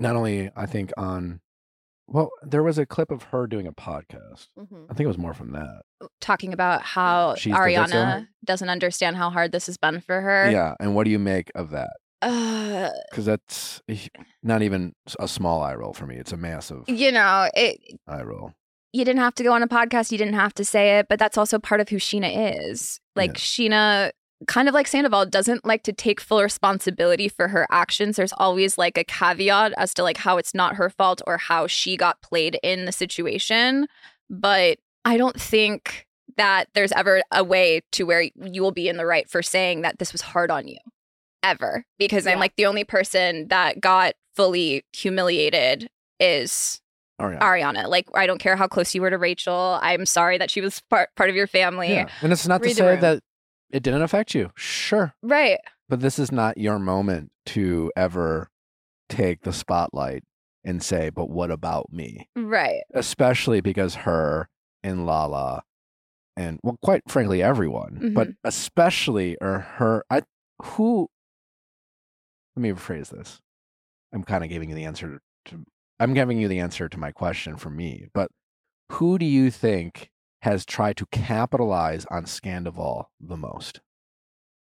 [SPEAKER 1] Not only I think on. Well, there was a clip of her doing a podcast.
[SPEAKER 2] Mhm.
[SPEAKER 1] I think it was more from that.
[SPEAKER 3] Talking about how
[SPEAKER 1] She's the
[SPEAKER 3] Ariana
[SPEAKER 1] victim?
[SPEAKER 3] doesn't understand how hard this has been for her.
[SPEAKER 1] Yeah, and what do you make of that?
[SPEAKER 3] Uh,
[SPEAKER 1] Because that's eh, not even a small eye roll for me. It's a massive
[SPEAKER 3] you know, it,
[SPEAKER 1] eye roll.
[SPEAKER 3] you didn't have to go on a podcast, you didn't have to say it, but that's also part of who Sheena is. Like
[SPEAKER 1] Yeah.
[SPEAKER 3] Sheena kind of like Sandoval doesn't like to take full responsibility for her actions. There's always like a caveat as to like how it's not her fault or how she got played in the situation, but I don't think that there's ever a way to where you will be in the right for saying that this was hard on you ever because I'm
[SPEAKER 2] Yeah.
[SPEAKER 3] like the only person that got fully humiliated is
[SPEAKER 1] All right.
[SPEAKER 3] Ariana. Like, I don't care how close you were to Rachel. I'm sorry that she was part, part of your family.
[SPEAKER 1] Yeah. And it's not to
[SPEAKER 2] Read the
[SPEAKER 1] say
[SPEAKER 2] room.
[SPEAKER 1] that it didn't affect you. Sure.
[SPEAKER 3] Right.
[SPEAKER 1] But this is not your moment to ever take the spotlight and say, but what about me?
[SPEAKER 3] Right.
[SPEAKER 1] Especially because her and Lala and well, quite frankly, everyone, but
[SPEAKER 3] Mm-hmm.
[SPEAKER 1] especially or her I who let me rephrase this. I'm kind of giving you the answer to I'm giving you the answer to my question for me, but who do you think has tried to capitalize on Scandival the most?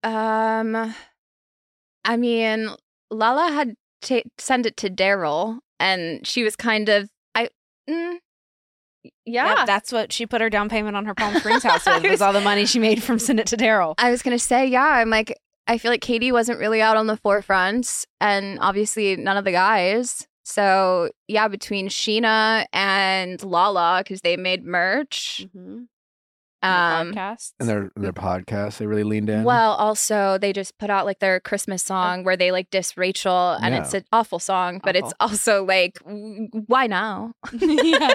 [SPEAKER 3] Um, I mean, Lala had ta sent it to Daryl, and she was kind of, I, mm,
[SPEAKER 2] [laughs]
[SPEAKER 3] yeah.
[SPEAKER 2] That- that's what she put her down payment on her Palm Springs house
[SPEAKER 3] [laughs]
[SPEAKER 2] with. was all the money she made from Send It to Daryl.
[SPEAKER 3] I was gonna say, yeah. I'm like, I feel like Katie wasn't really out on the forefront, and obviously none of the guys. So yeah,
[SPEAKER 2] Oh
[SPEAKER 3] Mm-hmm. between Sheena and Lala, because they made merch. Um,
[SPEAKER 2] podcasts.
[SPEAKER 1] And their their podcast, they really leaned in.
[SPEAKER 3] Well, also they just put out like their Christmas song where they like diss Rachel, and
[SPEAKER 1] Yeah.
[SPEAKER 3] it's an awful song, but it's also like, w- why now? [laughs]
[SPEAKER 2] yeah.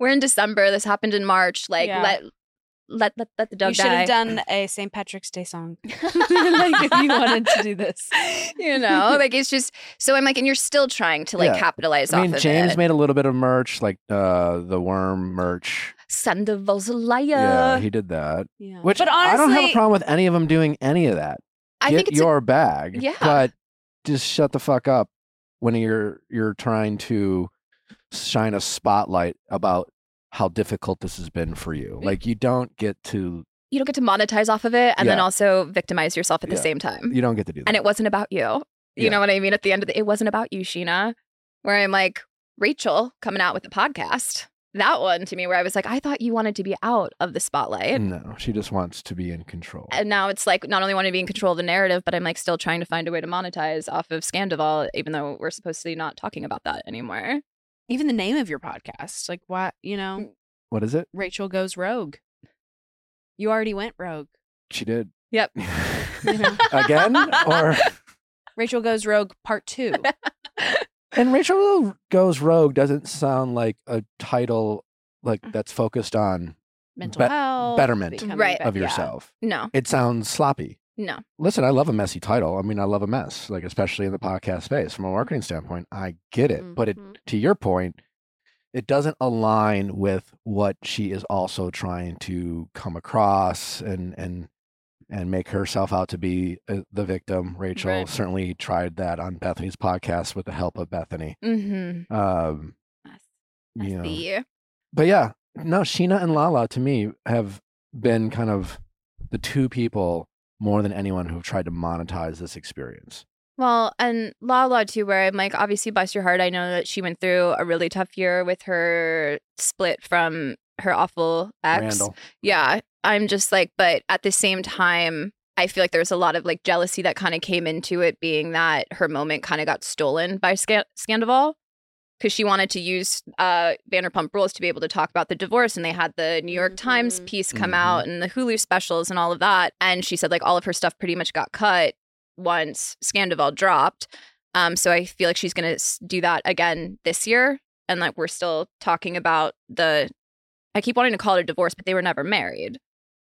[SPEAKER 3] We're in December. This happened in March. Like
[SPEAKER 2] Yeah.
[SPEAKER 3] let let let let the dog
[SPEAKER 2] You should
[SPEAKER 3] die.
[SPEAKER 2] have
[SPEAKER 3] [laughs]
[SPEAKER 2] done a St. Patrick's Day song. [laughs] like if
[SPEAKER 1] [laughs]
[SPEAKER 2] you wanted to do this.
[SPEAKER 3] [laughs] you know, like it's just so I'm like, and you're still trying to like
[SPEAKER 1] Yeah.
[SPEAKER 3] capitalize
[SPEAKER 1] I mean,
[SPEAKER 3] off of
[SPEAKER 1] James
[SPEAKER 3] it.
[SPEAKER 1] made a little bit of merch, like uh, the worm merch.
[SPEAKER 3] Sandoval's a liar.
[SPEAKER 1] yeah, he did that.
[SPEAKER 2] Yeah.
[SPEAKER 1] Which
[SPEAKER 2] but honestly,
[SPEAKER 1] I don't have a problem with any of them doing any of that.
[SPEAKER 3] I
[SPEAKER 1] Get
[SPEAKER 3] think it's a-
[SPEAKER 1] your bag.
[SPEAKER 3] Yeah.
[SPEAKER 1] But just shut the fuck up when you're you're trying to shine a spotlight about how difficult this has been for
[SPEAKER 3] Mm.
[SPEAKER 1] you. Like you don't get to
[SPEAKER 3] you don't get to monetize off of it, and then
[SPEAKER 1] Yeah.
[SPEAKER 3] also victimize yourself at the
[SPEAKER 1] Yeah.
[SPEAKER 3] same time.
[SPEAKER 1] you don't get to do that.
[SPEAKER 3] and it wasn't about you. You
[SPEAKER 1] Yeah.
[SPEAKER 3] know what I mean? At the end of the, it wasn't about you, Sheena. Where I'm like, Rachel coming out with the podcast. That one to me, where I was like, I thought you wanted to be out of the spotlight.
[SPEAKER 1] no, she just wants to be in control.
[SPEAKER 3] And now it's like, not only want to be in control of the narrative, but I'm like still trying to find a way to monetize off of Scandival, even though we're supposed to be not talking about that anymore.
[SPEAKER 2] [laughs] even the name of your podcast, like why you know,
[SPEAKER 1] what is it?
[SPEAKER 2] Rachel goes rogue. You already went rogue.
[SPEAKER 1] She did.
[SPEAKER 3] Yep.
[SPEAKER 1] [laughs]
[SPEAKER 3] Mm-hmm.
[SPEAKER 1] Again?
[SPEAKER 3] [laughs]
[SPEAKER 1] Or
[SPEAKER 2] Rachel goes rogue part [laughs] two.
[SPEAKER 1] and Rachel Goes Rogue doesn't sound like a title like
[SPEAKER 3] Mm.
[SPEAKER 1] that's focused on
[SPEAKER 2] Mental
[SPEAKER 1] Bet-
[SPEAKER 2] health,
[SPEAKER 1] betterment
[SPEAKER 2] becoming
[SPEAKER 3] Right.
[SPEAKER 2] bet-
[SPEAKER 1] of
[SPEAKER 2] yeah.
[SPEAKER 1] yourself.
[SPEAKER 3] No,
[SPEAKER 1] It sounds sloppy.
[SPEAKER 3] no.
[SPEAKER 1] Listen, I love a messy title. I mean, I love a mess, like especially in the podcast space. From a marketing standpoint, I get it. But it,
[SPEAKER 2] Mhm.
[SPEAKER 1] to your point, it doesn't align with what she is also trying to come across and and and make herself out to be uh, the victim. Rachel
[SPEAKER 2] Right.
[SPEAKER 1] certainly tried that on Bethany's podcast with the help of Bethany.
[SPEAKER 3] Mm-hmm.
[SPEAKER 1] Um,
[SPEAKER 3] Mess-
[SPEAKER 1] you know.
[SPEAKER 3] Yeah.
[SPEAKER 1] But yeah, no, Sheena and Lala to me have been kind of the two people more than anyone who've tried to monetize this experience.
[SPEAKER 3] Well, and Lala too, where I'm like, obviously, bless your heart. I know that she went through a really tough year with her split from her awful ex.
[SPEAKER 1] Randall.
[SPEAKER 3] Yeah, I'm just like, but at the same time, I feel like there's a lot of like jealousy that kind of came into it, being that her moment kind of got stolen by Sc- Scandival because she wanted to use uh, Vanderpump Rules to be able to talk about the divorce, and they had the New York Times
[SPEAKER 2] Mhm.
[SPEAKER 3] piece come
[SPEAKER 1] Mhm.
[SPEAKER 3] out and the Hulu specials and all of that, and she said like all of her stuff pretty much got cut once Scandival dropped. Um, so I feel like she's going to do that again this year, and like we're still talking about the. I keep wanting to call it a divorce, but they were never married,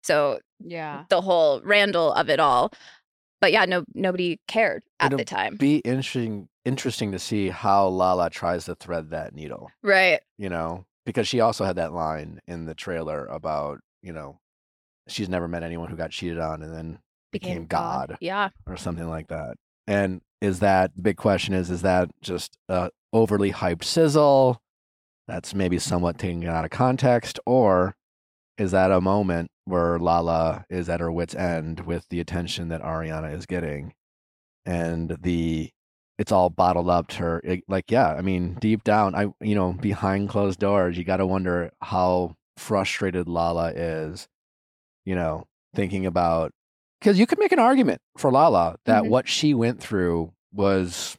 [SPEAKER 3] so
[SPEAKER 2] Yeah.
[SPEAKER 3] the whole Randall of it all. But yeah, no, nobody cared at
[SPEAKER 1] It'll
[SPEAKER 3] the time,
[SPEAKER 1] Be interesting interesting to see how Lala tries to thread that needle,
[SPEAKER 3] right?
[SPEAKER 1] you know, because she also had that line in the trailer about, you know, she's never met anyone who got cheated on and then became God.
[SPEAKER 3] Yeah,
[SPEAKER 1] or something like that. And is that the big question is is that just a overly hyped sizzle that's maybe somewhat taken out of context or is that a moment where Lala is at her wits end with the attention that Ariana is getting and the it's all bottled up to her It- like yeah I mean deep down I you know behind closed doors you got to wonder how frustrated Lala is you know thinking about because you could make an argument for Lala that
[SPEAKER 3] Mhm.
[SPEAKER 1] what she went through was,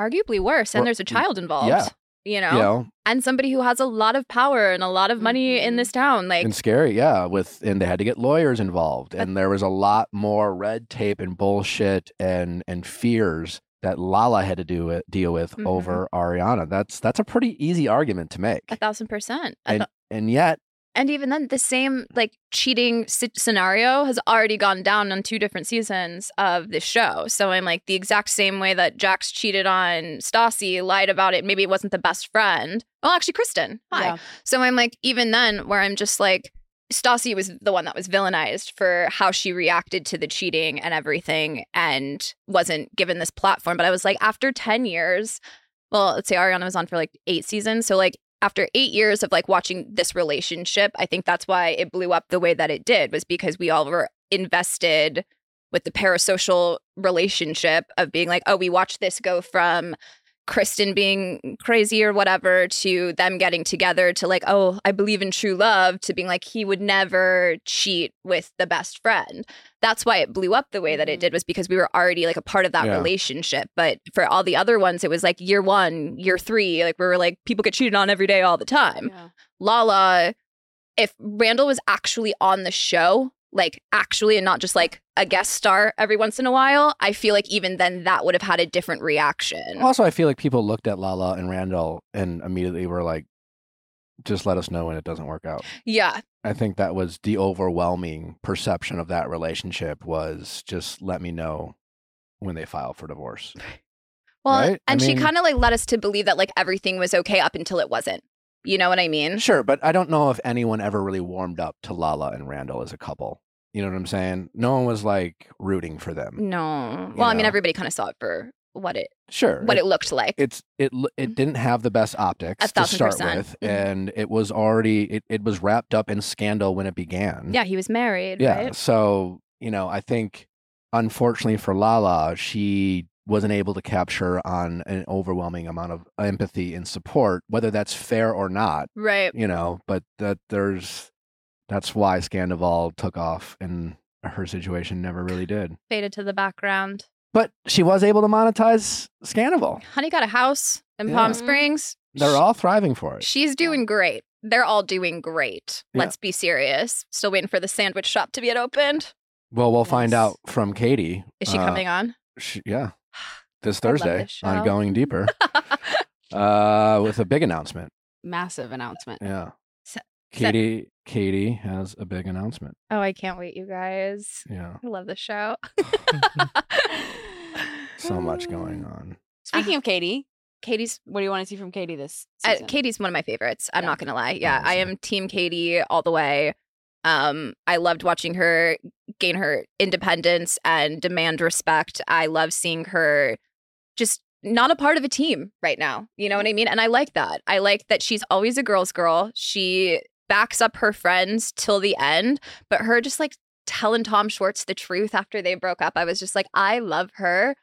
[SPEAKER 3] arguably worse, and
[SPEAKER 1] Well,
[SPEAKER 3] there's a child involved.
[SPEAKER 1] yeah.
[SPEAKER 3] You
[SPEAKER 1] you
[SPEAKER 3] know,
[SPEAKER 1] know,
[SPEAKER 3] and somebody who has a lot of power and a lot of money in
[SPEAKER 2] Mhm.
[SPEAKER 3] this town. Like,
[SPEAKER 1] Mm-hmm. and scary, yeah. With and they had to get lawyers involved, and there was a lot more red tape and bullshit and and fears that Lala had to do with, deal with
[SPEAKER 3] Mhm.
[SPEAKER 1] over Ariana. That's that's a pretty easy argument to make,
[SPEAKER 3] a thousand percent. A
[SPEAKER 1] and and yet,
[SPEAKER 3] and even then the same like cheating sce- scenario has already gone down on two different seasons of this show so i'm like the exact same way that jax cheated on stassi lied about it maybe it wasn't the best friend well actually kristen hi
[SPEAKER 2] Yeah.
[SPEAKER 3] so i'm like even then where i'm just like stassi was the one that was villainized for how she reacted to the cheating and everything and wasn't given this platform but i was like after 10 years well let's say ariana was on for like eight seasons so like after eight years of like watching this relationship, I think that's why it blew up the way that it did was because we all were invested with the parasocial relationship of being like, oh, we watched this go from Kristen being crazy or whatever to them getting together to like, oh, I believe in true love to being like, he would never cheat with the best friend. That's why it blew up the way that it
[SPEAKER 2] Mhm.
[SPEAKER 3] did was because we were already like a part of that
[SPEAKER 1] Yeah.
[SPEAKER 3] relationship. But for all the other ones, it was like year one, year three, like we were like, people get cheated on every day all the time.
[SPEAKER 2] Yeah.
[SPEAKER 3] Lala if Randall was actually on the show, like actually, and not just like a guest star every once in a while, I feel like even then that would have had a different reaction.
[SPEAKER 1] Also, I feel like people looked at Lala and Randall and immediately were like, just let us know when it doesn't work out.
[SPEAKER 3] yeah.
[SPEAKER 1] I think that was the overwhelming perception of that relationship was just let me know when they file for divorce.
[SPEAKER 3] Well,
[SPEAKER 1] Right? I
[SPEAKER 3] and she
[SPEAKER 1] mean-
[SPEAKER 3] kind of like led us to believe that like everything was okay up until it wasn't. You know what I mean?
[SPEAKER 1] Sure, but I don't know if anyone ever really warmed up to Lala and Randall as a couple. You know what I'm saying? No one was like rooting for them.
[SPEAKER 3] Mm, No. Well,
[SPEAKER 1] You
[SPEAKER 3] I mean,
[SPEAKER 1] know.
[SPEAKER 3] everybody kind of saw it for what it
[SPEAKER 1] Sure.
[SPEAKER 3] what it looked like.
[SPEAKER 1] it's it l- it didn't have the best optics
[SPEAKER 3] A
[SPEAKER 1] to
[SPEAKER 3] thousand
[SPEAKER 1] start
[SPEAKER 3] percent.
[SPEAKER 1] with
[SPEAKER 3] Mhm.
[SPEAKER 1] and it was already it, it was wrapped up in scandal when it began
[SPEAKER 3] yeah, he was married.
[SPEAKER 1] yeah
[SPEAKER 3] Right?
[SPEAKER 1] so you know i think unfortunately for lala she wasn't able to capture on an overwhelming amount of empathy and support whether that's fair or not
[SPEAKER 3] Right.
[SPEAKER 1] you know but that there's that's why scandival took off and her situation never really did
[SPEAKER 3] Faded to the background.
[SPEAKER 1] but she was able to monetize scandival
[SPEAKER 3] Honey got a house in
[SPEAKER 1] Yeah.
[SPEAKER 3] Palm Springs.
[SPEAKER 1] they're all thriving for it
[SPEAKER 3] She's doing great. They're all doing great.
[SPEAKER 1] Yeah.
[SPEAKER 3] Let's be serious. Still waiting for the sandwich shop to get opened.
[SPEAKER 1] Well, we'll find
[SPEAKER 2] Nice.
[SPEAKER 1] out from Katie.
[SPEAKER 3] Is she
[SPEAKER 1] uh,
[SPEAKER 3] coming on? [laughs]
[SPEAKER 1] sh-
[SPEAKER 3] [sighs]
[SPEAKER 1] yeah, this
[SPEAKER 3] I love
[SPEAKER 1] Thursday
[SPEAKER 3] this show.
[SPEAKER 1] on Going
[SPEAKER 3] [laughs]
[SPEAKER 1] Deeper uh, with a big announcement.
[SPEAKER 2] Massive announcement.
[SPEAKER 1] Yeah,
[SPEAKER 3] So-
[SPEAKER 1] Katie. Katie has a big announcement.
[SPEAKER 3] oh, I can't wait, you guys.
[SPEAKER 1] Yeah,
[SPEAKER 3] I love
[SPEAKER 1] [laughs]
[SPEAKER 3] the show. [laughs]
[SPEAKER 1] so much
[SPEAKER 3] [gasps]
[SPEAKER 1] going on.
[SPEAKER 2] [sighs] Speaking of Katie,
[SPEAKER 3] Katie's
[SPEAKER 2] what do you want to see from Katie this
[SPEAKER 3] uh,
[SPEAKER 2] season?
[SPEAKER 3] Katie's one of my favorites. I'm
[SPEAKER 2] Yeah.
[SPEAKER 3] not gonna lie. Yeah, I
[SPEAKER 1] Amazing.
[SPEAKER 3] am team Katie all the way. Um, I loved watching her gain her independence and demand respect. I love seeing her just not a part of a team right now. You know
[SPEAKER 2] Mm-hmm.
[SPEAKER 3] what I mean? And I like that. I like that she's always a girl's girl. She backs up her friends till the end, but her just like telling Tom Schwartz the truth after they broke up, I was just like, I love her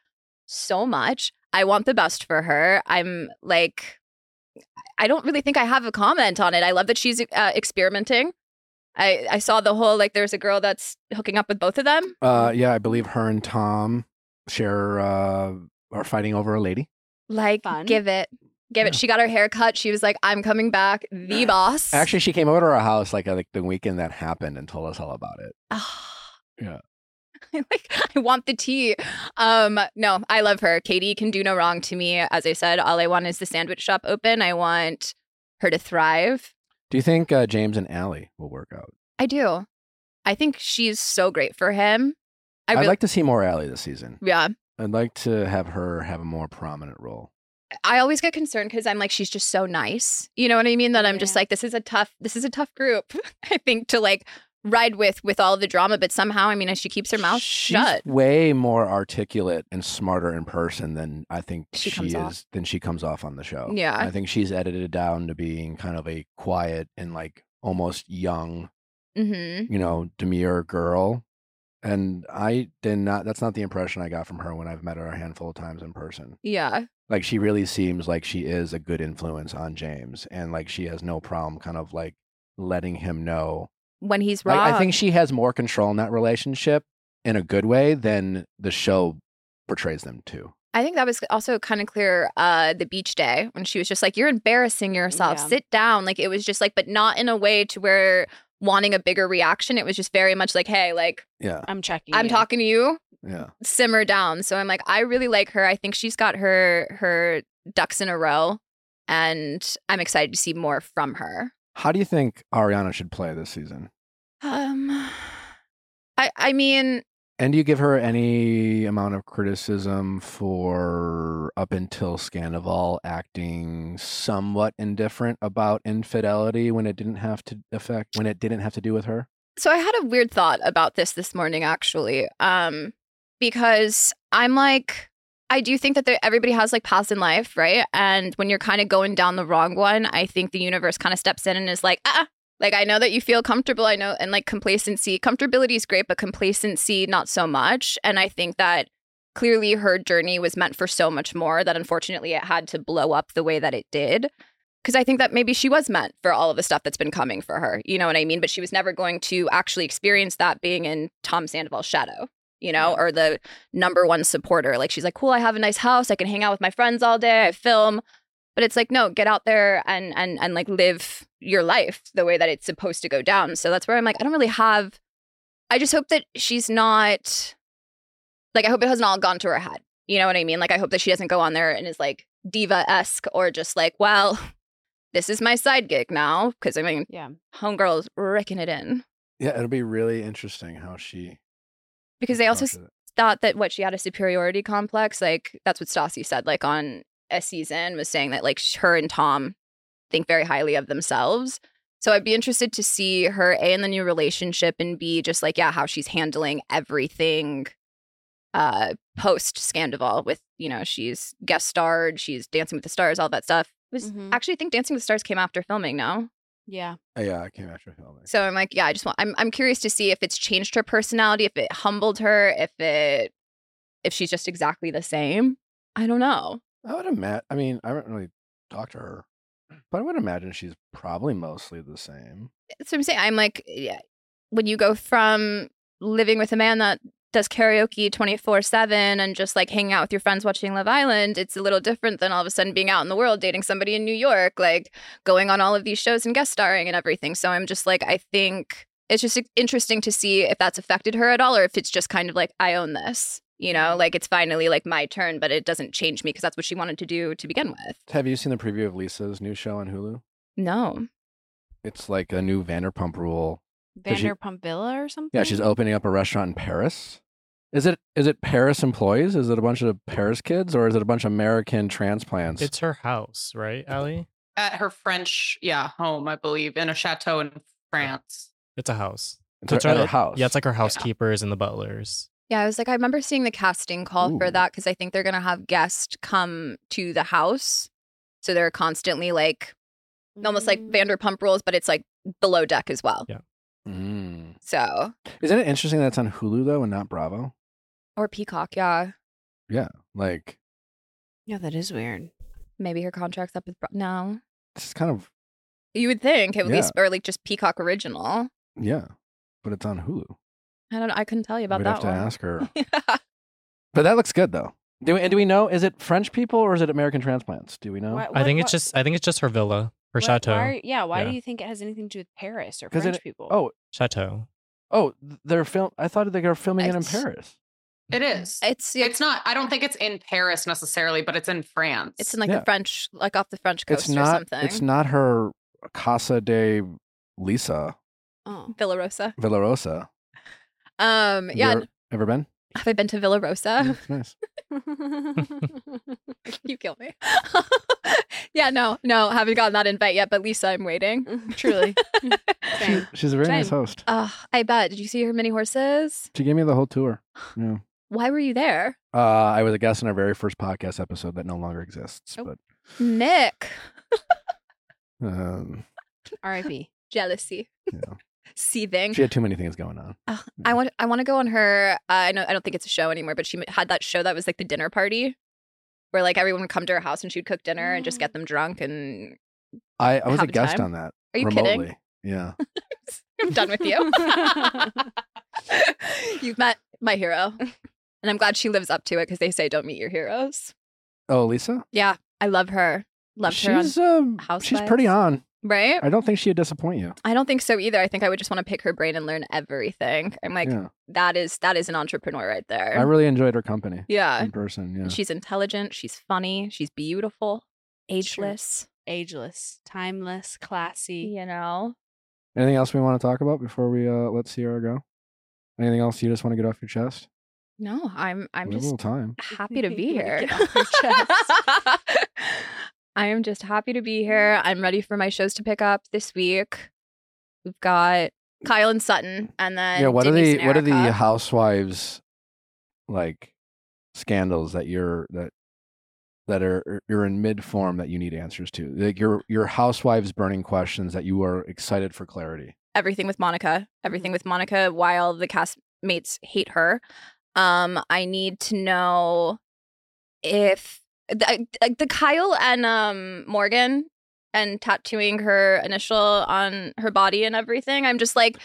[SPEAKER 3] so much. I want the best for her. I'm like, I don't really think I have a comment on it. I love that she's uh, experimenting. I, I saw the whole like there's a girl that's hooking up with both of them.
[SPEAKER 1] Uh, yeah, I believe her and Tom share uh, are fighting over a lady.
[SPEAKER 3] Like,
[SPEAKER 2] Fun.
[SPEAKER 3] give it. Give it.
[SPEAKER 1] Yeah.
[SPEAKER 3] She got her hair cut. She was like, I'm coming back. The boss.
[SPEAKER 1] Actually, she came over to our house like, uh, like the weekend that happened and told us all about it. Yeah.
[SPEAKER 3] like [laughs] I want the tea. Um, no, I love her. Katie can do no wrong to me. As I said, all I want is the sandwich shop open. I want her to thrive.
[SPEAKER 1] Do you think uh, James and Allie will work out?
[SPEAKER 3] I do. I think she's so great for him. I
[SPEAKER 1] I'd
[SPEAKER 3] really,
[SPEAKER 1] like to see more Allie this season.
[SPEAKER 3] yeah.
[SPEAKER 1] I'd like to have her have a more prominent role.
[SPEAKER 3] I always get concerned because I'm like, she's just so nice. You know what I mean? That I'm just
[SPEAKER 2] Yeah.
[SPEAKER 3] like, this is a tough, this is a tough group. [laughs] I think to like ride with with all the drama, but somehow, I mean, she keeps her mouth
[SPEAKER 1] She's
[SPEAKER 3] shut.
[SPEAKER 1] Way more articulate and smarter in person than I think she,
[SPEAKER 3] She comes
[SPEAKER 1] is
[SPEAKER 3] off.
[SPEAKER 1] than she comes off on the show.
[SPEAKER 3] Yeah.
[SPEAKER 1] I think she's edited down to being kind of a quiet and like almost young,
[SPEAKER 3] Mm-hmm.
[SPEAKER 1] you know, demure girl. And I did not. That's not the impression I got from her when I've met her a handful of times in person.
[SPEAKER 3] Yeah.
[SPEAKER 1] Like she really seems like she is a good influence on James, and like she has no problem kind of like letting him know
[SPEAKER 3] When he's wrong.
[SPEAKER 1] I, I think she has more control in that relationship in a good way than the show portrays them to.
[SPEAKER 3] I think that was also kind of clear uh the beach day when she was just like you're embarrassing yourself
[SPEAKER 2] Yeah.
[SPEAKER 3] sit down like it was just like but not in a way to where wanting a bigger reaction it was just very much like hey like
[SPEAKER 1] Yeah.
[SPEAKER 2] I'm checking.
[SPEAKER 3] I'm
[SPEAKER 2] you.
[SPEAKER 3] talking to you
[SPEAKER 1] Yeah.
[SPEAKER 3] simmer down so I'm like I really like her I think she's got her her ducks in a row and I'm excited to see more from her
[SPEAKER 1] How do you think Ariana should play this season?
[SPEAKER 3] um [sighs] I I mean
[SPEAKER 1] And do you give her any amount of criticism for up until Scandival acting somewhat indifferent about infidelity when it didn't have to affect when it didn't have to do with her?
[SPEAKER 3] So I had a weird thought about this this morning, actually, um, because I'm like, I do think that there, everybody has like paths in life, right? And when you're kind of going down the wrong one, I think the universe kind of steps in and is like, ah, like I know that you feel comfortable. I know, and like complacency, comfortability is great, but complacency, not so much. And I think that clearly her journey was meant for so much more that unfortunately it had to blow up the way that it did because I think that maybe she was meant for all of the stuff that's been coming for her. You know what I mean? But she was never going to actually experience that being in Tom Sandoval's shadow, you know, or the number one supporter. Like she's like, cool, I have a nice house. I can hang out with my friends all day. I film. But it's like, no, get out there and and and like live your life the way that it's supposed to go down. So that's where I'm like, I don't really have I just hope that she's not like I hope it hasn't all gone to her head. You know what I mean? Like I hope that she doesn't go on there and is like diva-esque or just like, well, this is my side gig now. Cause I mean
[SPEAKER 2] Yeah.
[SPEAKER 3] homegirl's raking it in.
[SPEAKER 1] Yeah, it'll be really interesting how she
[SPEAKER 3] Because they also
[SPEAKER 1] approaches it.
[SPEAKER 3] thought that what she had a superiority complex. Like that's what Stassi said. Like on a season was saying that like sh- her and Tom think very highly of themselves. So I'd be interested to see her a in the new relationship and b just like yeah how she's handling everything. Uh, post Scandival with you know she's guest starred, she's Dancing with the Stars, all that stuff. It was
[SPEAKER 2] Mhm.
[SPEAKER 3] actually I think Dancing with the Stars came after filming. No,
[SPEAKER 2] Yeah.
[SPEAKER 1] Oh, yeah, I came after filming.
[SPEAKER 3] so I'm like, yeah, I just want. I'm I'm curious to see if it's changed her personality, if it humbled her, if it if she's just exactly the same. I don't know.
[SPEAKER 1] I would imagine. I mean, I haven't really talked to her, but I would imagine she's probably mostly the same.
[SPEAKER 3] That's what I'm saying. I'm like, yeah, when you go from living with a man that does karaoke 24 seven and just like hanging out with your friends watching Love Island, it's a little different than all of a sudden being out in the world dating somebody in New York, like going on all of these shows and guest starring and everything. So I'm just like, I think it's just interesting to see if that's affected her at all or if it's just kind of like, I own this, you know, like it's finally like my turn, but it doesn't change me because that's what she wanted to do to begin with.
[SPEAKER 1] Have you seen the preview of Lisa's new show on Hulu?
[SPEAKER 3] No.
[SPEAKER 1] It's like a new Vanderpump Rule. Does she-
[SPEAKER 2] Vanderpump Villa or something.
[SPEAKER 1] Yeah, she's
[SPEAKER 5] Mm.
[SPEAKER 1] opening up a restaurant in Paris. Is it is it Paris employees? Is it a bunch of Paris kids or is it a bunch of American transplants?
[SPEAKER 5] [laughs] It's her house, right, Allie?
[SPEAKER 4] At her French, yeah, home, I believe, in a chateau in France.
[SPEAKER 5] It's a house.
[SPEAKER 1] It's
[SPEAKER 5] So
[SPEAKER 1] her, at her
[SPEAKER 5] like-
[SPEAKER 1] house.
[SPEAKER 5] Yeah, it's like her housekeepers and the butlers.
[SPEAKER 3] Yeah, I was like, I remember seeing the casting call
[SPEAKER 1] Ooh.
[SPEAKER 3] for that because I think they're gonna have guests come to the house, so they're constantly like almost like
[SPEAKER 2] Mm.
[SPEAKER 3] Vanderpump Rules, but it's like below deck as well.
[SPEAKER 5] Yeah.
[SPEAKER 1] Mm.
[SPEAKER 3] So
[SPEAKER 1] Isn't it interesting that it's on Hulu though and not Bravo?
[SPEAKER 3] or Peacock, yeah,
[SPEAKER 1] Like
[SPEAKER 2] Yeah, that is weird.
[SPEAKER 3] maybe her contract's up with Bra- no.
[SPEAKER 1] it's kind of
[SPEAKER 3] You would think at
[SPEAKER 1] Yeah.
[SPEAKER 3] least, or like just Peacock original.
[SPEAKER 1] yeah, but it's on Hulu.
[SPEAKER 3] I don't know. I couldn't tell you about
[SPEAKER 1] We'd
[SPEAKER 3] that
[SPEAKER 1] have to
[SPEAKER 3] one.
[SPEAKER 1] ask her.
[SPEAKER 3] yeah.
[SPEAKER 1] But that looks good though. Do we, and do we know is it French people or is it American transplants? Do we know?
[SPEAKER 5] I think it's just I think it's just her villa, her chateau.
[SPEAKER 2] yeah. Why
[SPEAKER 5] Yeah.
[SPEAKER 2] do you think it has anything to do with Paris or
[SPEAKER 1] 'Cause it-
[SPEAKER 2] French people?
[SPEAKER 1] Oh,
[SPEAKER 5] chateau.
[SPEAKER 1] oh, th- they're film. I thought they were filming it in
[SPEAKER 3] It's-
[SPEAKER 1] Paris.
[SPEAKER 4] It is.
[SPEAKER 3] It's [laughs] yeah,
[SPEAKER 4] It's not, I don't think it's in Paris necessarily, but it's in France.
[SPEAKER 3] it's in like
[SPEAKER 1] yeah.
[SPEAKER 3] the French, like off the French coast
[SPEAKER 1] It's not.
[SPEAKER 3] or something.
[SPEAKER 1] It's not her Casa de Lisa
[SPEAKER 2] Oh.
[SPEAKER 1] [laughs]
[SPEAKER 3] Villarosa.
[SPEAKER 1] Villarosa.
[SPEAKER 3] Um,
[SPEAKER 1] Have you
[SPEAKER 3] yeah.
[SPEAKER 1] ever, ever been?
[SPEAKER 3] [laughs] Have I been to
[SPEAKER 1] Yeah,
[SPEAKER 3] Villarosa?
[SPEAKER 1] it's nice.
[SPEAKER 3] you kill me. [laughs] yeah, no, no, haven't gotten that invite yet, but Lisa, I'm waiting.
[SPEAKER 2] Truly.
[SPEAKER 1] She,
[SPEAKER 2] [laughs] Same.
[SPEAKER 1] she's a very nice
[SPEAKER 2] Same.
[SPEAKER 1] host.
[SPEAKER 3] Uh, I bet. Did you see her mini horses?
[SPEAKER 1] She gave me the whole tour. Yeah.
[SPEAKER 3] Why were you there?
[SPEAKER 1] Uh, I was a guest on our very first podcast episode that no longer exists,
[SPEAKER 2] Oh.
[SPEAKER 3] Nick.
[SPEAKER 1] but um,
[SPEAKER 2] R.I.P.
[SPEAKER 3] Jealousy.
[SPEAKER 1] Yeah.
[SPEAKER 3] [laughs] Seething. [laughs]
[SPEAKER 1] she had too many things going on.
[SPEAKER 3] Ugh, I want I want to go on her uh, I know I don't think it's a show anymore, but she had that show that was like the dinner party where like everyone would come to her house and she would cook dinner and just get them drunk and
[SPEAKER 1] I, I was a
[SPEAKER 3] Have a
[SPEAKER 1] guest
[SPEAKER 3] time.
[SPEAKER 1] on that
[SPEAKER 3] Are you
[SPEAKER 1] remotely.
[SPEAKER 3] kidding?
[SPEAKER 1] Yeah.
[SPEAKER 3] I'm done
[SPEAKER 2] [laughs]
[SPEAKER 3] with
[SPEAKER 1] [laughs]
[SPEAKER 3] you. You've met my hero. And I'm glad she lives up to it because they say don't meet your heroes.
[SPEAKER 1] Oh, Lisa.
[SPEAKER 3] Yeah, I love her. Loved her. On,
[SPEAKER 1] she's um, she's pretty
[SPEAKER 3] Housewives.
[SPEAKER 1] on.
[SPEAKER 3] right?
[SPEAKER 1] I don't think she'd disappoint you.
[SPEAKER 3] I don't think so either. I think I would just want to pick her brain and learn everything. I'm like,
[SPEAKER 1] yeah.
[SPEAKER 3] that is that is an entrepreneur right there.
[SPEAKER 1] I really enjoyed her company
[SPEAKER 3] yeah.
[SPEAKER 1] in person. Yeah.
[SPEAKER 3] She's intelligent. She's funny. She's beautiful. Ageless.
[SPEAKER 2] Ageless, timeless, classy.
[SPEAKER 3] You know.
[SPEAKER 1] Anything else we want to talk about before we uh, let Sierra go? Anything else you just want to get off your chest?
[SPEAKER 3] No, I'm I'm
[SPEAKER 1] we have a
[SPEAKER 3] just
[SPEAKER 1] little time. [laughs]
[SPEAKER 2] [laughs]
[SPEAKER 3] happy to be
[SPEAKER 2] Get
[SPEAKER 3] here. [laughs]
[SPEAKER 2] off your chest.
[SPEAKER 3] I am just happy to
[SPEAKER 1] [laughs]
[SPEAKER 3] be here. I'm ready for my shows to pick up this week. We've got Kyle and Sutton, and then
[SPEAKER 1] yeah. What
[SPEAKER 3] Denise
[SPEAKER 1] are
[SPEAKER 3] and
[SPEAKER 1] the what are the
[SPEAKER 3] Erica.
[SPEAKER 1] housewives like scandals that you're that that are er, you're in mid form that you need answers to? Like your your housewives burning questions that you are excited for clarity.
[SPEAKER 3] everything with Monica,
[SPEAKER 1] Mm-hmm.
[SPEAKER 3] everything with Monica while the castmates hate her. Um, I need to know if the, uh, the Kyle and um, Morgan and tattooing her initial on her body and everything. I'm just like,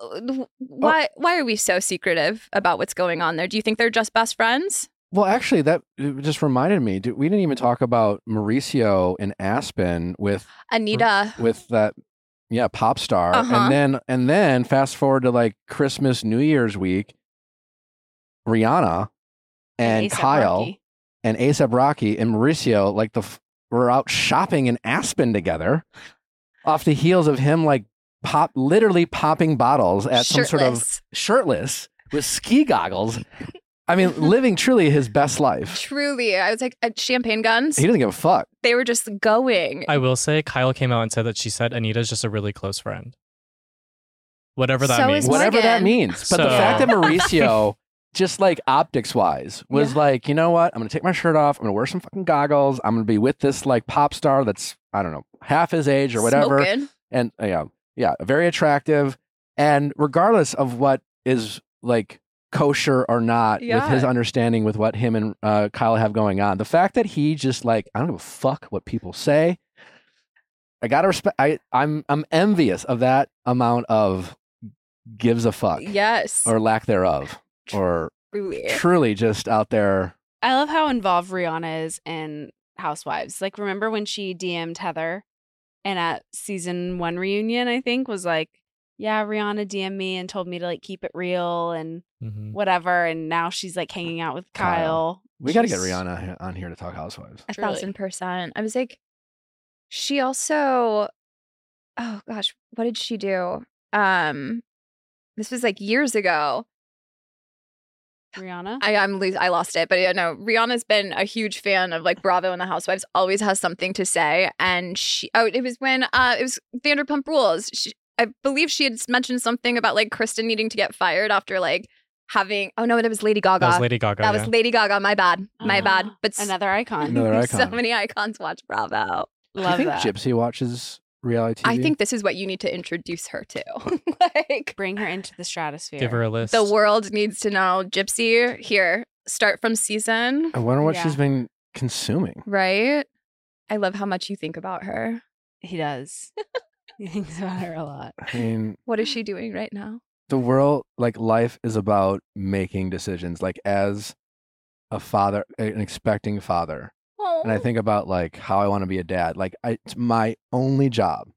[SPEAKER 1] Oh.
[SPEAKER 3] why why are we so secretive about what's going on there? Do you think they're just best friends?
[SPEAKER 1] Well, actually, that it just reminded me. d- We didn't even talk about Mauricio in Aspen with
[SPEAKER 3] Anita.
[SPEAKER 1] with that, yeah, pop star.
[SPEAKER 3] Uh-huh.
[SPEAKER 1] And then and then fast forward to like Christmas, New Year's week, Rihanna and
[SPEAKER 2] A$AP
[SPEAKER 1] Kyle
[SPEAKER 2] Rocky.
[SPEAKER 1] and ASAP Rocky and Mauricio like the f- were out shopping in Aspen together, off the heels of him like pop literally popping bottles at some sort of
[SPEAKER 3] Shirtless.
[SPEAKER 1] shirtless with ski goggles. I mean, living truly his best life.
[SPEAKER 3] Truly, I was like uh, champagne guns.
[SPEAKER 1] He doesn't give a fuck.
[SPEAKER 3] they were just going.
[SPEAKER 5] I will say Kyle came out and said that she said Anita's just a really close friend. Whatever that
[SPEAKER 3] So
[SPEAKER 5] means.
[SPEAKER 3] is
[SPEAKER 5] What-
[SPEAKER 1] Whatever that
[SPEAKER 3] Morgan.
[SPEAKER 1] means. But the
[SPEAKER 5] So-
[SPEAKER 1] fact that Mauricio, just like optics wise, was like, you know what? I'm going to take my shirt off. I'm going to wear some fucking goggles. I'm going to be with this like pop star that's, I don't know, half his age or whatever.
[SPEAKER 3] Smoking.
[SPEAKER 1] and uh, yeah, yeah, very attractive. And regardless of what is like kosher or not, with his
[SPEAKER 2] Yeah.
[SPEAKER 1] understanding with what him and uh, Kyle have going on, the fact that he just like I don't give a fuck what people say. I gotta respect. I I'm I'm envious of that amount of gives a fuck
[SPEAKER 3] Yes.
[SPEAKER 1] or lack thereof, or
[SPEAKER 3] truly.
[SPEAKER 2] eh
[SPEAKER 1] truly just out there.
[SPEAKER 2] I love how involved Rihanna is in Housewives. Like, remember when she DM'd Heather and at season one reunion, I think, was like, yeah, Rihanna DM'd me and told me to like keep it real and
[SPEAKER 5] Mhm.
[SPEAKER 2] whatever. And now she's like hanging out with
[SPEAKER 1] Kyle.
[SPEAKER 2] Kyle.
[SPEAKER 1] We gotta get
[SPEAKER 2] She's-
[SPEAKER 1] Rihanna he- on here to talk Housewives.
[SPEAKER 3] A
[SPEAKER 2] Truly.
[SPEAKER 3] thousand percent. I was like, she also, oh gosh, what did she do? Um, this was like years ago.
[SPEAKER 2] Rihanna?
[SPEAKER 3] I I'm lo- I lost it, but yeah, no. Rihanna's been a huge fan of like Bravo and the Housewives. Always has something to say, and she oh, it was when uh, it was Vanderpump Rules. She, I believe she had mentioned something about like Kristen needing to get fired after like having. Oh no, it was Lady Gaga.
[SPEAKER 5] That was Lady Gaga.
[SPEAKER 3] That was
[SPEAKER 5] yeah.
[SPEAKER 3] Lady Gaga. My bad. My
[SPEAKER 2] Ah,
[SPEAKER 3] bad. But s-
[SPEAKER 2] Another icon.
[SPEAKER 1] Another
[SPEAKER 3] [laughs] so
[SPEAKER 1] icon.
[SPEAKER 3] many icons watch Bravo.
[SPEAKER 1] Do
[SPEAKER 2] Love
[SPEAKER 1] you think
[SPEAKER 2] that.
[SPEAKER 1] Gypsy watches reality TV?
[SPEAKER 3] I think this is what you need to introduce her
[SPEAKER 2] [laughs]
[SPEAKER 3] to. [laughs] like
[SPEAKER 2] Bring her into the stratosphere.
[SPEAKER 5] Give her a list.
[SPEAKER 3] the world needs to know Gypsy here. Start from season,
[SPEAKER 1] I wonder what
[SPEAKER 2] Yeah.
[SPEAKER 1] she's been consuming.
[SPEAKER 3] right? I love how much you think about her.
[SPEAKER 1] [laughs]
[SPEAKER 2] he does. he thinks about her a lot.
[SPEAKER 1] I mean,
[SPEAKER 3] What
[SPEAKER 2] [sighs]
[SPEAKER 3] is she doing right now?
[SPEAKER 1] the world like life is about making decisions like as a father an expecting father
[SPEAKER 3] Oh,
[SPEAKER 1] and i think about like how i want to be a dad like I, it's my only job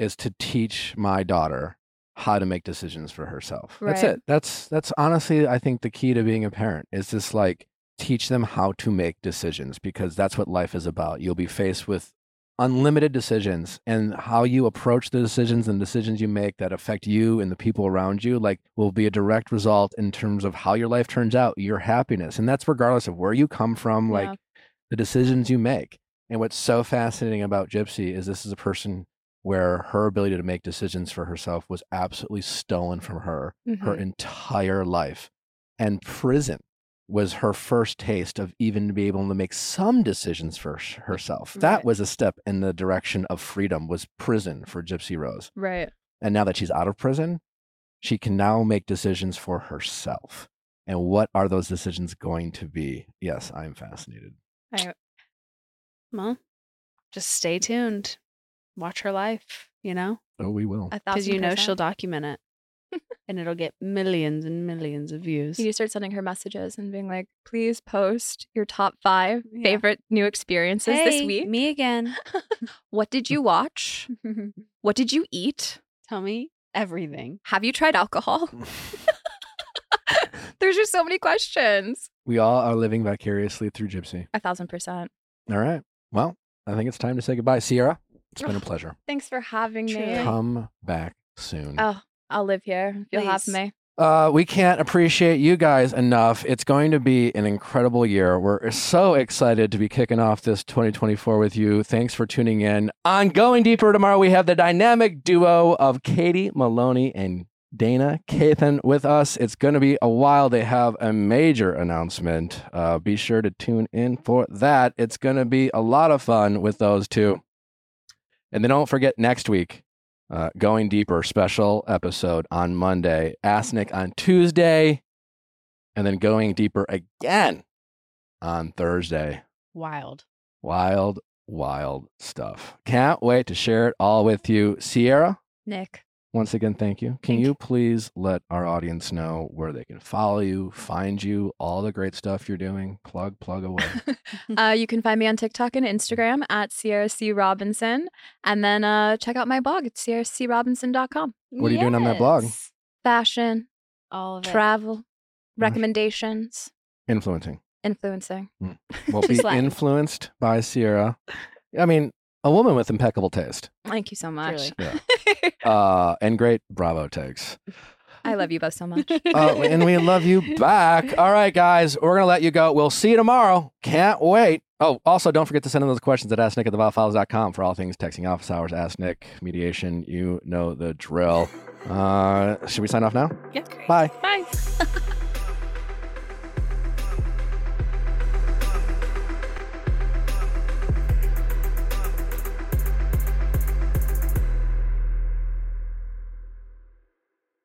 [SPEAKER 1] is to teach my daughter how to make decisions for herself that's
[SPEAKER 3] Right.
[SPEAKER 1] it that's that's honestly i think the key to being a parent is just like teach them how to make decisions because that's what life is about you'll be faced with unlimited decisions and how you approach the decisions and decisions you make that affect you and the people around you like will be a direct result in terms of how your life turns out your happiness and that's regardless of where you come from
[SPEAKER 3] Yeah.
[SPEAKER 1] like the decisions you make and what's so fascinating about gypsy is this is a person where her ability to make decisions for herself was absolutely stolen from her
[SPEAKER 3] Mm-hmm.
[SPEAKER 1] her entire life and prison was her first taste of even be able to make some decisions for sh- herself. That
[SPEAKER 3] Right.
[SPEAKER 1] was a step in the direction of freedom was prison for Gypsy Rose.
[SPEAKER 3] right.
[SPEAKER 1] And now that she's out of prison, she can now make decisions for herself. And what are those decisions going to be? Yes, I'm fascinated.
[SPEAKER 2] Well, just stay tuned. Watch her life, you know?
[SPEAKER 1] Oh, we will.
[SPEAKER 3] A
[SPEAKER 2] Because
[SPEAKER 3] thousand
[SPEAKER 2] you know
[SPEAKER 3] percent.
[SPEAKER 2] she'll document it. [laughs] and it'll get millions and millions of views.
[SPEAKER 3] You need to start sending her messages and being like, please post your top five
[SPEAKER 2] Yeah.
[SPEAKER 3] favorite new experiences this week.
[SPEAKER 2] me [laughs] again.
[SPEAKER 3] What did you watch? what did you eat?
[SPEAKER 2] Tell me everything.
[SPEAKER 3] Have you tried
[SPEAKER 2] [laughs]
[SPEAKER 3] alcohol? [laughs] There's just so many questions.
[SPEAKER 1] we all are living vicariously through Gypsy.
[SPEAKER 3] A thousand percent.
[SPEAKER 1] All right. Well, I think it's time to say goodbye. Sierra, it's been a pleasure.
[SPEAKER 3] Thanks for having
[SPEAKER 2] Truly.
[SPEAKER 3] me.
[SPEAKER 1] Come back soon.
[SPEAKER 3] Oh, I'll live here. if You'll have
[SPEAKER 2] Please.
[SPEAKER 3] me.
[SPEAKER 1] Uh, we can't appreciate you guys enough. It's going to be an incredible year. We're so excited to be kicking off this 2024 with you. Thanks for tuning in. On Going Deeper tomorrow, we have the dynamic duo of Katie Maloney and Dana Cathan with us. It's going to be a while. They have a major announcement. Uh, be sure to tune in for that. It's going to be a lot of fun with those two. And then don't forget next week uh, Going Deeper special episode on Monday, Asnick on Tuesday, and then Going Deeper again on Thursday.
[SPEAKER 2] Wild.
[SPEAKER 1] Wild, wild stuff. Can't wait to share it all with you. Sierra,
[SPEAKER 3] Nick.
[SPEAKER 1] once again, thank you. Can you please let our audience know where they can follow you, find you, all the great stuff you're doing? Plug, plug [laughs] away.
[SPEAKER 3] uh, you can find me on TikTok and Instagram at Sierra C. Robinson. And then uh, check out my blog at sierracrobinson.com.
[SPEAKER 1] What are you doing on that blog?
[SPEAKER 2] Yes.
[SPEAKER 3] Fashion,
[SPEAKER 2] All of it.
[SPEAKER 3] travel, recommendations,
[SPEAKER 1] Influencing.
[SPEAKER 3] influencing.
[SPEAKER 1] Well, be
[SPEAKER 3] Just like-
[SPEAKER 1] influenced by Sierra. I mean, a woman with impeccable taste
[SPEAKER 3] Thank you so much.
[SPEAKER 1] Really. [laughs] uh, and great Bravo takes.
[SPEAKER 3] I love you both [laughs] so much.
[SPEAKER 1] Oh, and we love
[SPEAKER 2] [laughs]
[SPEAKER 1] you back. All right, guys, we're going to let you go. We'll see you tomorrow. Can't wait. Oh, also, don't forget to send in those questions at AskNick at thevilefiles.com for all things texting office hours, Ask Nick, mediation. You know the drill. Uh, should we sign off now?
[SPEAKER 2] Yeah.
[SPEAKER 1] Bye.
[SPEAKER 2] Bye.